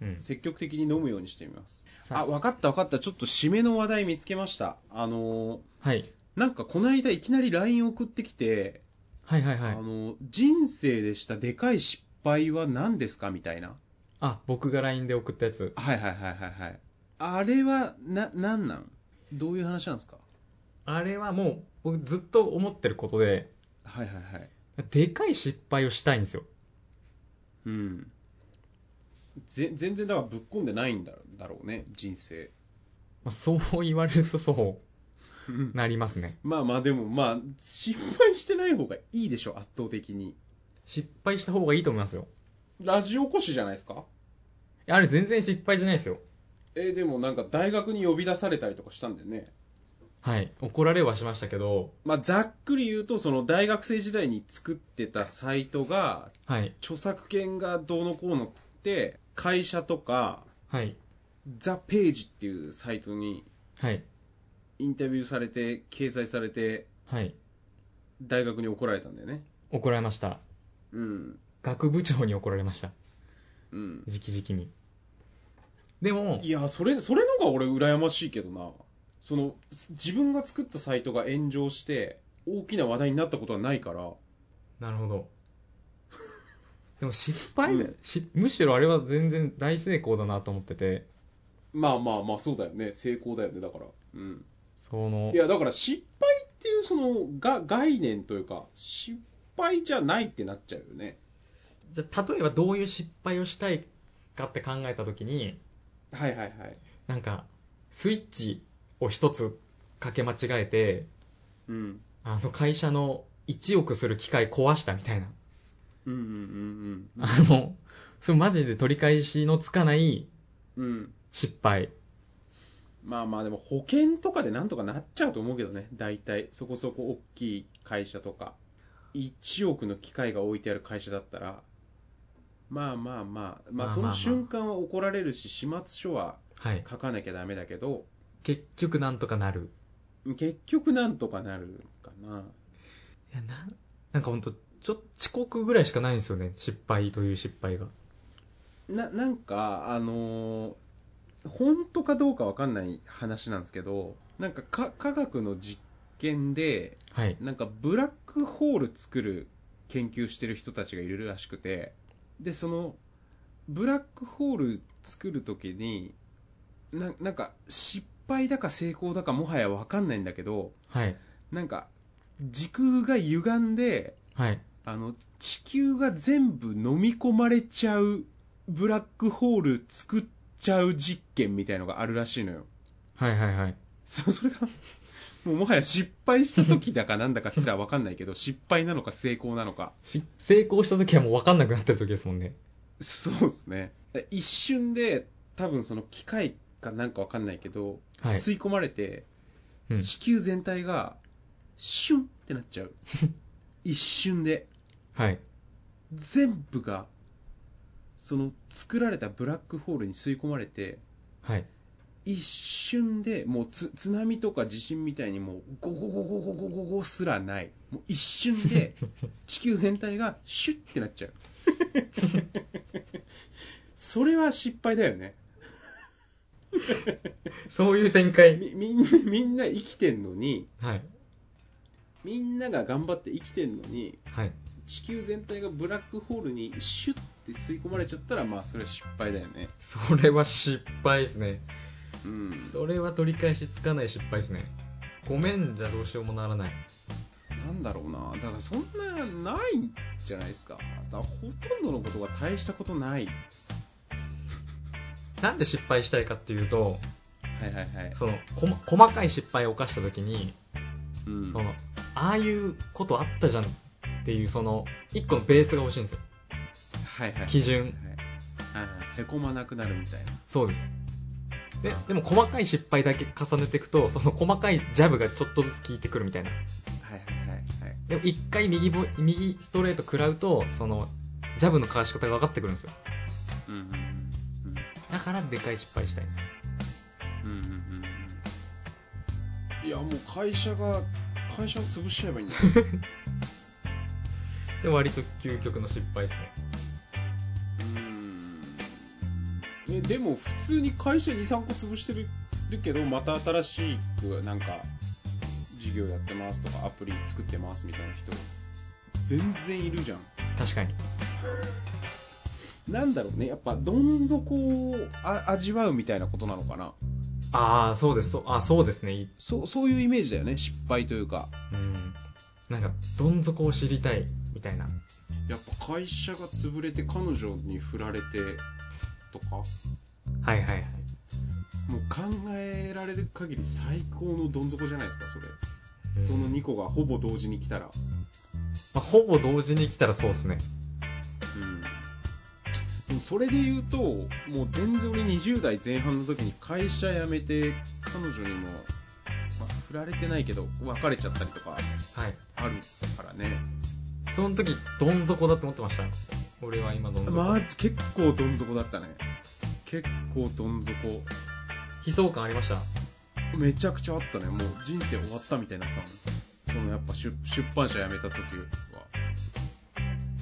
A: うん。
B: 積極的に飲むようにしてみます
A: さ
B: あ、わかったわかった。ちょっと締めの話題見つけました。あのー
A: はい。
B: なんかこの間いきなり LINE 送ってきて、
A: はいはいはい
B: あ。のー人生でしたでかい失敗は何ですかみたいな。
A: あ、僕が LINE で送ったやつ。
B: はいはいはいはいはい。あれは、な、なんなんどういう話なんですか
A: あれはもう、僕ずっと思ってることで、
B: はいはいはい。
A: でかい失敗をしたいんですよ。
B: うん。ぜ全然だからぶっ込んでないんだだろうね、人生。
A: まあ、そう言われるとそうなりますね。
B: まあまあでもまあ、失敗してない方がいいでしょ、圧倒的に。
A: 失敗した方がいいと思いますよ。
B: ラジオこしじゃないですか
A: いやあれ全然失敗じゃないですよ。
B: えーでもなんか大学に呼び出されたりとかしたんだよね、
A: はい。怒られはしましたけど、
B: まあ、ざっくり言うとその大学生時代に作ってたサイトが
A: はい。
B: 著作権がどうのこうのっつって会社とか
A: はい。
B: ザ・ページっていうサイトに
A: はい。
B: インタビューされて掲載されて
A: はい。
B: 大学に怒られたんだよね
A: 怒られました。
B: うん
A: 学部長に怒られました。
B: うん
A: 直々に。でも
B: い、やそれそれのが俺羨ましいけどなそのす自分が作ったサイトが炎上して大きな話題になったことはないから
A: なるほど。 でも失敗、
B: うん
A: しむしろあれは全然大成功だなと思ってて、
B: まあまあまあそうだよね成功だよねだからうん
A: その
B: い、やだから失敗っていうそのが概念というか失敗じゃないってなっちゃうよね
A: じゃあ例えばどういう失敗をしたいかって考えた時に
B: はいはいはい
A: なんかスイッチを一つかけ間違えて
B: うん
A: あの会社の1億する機械壊したみたいな
B: うんうん
A: あのそれマジで取り返しのつかない
B: うんうんうん
A: 失敗
B: まあまあでも保険とかでなんとかなっちゃうと思うけどね大体そこそこ大きい会社とか1億の機械が置いてある会社だったらまあまあまあ
A: まあまあま
B: まあ
A: あ
B: その瞬間は怒られるし始末書は
A: はい
B: 書かなきゃダメだけど
A: 結局なんとかなる
B: 結局なんとかなるかない
A: やななんかほんとちょっと遅刻ぐらいしかないんですよね失敗という失敗が
B: ななんかあのー本当かどうかわかんない話なんですけどなんかか科学の実験で
A: はい
B: なんかブラックホール作る研究してる人たちがいるらしくてでそのブラックホール作る時にななんか失敗だか成功だかもはや分かんないんだけど
A: はい。
B: なんか時空が歪んで
A: はい。
B: あの地球が全部飲み込まれちゃうブラックホール作っちゃう実験みたいのがあるらしいのよ
A: はいはいはい。
B: そそれがもうもはや失敗した時だかなんだかすら分かんないけど失敗なのか成功なのか
A: し成功した時はもう分かんなくなってる時ですもんね。
B: そうですね一瞬で多分その機械かなんか分かんないけど、
A: はい
B: 吸い込まれて
A: うん。
B: 地球全体がシュンってなっ ちゃう一瞬で
A: はい。
B: 全部がその作られたブラックホールに吸い込まれて
A: はい。
B: 一瞬でもうつ津波とか地震みたいにもうゴゴゴゴゴゴゴゴすらないもう一瞬で地球全体がシュッてなっちゃうそれは失敗だよね
A: そういう展開。
B: みみんなみんな生きてんのに
A: はい。
B: みんなが頑張って生きてんのに
A: はい。
B: 地球全体がブラックホールにシュッて吸い込まれちゃったらまあそれは失敗だよね
A: それは失敗ですね。
B: うん
A: それは取り返しつかない失敗ですね。ごめんじゃどうしようもならない。
B: なんだろうなだからそんなないんじゃないですかだからほとんどのことが大したことない
A: なんで失敗したいかっていうと、
B: はいはいはい、
A: その、こま細かい失敗を犯した時に、
B: うん
A: その、ああいうことあったじゃんっていう、その、一個のベースが欲しいんですよ。
B: はいはい
A: 基
B: はい
A: 準。
B: はいはいへこまなくなるみたいな
A: そうです。で、でも細かい失敗だけ重ねていくと、その細かいジャブがちょっとずつ効いてくるみたいな。
B: はいはいはいはい
A: でも一回右ボ右ストレート食らうと、その、ジャブのかわし方が分かってくるんですよ。
B: うんうんうん
A: だからでかい失敗したいんですよ。
B: うんうんうんうんいやもう会社が会社を潰しちゃえばいいんだよ
A: それ割と究極の失敗ですね。
B: うんえでも普通に会社23個潰してるけどまた新しくなんか事業やってますとかアプリ作ってますみたいな人全然いるじゃん
A: 確かに。
B: なんだろうねやっぱどん底をあ味わうみたいなことなのかな
A: ああ、そうです。そうあそうですね。い
B: そうそういうイメージだよね失敗というか
A: うん。なんか、どん底を知りたい、みたいな。
B: やっぱ会社が潰れて彼女に振られてとか
A: はいはいはい。
B: もう考えられる限り最高のどん底じゃないですかそれその2個がほぼ同時に来たら
A: まあ、ほぼ同時に来たらそうですね。
B: うんでもそれで言うともう全然俺20代前半の時に会社辞めて彼女にも、まあ、振られてないけど別れちゃったりとか
A: はい。
B: あるからね
A: その時、どん底だと思ってました。俺は今どん底。
B: まあ結構どん底だったね結構どん底
A: 悲壮感ありました。
B: めちゃくちゃあったねもう人生終わったみたいなさそのやっぱ出出版社辞めた時は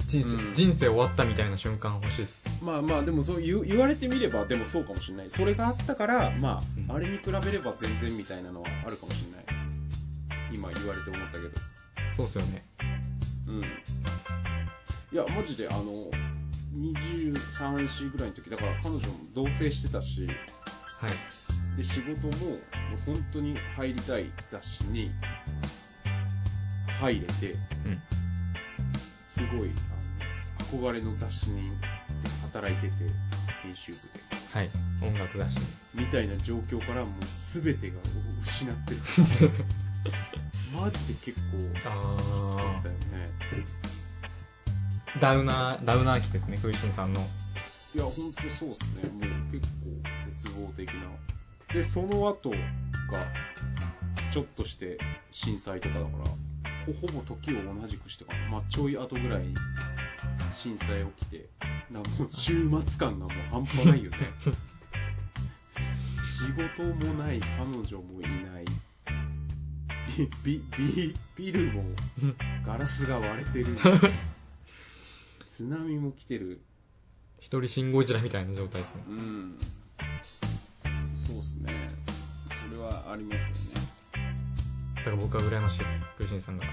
A: 人生、
B: うん
A: 人生終わったみたいな瞬間欲しいです。
B: まあまあでもそう言う言われてみればでもそうかもしれないそれがあったからま
A: うん
B: ああれに比べれば全然みたいなのはあるかもしれない今言われて思ったけど
A: そうっすよね。
B: うんいやマジであの23歳ぐらいの時だから彼女も同棲してたし
A: はい。
B: で仕事ももう本当に入りたい雑誌に入れて
A: うん。
B: すごいあの憧れの雑誌に働いてて編集部で
A: はい。音楽雑誌に。
B: みたいな状況からもう全てが失ってるマジで結構きつか
A: あ
B: ったよね
A: ー。ダウナー、ダウナー期ですね、風神さんの。
B: いや本当そうですねもう結構絶望的なでその後がちょっとして震災とかだからほほぼ時を同じくしてからまあちょい後ぐらいに震災起きてだからもう週末感がもう半端ないよね仕事もない彼女もいないビビビビルもガラスが割れてる津波も来てる
A: 一人シンゴジラみたいな状態ですね。
B: うんそうっすねそれはありますよ
A: だから僕は羨ましいです、風神さんが。
B: ね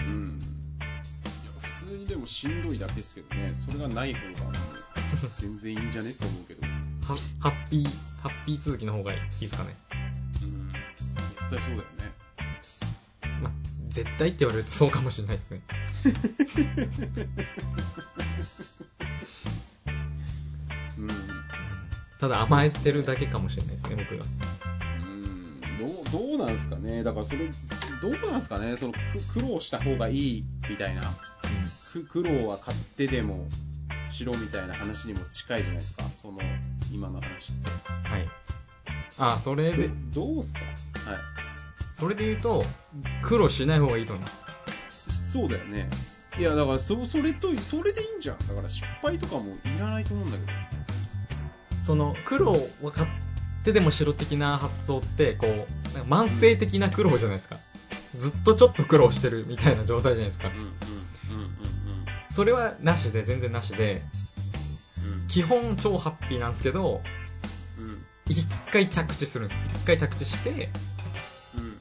B: うんいや普通にでもしんどいだけですけどねそれがない方がもう全然いいんじゃねって思うけど
A: はハッピー、ハッピー続きの方がいいですかね。
B: 絶対そうだよね
A: まあ、絶対って言われるとそうかもしれないですね。
B: うん
A: ただ甘えてるだけかもしれないですね、僕が。
B: うんどうどうなんすかねだからそれどうなんすかねそのく苦労した方がいいみたいなく苦労は買ってでもしろみたいな話にも近いじゃないですかその今の話って
A: はい。ああ、それで、
B: どどうすかは
A: それで言うと、苦労しない方がいいと思います。
B: いそうだよねいやだからそそれとそれでいいんじゃんだから失敗とかもいらないと思うんだけど
A: その、苦労分かってでもしろ的な発想って、こう、なんか慢性的な苦労じゃないですか。ずっとちょっと苦労してるみたいな状態じゃないですか
B: うん。うんうん
A: それはなしで、全然なしで、基本超ハッピーなんですけど、
B: うんうんうん
A: 一回着地するんです。一回着地して、
B: うんうん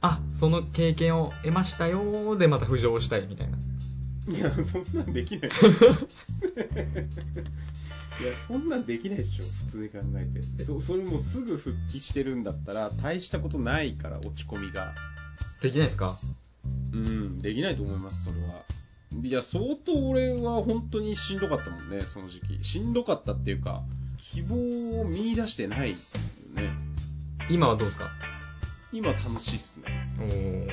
A: あ、その経験を得ましたよーでまた浮上したいみたいな。
B: いや、そんなんでき ない。いや、そんなんできないでしょ、普通に考えて。そそれもうすぐ復帰してるんだったら、大したことないから、落ち込みが。
A: できないですか
B: うん、できないと思います、それは。いや、相当俺は本当にしんどかったもんね、その時期。しんどかったっていうか、希望を見出してないよね。
A: 今はどうですか
B: 今楽しいっすね。
A: おー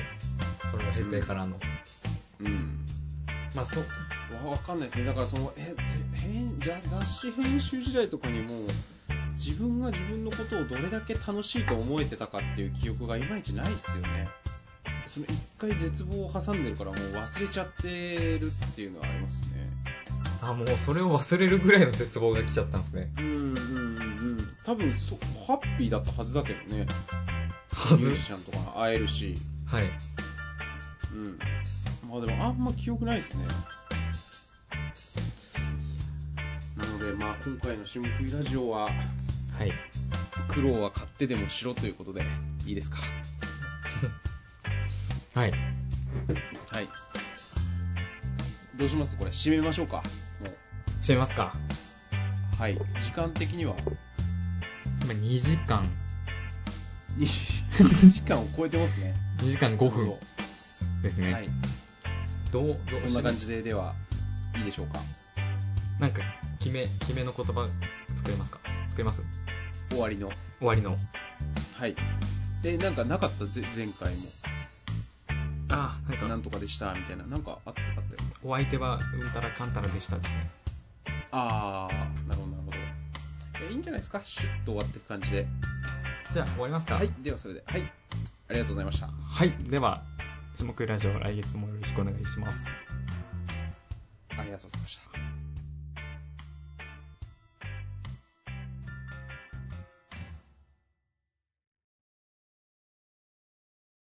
A: それを経てからの。
B: うん。
A: まあ、そう。
B: わわかんないですね、だからそのえぜ編じゃ雑誌編集時代とかにも、自分が自分のことをどれだけ楽しいと思えてたかっていう記憶がいまいちないっすよね。その一回絶望を挟んでるからもう忘れちゃってるっていうのはありますね。
A: あ、もうそれを忘れるぐらいの絶望が来ちゃったんですね。
B: うんうんうんうん。多分そハッピーだったはずだけど
A: は
B: ね。ミ
A: ず
B: ュージ。シャンとか会えるし。
A: はい。
B: うん。まあでもあんま記憶ないですね。なのでまあ今回の下食いラジオは
A: はい。
B: 苦労は買ってでもしろということでいいですか
A: はい。
B: はいどうしますこれ締めましょうかもう
A: 閉めますか。
B: はい時間的には
A: 今2時間、
B: 2時間を超えてますね
A: 2時間5分
B: は
A: ですね。
B: い
A: どう、どう
B: そんな感じでではいいでしょうか
A: なんか、決め、決めの言葉作れますか作れます
B: 終わりの
A: 終わりの。
B: はいえなんかなかったぜ前回も
A: あー、なんか
B: なんとかでしたみたいななんかあったあったよ
A: お相手はうんたらかんたらでしたですね。
B: ああなるほどなるほどえいいんじゃないですかシュッと終わっていく感じで
A: じゃあ終わりますか
B: はいではそれではいありがとうございました
A: はい。では、下食いラジオ来月もよろしくお願いします。
B: ありがとうございました